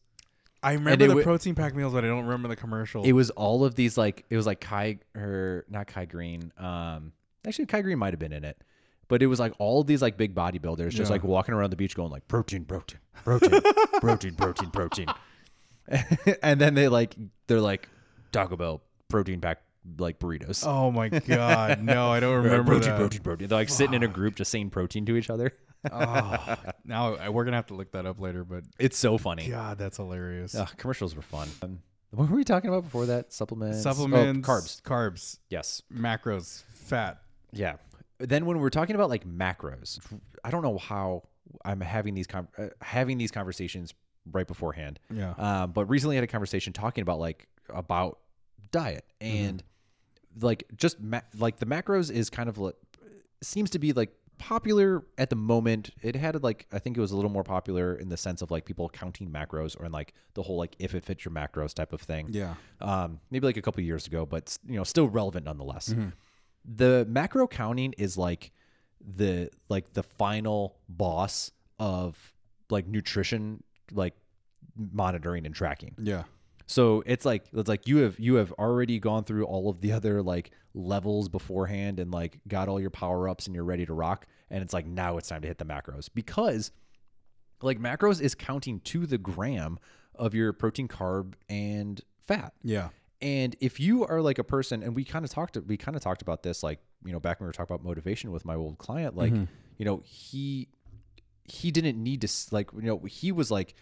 [SPEAKER 2] I
[SPEAKER 1] it
[SPEAKER 2] remember the
[SPEAKER 1] wi-
[SPEAKER 2] protein pack meals, but I don't remember the commercial.
[SPEAKER 1] It was all of these like it was like Kai or not Kai Green. Um, actually Kai Green might have been in it, but it was like all these like big bodybuilders just
[SPEAKER 2] Yeah.
[SPEAKER 1] like walking around the beach going like protein, protein, protein, protein, protein, protein, and then they like they're like Taco Bell protein pack like burritos.
[SPEAKER 2] oh my god, no, I don't
[SPEAKER 1] Or
[SPEAKER 2] remember
[SPEAKER 1] protein,
[SPEAKER 2] that.
[SPEAKER 1] protein, protein. They're like sitting in a group just saying protein to each other.
[SPEAKER 2] Oh, now I- we're gonna have to look that up later. But
[SPEAKER 1] It's so funny.
[SPEAKER 2] God, that's hilarious.
[SPEAKER 1] Ugh, commercials were fun. Um, what were we talking about before that? Supplements, Oh,
[SPEAKER 2] Supplements,
[SPEAKER 1] carbs.
[SPEAKER 2] carbs,
[SPEAKER 1] Yes.
[SPEAKER 2] macros, fat.
[SPEAKER 1] Yeah. Then when we're talking about like macros, I don't know how I'm having these con- uh, having these conversations right beforehand.
[SPEAKER 2] Yeah.
[SPEAKER 1] Um, but recently I had a conversation talking about like about diet and like just ma- like the macros is kind of like seems to be like popular at the moment. It had like I think it was a little more popular in the sense of like people counting macros or in like the whole like if it fits your macros type of thing
[SPEAKER 2] yeah.
[SPEAKER 1] um, maybe like a couple years ago, but s- you know, still relevant nonetheless. The macro counting is like the like the final boss of like nutrition, like monitoring and tracking.
[SPEAKER 2] Yeah.
[SPEAKER 1] So it's like it's like you have you have already gone through all of the other like levels beforehand and like got all your power ups and you're ready to rock. And it's like now it's time to hit the macros because like macros is counting to the gram of your protein, carb, and fat.
[SPEAKER 2] Yeah.
[SPEAKER 1] And if you are like a person, and we kind of talked, we kind of talked about this, like you know, back when we were talking about motivation with my old client, like you know, he he didn't need to s- like you know he was like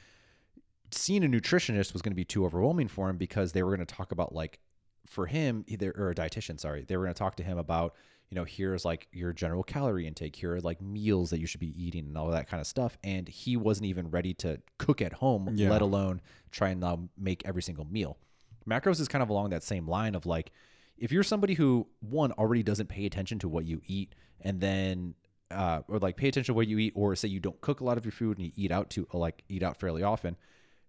[SPEAKER 1] seeing a nutritionist was going to be too overwhelming for him because they were going to talk about like for him either or a dietitian sorry they were going to talk to him about you know here's like your general calorie intake here are like meals that you should be eating and all that kind of stuff and he wasn't even ready to cook at home
[SPEAKER 2] Yeah.
[SPEAKER 1] let alone try and now make every single meal macros is kind of along that same line of like if you're somebody who one already doesn't pay attention to what you eat and then uh, or like pay attention to what you eat, or say you don't cook a lot of your food and you eat out to like eat out fairly often,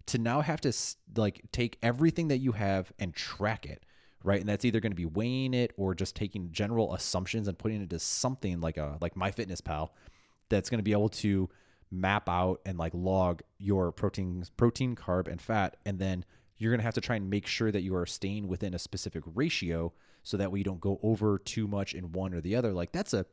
[SPEAKER 1] to now have to s- like take everything that you have and track it, right? And that's either going to be weighing it or just taking general assumptions and putting it into something like a like MyFitnessPal that's going to be able to map out and like log your protein, protein, carb, and fat, and then you're going to have to try and make sure that you are staying within a specific ratio so that way you don't go over too much in one or the other. Like that's a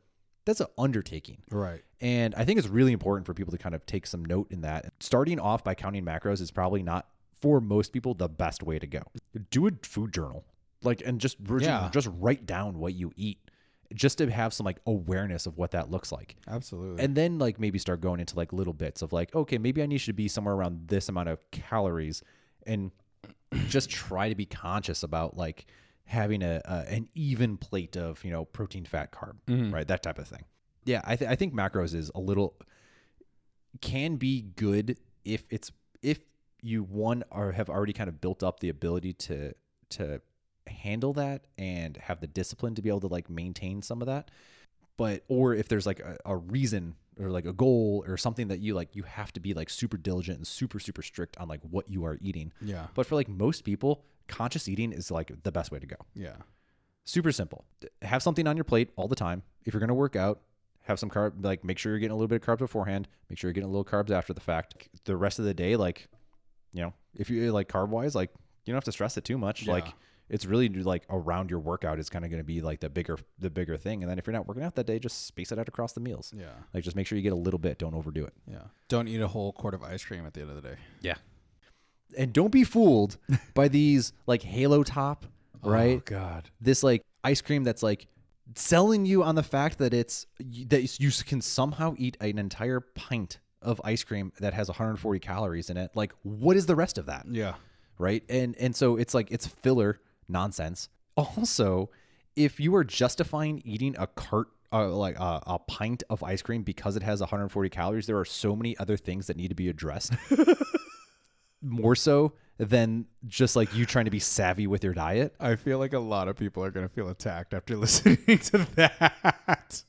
[SPEAKER 1] that's an undertaking.
[SPEAKER 2] Right.
[SPEAKER 1] And I think it's really important for people to kind of take some note in that. Starting off by counting macros is probably not for most people the best way to go. Do a food journal. Like and just
[SPEAKER 2] Yeah.
[SPEAKER 1] just write down what you eat just to have some like awareness of what that looks like.
[SPEAKER 2] Absolutely.
[SPEAKER 1] And then like maybe start going into like little bits of like, okay, maybe I need to be somewhere around this amount of calories and just try to be conscious about like having a, a an even plate of, you know, protein, fat, carb,
[SPEAKER 2] Mm. Mm-hmm.
[SPEAKER 1] right? That type of thing. Yeah, I, th- I think macros is a little can be good if it's if you one or have already kind of built up the ability to to handle that and have the discipline to be able to like maintain some of that but or if there's like a, a reason or like a goal or something that you like you have to be like super diligent and super super strict on like what you are eating
[SPEAKER 2] yeah.
[SPEAKER 1] but for like most people conscious eating is like the best way to go
[SPEAKER 2] Yeah.
[SPEAKER 1] super simple D- have something on your plate all the time if you're going to work out have some carb like make sure you're getting a little bit of carbs beforehand make sure you're getting a little carbs after the fact the rest of the day like you know if you like carb wise like you don't have to stress it too much like
[SPEAKER 2] Yeah.
[SPEAKER 1] it's really like around your workout is kind of going to be like the bigger the bigger thing and then if you're not working out that day just space it out across the meals
[SPEAKER 2] Yeah.
[SPEAKER 1] like just make sure you get a little bit don't overdo it
[SPEAKER 2] Yeah. Don't eat a whole quart of ice cream at the end of the day.
[SPEAKER 1] yeah and don't be fooled by these like halo top right
[SPEAKER 2] Oh God.
[SPEAKER 1] this like ice cream that's like selling you on the fact that it's that you can somehow eat an entire pint of ice cream that has 140 calories in it like what is the rest of that
[SPEAKER 2] Yeah.
[SPEAKER 1] right and and so it's like it's filler nonsense also if you are justifying eating a cart uh, like uh, a pint of ice cream because it has 140 calories there are so many other things that need to be addressed more so than just like you trying to be savvy with your diet
[SPEAKER 2] I feel like a lot of people are gonna feel attacked after listening to that.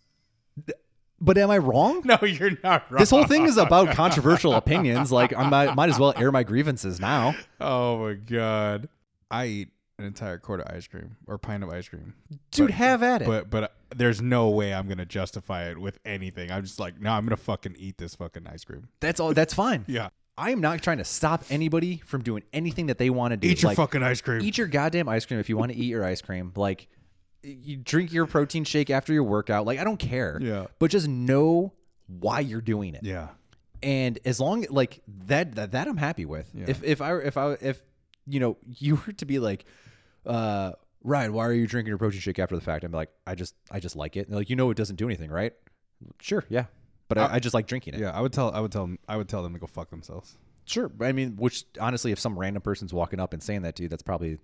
[SPEAKER 1] But am I wrong?
[SPEAKER 2] No, you're not right.
[SPEAKER 1] This whole thing is about controversial opinions. Like I might, might as well air my grievances now.
[SPEAKER 2] oh my god, I eat an entire quart of ice cream or pint of ice cream,
[SPEAKER 1] Dude,
[SPEAKER 2] But-
[SPEAKER 1] have at it.
[SPEAKER 2] but but there's no way I'm gonna justify it with anything. I'm just like, no, I'm gonna fucking eat this fucking ice cream.
[SPEAKER 1] that's all that's fine.
[SPEAKER 2] Yeah,
[SPEAKER 1] I am not trying to stop anybody from doing anything that they want to do.
[SPEAKER 2] eat your
[SPEAKER 1] Like,
[SPEAKER 2] fucking ice cream.
[SPEAKER 1] eat your goddamn ice cream if you want to eat your ice cream. Like you drink your protein shake after your workout. Like I don't care.
[SPEAKER 2] Yeah.
[SPEAKER 1] But just know why you're doing it.
[SPEAKER 2] yeah,
[SPEAKER 1] And as long like that that, that I'm happy with. If if I if I if you know, you were to be like uh Ryan, why are you drinking your protein shake after the fact? I'm like, I just I just like it. And they're like, you know it doesn't do anything, right? Sure, yeah. But I, I just like drinking it.
[SPEAKER 2] yeah. I would tell, I would tell, I would tell them to go fuck themselves.
[SPEAKER 1] Sure. but I mean, which honestly, if some random person's walking up and saying that to you, that's probably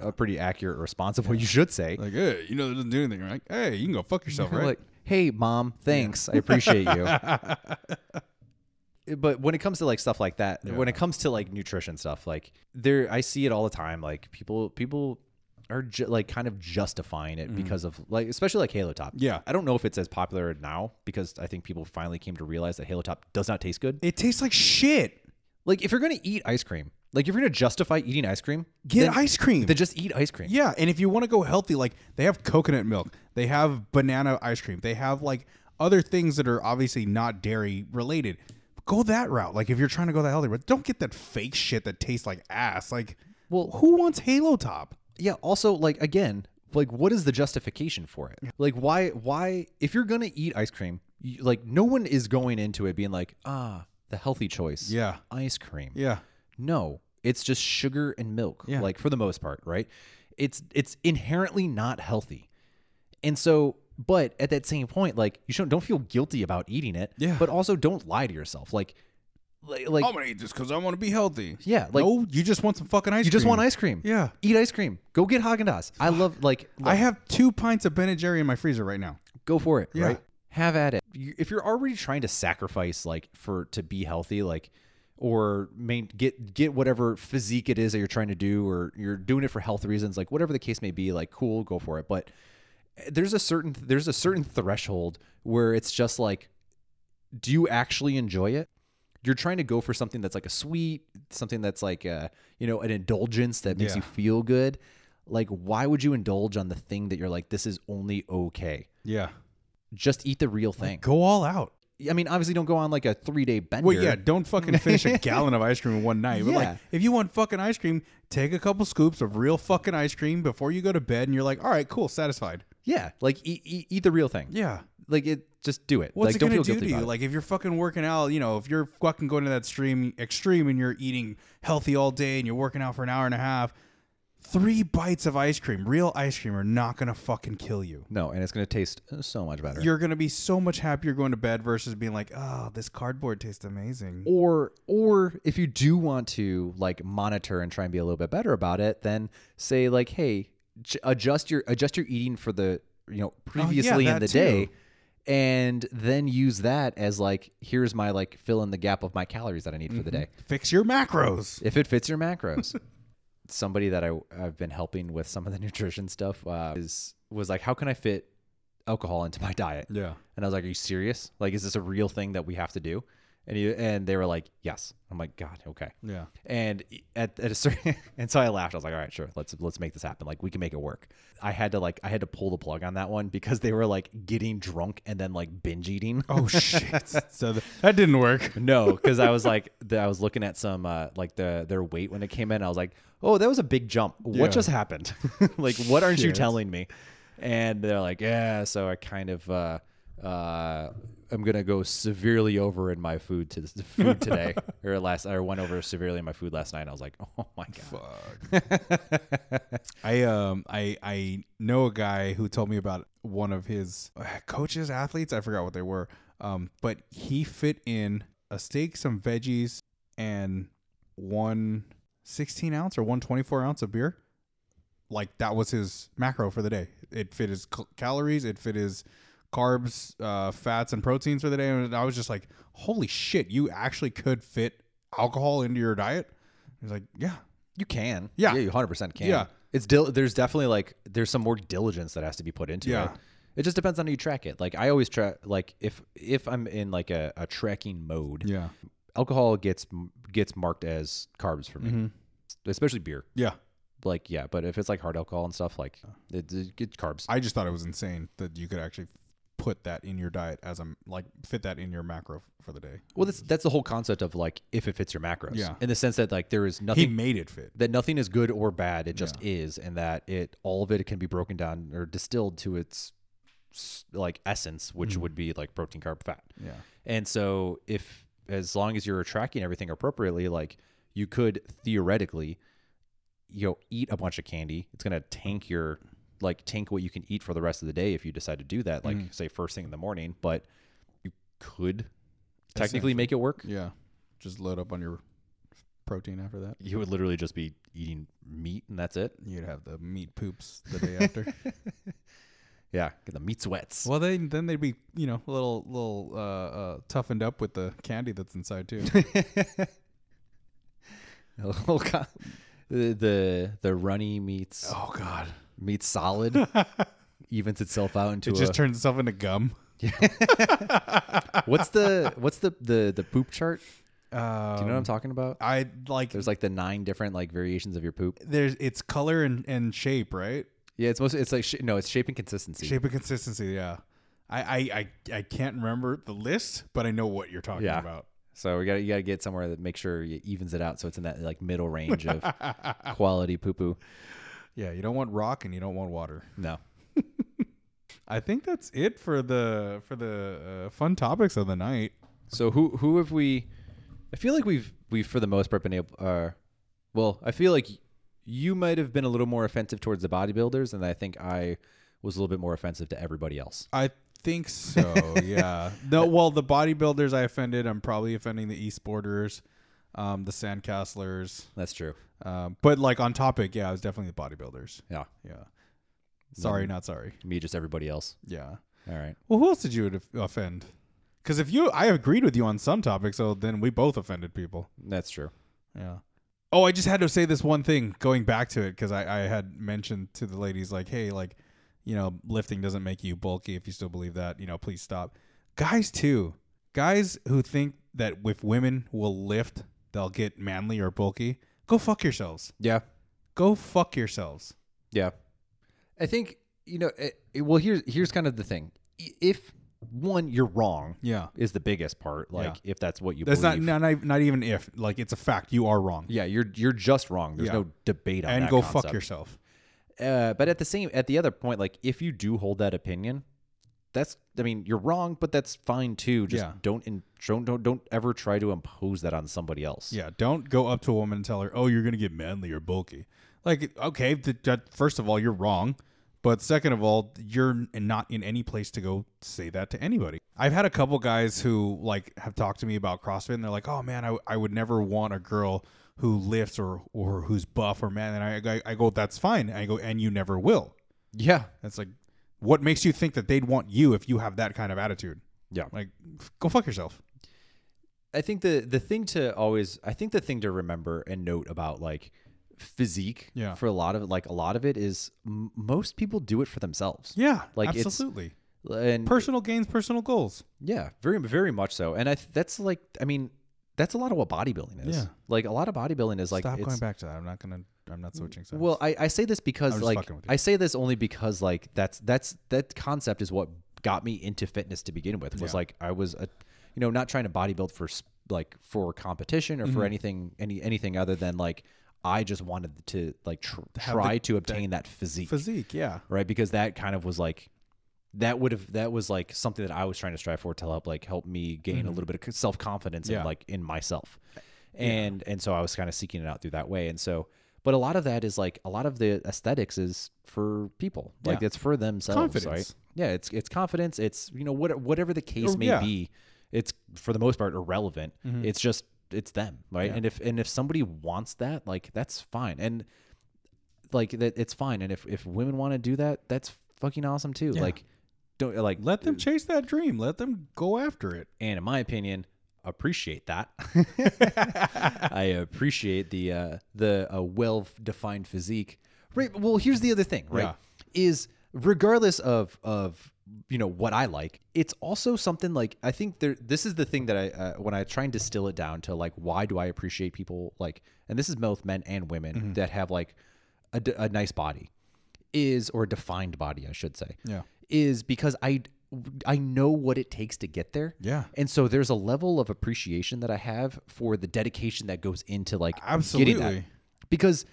[SPEAKER 1] a pretty accurate response of what you should say.
[SPEAKER 2] Like, hey, you know, it doesn't do anything. Like, hey, you can go fuck yourself,
[SPEAKER 1] We're
[SPEAKER 2] right?
[SPEAKER 1] Like, hey, mom, thanks. I appreciate you. but when it comes to like stuff like that, when it comes to like nutrition stuff, like there, I see it all the time. Like people, people are ju- like kind of justifying it because of like, especially like Halo Top.
[SPEAKER 2] Mm-hmm. Yeah.
[SPEAKER 1] I don't know if it's as popular now because I think people finally came to realize that Halo Top does not taste good.
[SPEAKER 2] it tastes like shit.
[SPEAKER 1] Like if you're going to eat ice cream, like if you're going to justify eating ice cream,
[SPEAKER 2] Get
[SPEAKER 1] then-
[SPEAKER 2] ice cream.
[SPEAKER 1] Then just eat ice cream.
[SPEAKER 2] Yeah, and if you want to go healthy, like they have coconut milk, they have banana ice cream, they have like other things that are obviously not dairy related. Go that route. Like if you're trying to go that healthy, but don't get that fake shit that tastes like ass. Like, well, who wants Halo Top?
[SPEAKER 1] Yeah. Also, like again, like what is the justification for it? Like why why if you're gonna eat ice cream, you, like no one is going into it being like ah the healthy choice.
[SPEAKER 2] Yeah.
[SPEAKER 1] Ice cream.
[SPEAKER 2] Yeah,
[SPEAKER 1] No, it's just sugar and milk.
[SPEAKER 2] Yeah.
[SPEAKER 1] Like for the most part, right? It's it's inherently not healthy, and so. But at that same point, like you shouldn't don't feel guilty about eating it.
[SPEAKER 2] Yeah. Oh,
[SPEAKER 1] But also don't lie to yourself. Like, like, like
[SPEAKER 2] I'm gonna eat this because I want to be healthy.
[SPEAKER 1] yeah. Like
[SPEAKER 2] no, you just want some fucking ice.
[SPEAKER 1] you just want ice cream.
[SPEAKER 2] Yeah.
[SPEAKER 1] Eat ice cream. Go get Haagen Dazs. I love like
[SPEAKER 2] I have two pints of Ben and Jerry in my freezer right now.
[SPEAKER 1] go for it
[SPEAKER 2] Yeah.
[SPEAKER 1] right have at it You- if you're already trying to sacrifice like for to be healthy like or main, get get whatever physique it is that you're trying to do or you're doing it for health reasons like whatever the case may be like cool go for it but there's a certain there's a certain threshold where it's just like do you actually enjoy it you're trying to go for something that's like a sweet something that's like a, you know an indulgence that makes
[SPEAKER 2] Yeah.
[SPEAKER 1] you feel good like why would you indulge on the thing that you're like this is only okay
[SPEAKER 2] Yeah,
[SPEAKER 1] just eat the real thing.
[SPEAKER 2] go all out.
[SPEAKER 1] I mean, obviously, don't go on like a three day bender.
[SPEAKER 2] Well, yeah, don't fucking finish a gallon of ice cream in one night. But
[SPEAKER 1] Yeah.
[SPEAKER 2] like, if you want fucking ice cream, take a couple scoops of real fucking ice cream before you go to bed, and you're like, all right, cool, satisfied.
[SPEAKER 1] yeah, like eat, eat, eat the real thing.
[SPEAKER 2] Yeah.
[SPEAKER 1] Like it, just do it.
[SPEAKER 2] What's
[SPEAKER 1] like,
[SPEAKER 2] it
[SPEAKER 1] don't
[SPEAKER 2] gonna
[SPEAKER 1] feel
[SPEAKER 2] do
[SPEAKER 1] guilty
[SPEAKER 2] to you?
[SPEAKER 1] about it.
[SPEAKER 2] Like, if you're fucking working out, you know, if you're fucking going to that stream extreme and you're eating healthy all day and you're working out for an hour and a half, three bites of ice cream, real ice cream, are not gonna fucking kill you.
[SPEAKER 1] no, and it's gonna taste so much better.
[SPEAKER 2] You're gonna be so much happier going to bed versus being like, oh, this cardboard tastes amazing.
[SPEAKER 1] or, or if you do want to like monitor and try and be a little bit better about it, then say like, hey, j- adjust your adjust your eating for the you know previously in
[SPEAKER 2] Oh, that
[SPEAKER 1] the
[SPEAKER 2] too.
[SPEAKER 1] day, and then use that as like, here's my like fill in the gap of my calories that I need for
[SPEAKER 2] Mm-hmm.
[SPEAKER 1] the day.
[SPEAKER 2] Fix your macros.
[SPEAKER 1] if it fits your macros. Somebody that I I've been helping with some of the nutrition stuff uh, is was like, how can I fit alcohol into my diet?
[SPEAKER 2] Yeah.
[SPEAKER 1] And I was like, are you serious? Like, is this a real thing that we have to do? And you and they were like, yes. I'm like, God, okay.
[SPEAKER 2] Yeah.
[SPEAKER 1] And e, at, at a certain and so I laughed. I was like, all right, sure, let's let's make this happen. Like we can make it work. I had to like I had to pull the plug on that one because they were like getting drunk and then like binge eating.
[SPEAKER 2] Oh shit! so th- that didn't work.
[SPEAKER 1] No, because I was like, the, I was looking at some uh, like the their weight when it came in. I was like, oh, that was a big jump. What
[SPEAKER 2] Yeah.
[SPEAKER 1] just happened? like, what aren't you
[SPEAKER 2] Shit.
[SPEAKER 1] telling me? And they're like, yeah. So I kind of uh, uh, I'm gonna go severely over in my food to food today or last. I went over severely in my food last night. And I was like, oh my god.
[SPEAKER 2] I um I I know a guy who told me about one of his uh, coaches, athletes. I forgot what they were. Um, but he fit in a steak, some veggies, and one 16 ounce or one 24 ounce of beer. Like that was his macro for the day. It fit his cal- calories. It fit his carbs, uh, fats, and proteins for the day. And I was just like, holy shit, you actually could fit alcohol into your diet. He's like, yeah,
[SPEAKER 1] You can.
[SPEAKER 2] Yeah.
[SPEAKER 1] you 100% can.
[SPEAKER 2] Yeah.
[SPEAKER 1] It's dil- there's definitely like there's some more diligence that has to be put into
[SPEAKER 2] Yeah.
[SPEAKER 1] it. It just depends on how you track it. Like I always track like if if I'm in like a, a tracking mode,
[SPEAKER 2] Yeah.
[SPEAKER 1] alcohol gets gets marked as carbs for me,
[SPEAKER 2] Mm-hmm.
[SPEAKER 1] especially beer.
[SPEAKER 2] Yeah.
[SPEAKER 1] Like yeah, but if it's like hard alcohol and stuff, like it, it gets carbs.
[SPEAKER 2] Uh. I just thought it was insane that you could actually put that in your diet as a like fit that in your macro f- for the day.
[SPEAKER 1] well, that's that's the whole concept of like if it fits your macros.
[SPEAKER 2] Yeah.
[SPEAKER 1] In the sense that like there is
[SPEAKER 2] He
[SPEAKER 1] nothing
[SPEAKER 2] made it fit.
[SPEAKER 1] that nothing is good or bad. It just is, and that it all of it can be broken down or distilled to its s- like essence, which would be like protein, carb, fat.
[SPEAKER 2] Yeah.
[SPEAKER 1] And so, if as long as you're tracking everything appropriately, like you could theoretically, you know, eat a bunch of candy. It's gonna tank your like tank what you can eat for the rest of the day if you decide to do that. Like say first thing in the morning, but you could technically make it work.
[SPEAKER 2] Yeah. Just load up on your protein after that.
[SPEAKER 1] You would literally just be eating meat and that's it.
[SPEAKER 2] You'd have the meat poops the day after.
[SPEAKER 1] Yeah, get the meat sweats.
[SPEAKER 2] well, then then they'd be you know a little little uh, uh, toughened up with the candy that's inside too.
[SPEAKER 1] The whole co- Oh, the the the runny meats
[SPEAKER 2] oh God!
[SPEAKER 1] meats solid evens itself out into
[SPEAKER 2] It just
[SPEAKER 1] a,
[SPEAKER 2] turns itself into gum.
[SPEAKER 1] what's the what's the the the poop chart?
[SPEAKER 2] Uh,
[SPEAKER 1] Do you know what I'm talking about?
[SPEAKER 2] I like
[SPEAKER 1] There's like the nine different like variations of your poop.
[SPEAKER 2] there's it's color and, and shape, right?
[SPEAKER 1] Yeah, it's mostly it's like sh- no, it's shape and consistency.
[SPEAKER 2] Shape and consistency. Yeah. I, I I I can't remember the list, but I know what you're talking
[SPEAKER 1] Yeah.
[SPEAKER 2] about.
[SPEAKER 1] So we got to you got to get somewhere that makes sure it evens it out so it's in that like middle range of quality poo poo.
[SPEAKER 2] Yeah, you don't want rock and you don't want water.
[SPEAKER 1] No.
[SPEAKER 2] I think that's it for the for the uh, fun topics of the night.
[SPEAKER 1] So who who have we? I feel like we've we've for the most part been able. Uh, well, I feel like you might have been a little more offensive towards the bodybuilders, and I think I was a little bit more offensive to everybody else.
[SPEAKER 2] I think so. yeah. No. Well, the bodybuilders I offended. I'm probably offending the esporters, um, the sandcastlers.
[SPEAKER 1] That's true.
[SPEAKER 2] Um, but like on topic, yeah, I was definitely the bodybuilders.
[SPEAKER 1] Yeah,
[SPEAKER 2] Yeah. Sorry, not sorry.
[SPEAKER 1] me just everybody else.
[SPEAKER 2] Yeah.
[SPEAKER 1] All right.
[SPEAKER 2] Well, who else did you of- offend? Because if you, I agreed with you on some topics, so then we both offended people.
[SPEAKER 1] That's true.
[SPEAKER 2] Yeah. Oh, I just had to say this one thing going back to it because I, I had mentioned to the ladies, like, hey, like, you know, lifting doesn't make you bulky if you still believe that, you know, please stop. Guys, too. Guys who think that with women will lift, they'll get manly or bulky, go fuck yourselves.
[SPEAKER 1] Yeah,
[SPEAKER 2] Go fuck yourselves.
[SPEAKER 1] yeah. I think you know. It, it- well, here's here's kind of the thing. I- If one, you're wrong.
[SPEAKER 2] Yeah.
[SPEAKER 1] Is the biggest part. Like if that's what you.
[SPEAKER 2] That's not,
[SPEAKER 1] believe.
[SPEAKER 2] not not even if like it's a fact. You are wrong,
[SPEAKER 1] Yeah, you're you're just wrong. There's
[SPEAKER 2] Yeah.
[SPEAKER 1] no debate on
[SPEAKER 2] and
[SPEAKER 1] that
[SPEAKER 2] go
[SPEAKER 1] concept.
[SPEAKER 2] fuck yourself.
[SPEAKER 1] Uh, but at the same at the other point like if you do hold that opinion that's i mean you're wrong but that's fine too just
[SPEAKER 2] Yeah.
[SPEAKER 1] don't in, don't don't don't ever try to impose that on somebody else
[SPEAKER 2] Yeah, don't go up to a woman and tell her, "Oh, you're gonna get manly or bulky." Like, okay, th- that, first of all, you're wrong, but second of all, you're n- not in any place to go say that to anybody. I've had a couple guys who like have talked to me about CrossFit, and they're like, "Oh man, I, w- I would never want a girl who lifts or or who's buff or man." And I I, I go, "That's fine." I go, "And you never will."
[SPEAKER 1] yeah
[SPEAKER 2] That's like, what makes you think that they'd want you if you have that kind of attitude?
[SPEAKER 1] Yeah.
[SPEAKER 2] like f- go fuck yourself.
[SPEAKER 1] i think the the thing to always i think the thing to remember and note about like physique
[SPEAKER 2] Yeah.
[SPEAKER 1] for a lot of like a lot of it is m- most people do it for themselves
[SPEAKER 2] Yeah,
[SPEAKER 1] Like,
[SPEAKER 2] like
[SPEAKER 1] it's-
[SPEAKER 2] absolutely.
[SPEAKER 1] and
[SPEAKER 2] personal gains, personal goals.
[SPEAKER 1] Yeah, very very much so. And I th- that's like I mean that's a lot of what bodybuilding is.
[SPEAKER 2] Yeah.
[SPEAKER 1] Like a lot of bodybuilding is like
[SPEAKER 2] Stop
[SPEAKER 1] it's
[SPEAKER 2] going back to that. I'm not gonna. I'm not switching. Sides.
[SPEAKER 1] Well, I, I say this because
[SPEAKER 2] just
[SPEAKER 1] like
[SPEAKER 2] fucking with you.
[SPEAKER 1] I say this only because like that's that's that concept is what got me into fitness to begin with. Was like I was a, you know, not trying to bodybuild for s- like for competition or
[SPEAKER 2] Mm-hmm.
[SPEAKER 1] for anything any anything other than like I just wanted to like tr- try to obtain that, physique,
[SPEAKER 2] physique. Yeah.
[SPEAKER 1] right? Because that kind of was like that would have that was like something that I was trying to strive for to help like help me gain a little bit of self confidence
[SPEAKER 2] Mm-hmm. Yeah.
[SPEAKER 1] and like in myself, and and so I was kind of seeking it out through that way, and so but a lot of that is like a lot of the aesthetics is for people like
[SPEAKER 2] Yeah.
[SPEAKER 1] it's for themselves, right?
[SPEAKER 2] Confidence.
[SPEAKER 1] Yeah, it's it's confidence, it's you know what whatever the case
[SPEAKER 2] Or-
[SPEAKER 1] may
[SPEAKER 2] yeah. Mm-hmm.
[SPEAKER 1] be, it's for the most part irrelevant. It's just it's them, right? And if and if somebody wants that, like that's fine, and like that it's fine and if if women want to do that that's fucking awesome too like don't like
[SPEAKER 2] Let them chase that dream. Let them go after it.
[SPEAKER 1] and in my opinion appreciate that i appreciate the uh the uh, well defined physique right well here's the other thing right
[SPEAKER 2] Yeah.
[SPEAKER 1] is regardless of of you know what I like. It's also something like I think there. This is the thing that I uh, when I try and distill it down to like why do I appreciate people like, and this is both men and women that have like a, d- a nice body, is or a defined body I should say.
[SPEAKER 2] Yeah.
[SPEAKER 1] Is because I I know what it takes to get there.
[SPEAKER 2] Yeah.
[SPEAKER 1] And so there's a level of appreciation that I have for the dedication that goes into like getting that
[SPEAKER 2] Absolutely.
[SPEAKER 1] because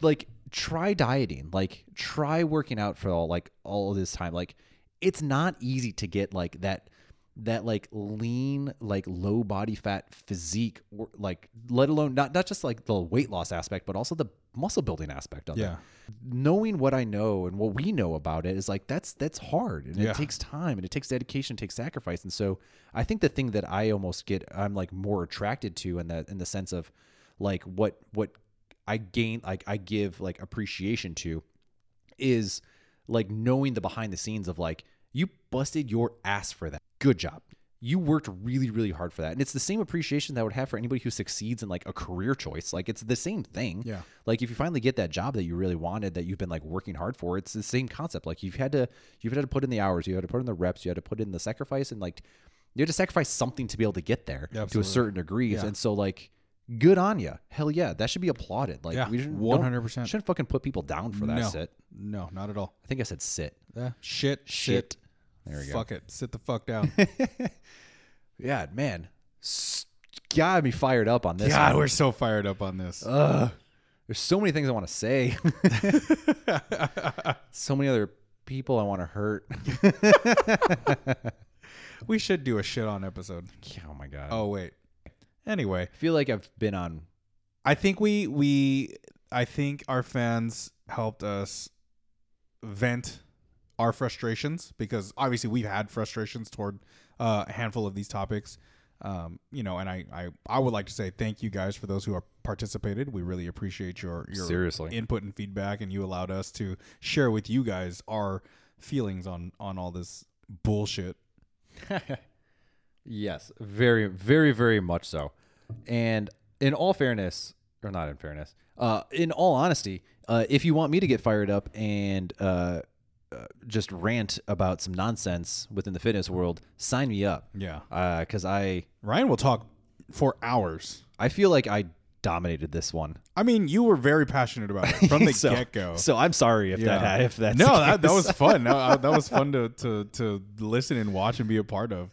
[SPEAKER 1] like try dieting like try working out for all like all this time like it's not easy to get like that that like lean like low body fat physique or, like let alone not not just like the weight loss aspect but also the muscle building aspect of
[SPEAKER 2] Yeah.
[SPEAKER 1] it knowing what i know and what we know about it is like that's that's hard and
[SPEAKER 2] Yeah.
[SPEAKER 1] it takes time and it takes dedication it takes sacrifice and so i think the thing that i almost get i'm like more attracted to in the in the sense of like what what I gain like I give like appreciation to is like knowing the behind the scenes of like you busted your ass for that. Good job. You worked really really hard for that. And it's the same appreciation that I would have for anybody who succeeds in like a career choice. Like it's the same thing.
[SPEAKER 2] Yeah.
[SPEAKER 1] Like if you finally get that job that you really wanted that you've been like working hard for, it's the same concept. Like you've had to you've had to put in the hours, you had to put in the reps, you had to put in the sacrifice and like you had to sacrifice something to be able to get there to a
[SPEAKER 2] Absolutely.
[SPEAKER 1] certain degree. And so like good on you. Hell yeah, that should be applauded. Like
[SPEAKER 2] Yeah,
[SPEAKER 1] we shouldn't don't-
[SPEAKER 2] 100%.
[SPEAKER 1] shouldn't fucking put people down for that
[SPEAKER 2] no.
[SPEAKER 1] sit.
[SPEAKER 2] No, not at all.
[SPEAKER 1] I think I said sit.
[SPEAKER 2] Yeah. Eh, Shit.
[SPEAKER 1] Shit.
[SPEAKER 2] Shit.
[SPEAKER 1] There we go.
[SPEAKER 2] Fuck it. Sit the fuck down.
[SPEAKER 1] Yeah, man. S- Got me fired up on this.
[SPEAKER 2] God,
[SPEAKER 1] one.
[SPEAKER 2] we're so fired up on this.
[SPEAKER 1] Ugh. Uh, there's so many things I want to say. so many other people I want to hurt.
[SPEAKER 2] we should do a shit on episode.
[SPEAKER 1] oh my god.
[SPEAKER 2] Oh wait. Anyway,
[SPEAKER 1] I feel like I've been on.
[SPEAKER 2] I think we we I think our fans helped us vent our frustrations because obviously we've had frustrations toward uh, a handful of these topics. Um, you know, and I, I I would like to say thank you guys for those who are participated. We really appreciate your your
[SPEAKER 1] Seriously.
[SPEAKER 2] input and feedback and you allowed us to share with you guys our feelings on on all this bullshit.
[SPEAKER 1] Yes, very, very, very much so. And in all fairness, or not in fairness, uh, in all honesty, uh, if you want me to get fired up and uh, uh, just rant about some nonsense within the fitness world, sign me up.
[SPEAKER 2] Yeah.
[SPEAKER 1] Because I,
[SPEAKER 2] Ryan will talk for hours.
[SPEAKER 1] I feel like I dominated this one
[SPEAKER 2] I mean, you were very passionate about it from the
[SPEAKER 1] So-
[SPEAKER 2] get go.
[SPEAKER 1] So I'm sorry if that if that's
[SPEAKER 2] no,
[SPEAKER 1] the
[SPEAKER 2] that, that
[SPEAKER 1] case.
[SPEAKER 2] was fun. No, I- that was fun to, to to listen and watch and be a part of.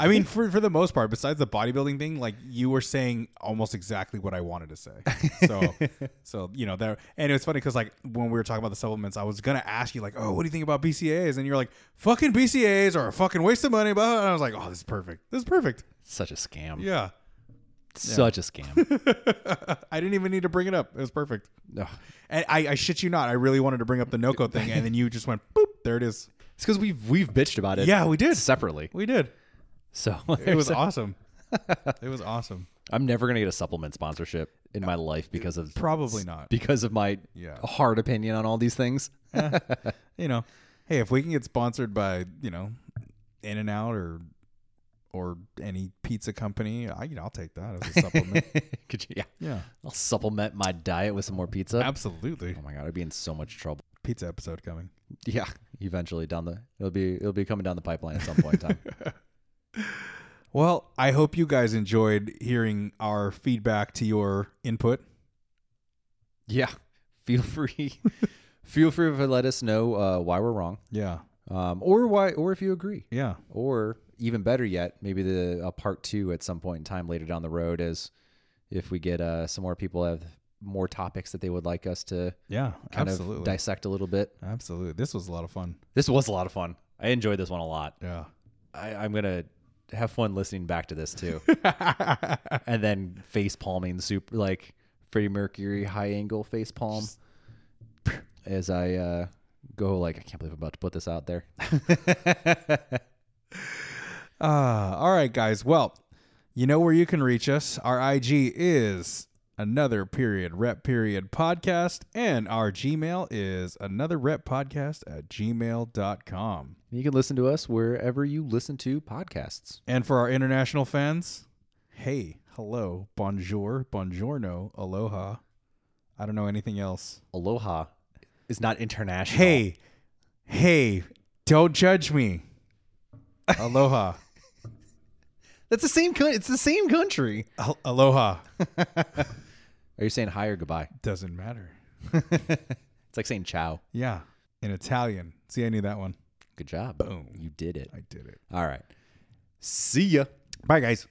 [SPEAKER 2] I mean, for for the most part, besides the bodybuilding thing, like you were saying almost exactly what I wanted to say. So, so you know there. And it was funny because like when we were talking about the supplements, I was gonna ask you like, oh, what do you think about BCAAs? And you're like, fucking BCAAs are a fucking waste of money. Blah. blah, blah." And I was like, oh, this is perfect. This is perfect.
[SPEAKER 1] such a scam.
[SPEAKER 2] Yeah.
[SPEAKER 1] Such a scam.
[SPEAKER 2] I didn't even need to bring it up. It was perfect.
[SPEAKER 1] Ugh.
[SPEAKER 2] And I, I shit you not, I really wanted to bring up the Noco thing, and then you just went boop. There it is.
[SPEAKER 1] It's because we've we've bitched about it.
[SPEAKER 2] Yeah, we did.
[SPEAKER 1] separately.
[SPEAKER 2] We did.
[SPEAKER 1] So
[SPEAKER 2] It was awesome. It was awesome.
[SPEAKER 1] I'm never gonna get a supplement sponsorship in my life because of
[SPEAKER 2] Probably not.
[SPEAKER 1] because of my
[SPEAKER 2] Yeah.
[SPEAKER 1] hard opinion on all these things.
[SPEAKER 2] You know, hey, if we can get sponsored by you know, In and Out or or any pizza company, I you know I'll take that as a supplement.
[SPEAKER 1] Could you, yeah,
[SPEAKER 2] yeah,
[SPEAKER 1] I'll supplement my diet with some more pizza.
[SPEAKER 2] absolutely.
[SPEAKER 1] oh my god, I'd be in so much trouble.
[SPEAKER 2] Pizza episode coming.
[SPEAKER 1] Yeah, eventually down the it'll be it'll be coming down the pipeline at some point in time.
[SPEAKER 2] Well, I hope you guys enjoyed hearing our feedback to your input.
[SPEAKER 1] yeah, feel free, feel free to let us know uh, why we're wrong,
[SPEAKER 2] Yeah,
[SPEAKER 1] um, or why, or if you agree,
[SPEAKER 2] yeah,
[SPEAKER 1] or even better yet, maybe the a part two at some point in time later down the road is if we get uh, some more people have more topics that they would like us to
[SPEAKER 2] yeah.
[SPEAKER 1] kind
[SPEAKER 2] absolutely,
[SPEAKER 1] of dissect a little bit.
[SPEAKER 2] absolutely. This was a lot of fun.
[SPEAKER 1] This was a lot of fun. I enjoyed this one a lot.
[SPEAKER 2] Yeah.
[SPEAKER 1] I, I'm gonna have fun listening back to this too, and then face palming super like Freddie Mercury high angle face palm as I uh, go like I can't believe I'm about to put this out there.
[SPEAKER 2] Ah, all right, guys. Well, you know where you can reach us. Our IG is another period rep period podcast, and our Gmail is another rep podcast at gmail.com.
[SPEAKER 1] You can listen to us wherever you listen to podcasts.
[SPEAKER 2] And for our international fans, hey, hello, bonjour, buongiorno, aloha. I don't know anything else.
[SPEAKER 1] Aloha is not international.
[SPEAKER 2] Hey, hey, don't judge me. Aloha.
[SPEAKER 1] That's the same. coun- It's the same country.
[SPEAKER 2] Al- Aloha.
[SPEAKER 1] Are you saying hi or goodbye?
[SPEAKER 2] Doesn't matter.
[SPEAKER 1] it's like saying ciao.
[SPEAKER 2] Yeah. In Italian. See, I knew that one.
[SPEAKER 1] Good job.
[SPEAKER 2] Boom.
[SPEAKER 1] You did it.
[SPEAKER 2] I did it.
[SPEAKER 1] All right. See ya.
[SPEAKER 2] Bye, guys.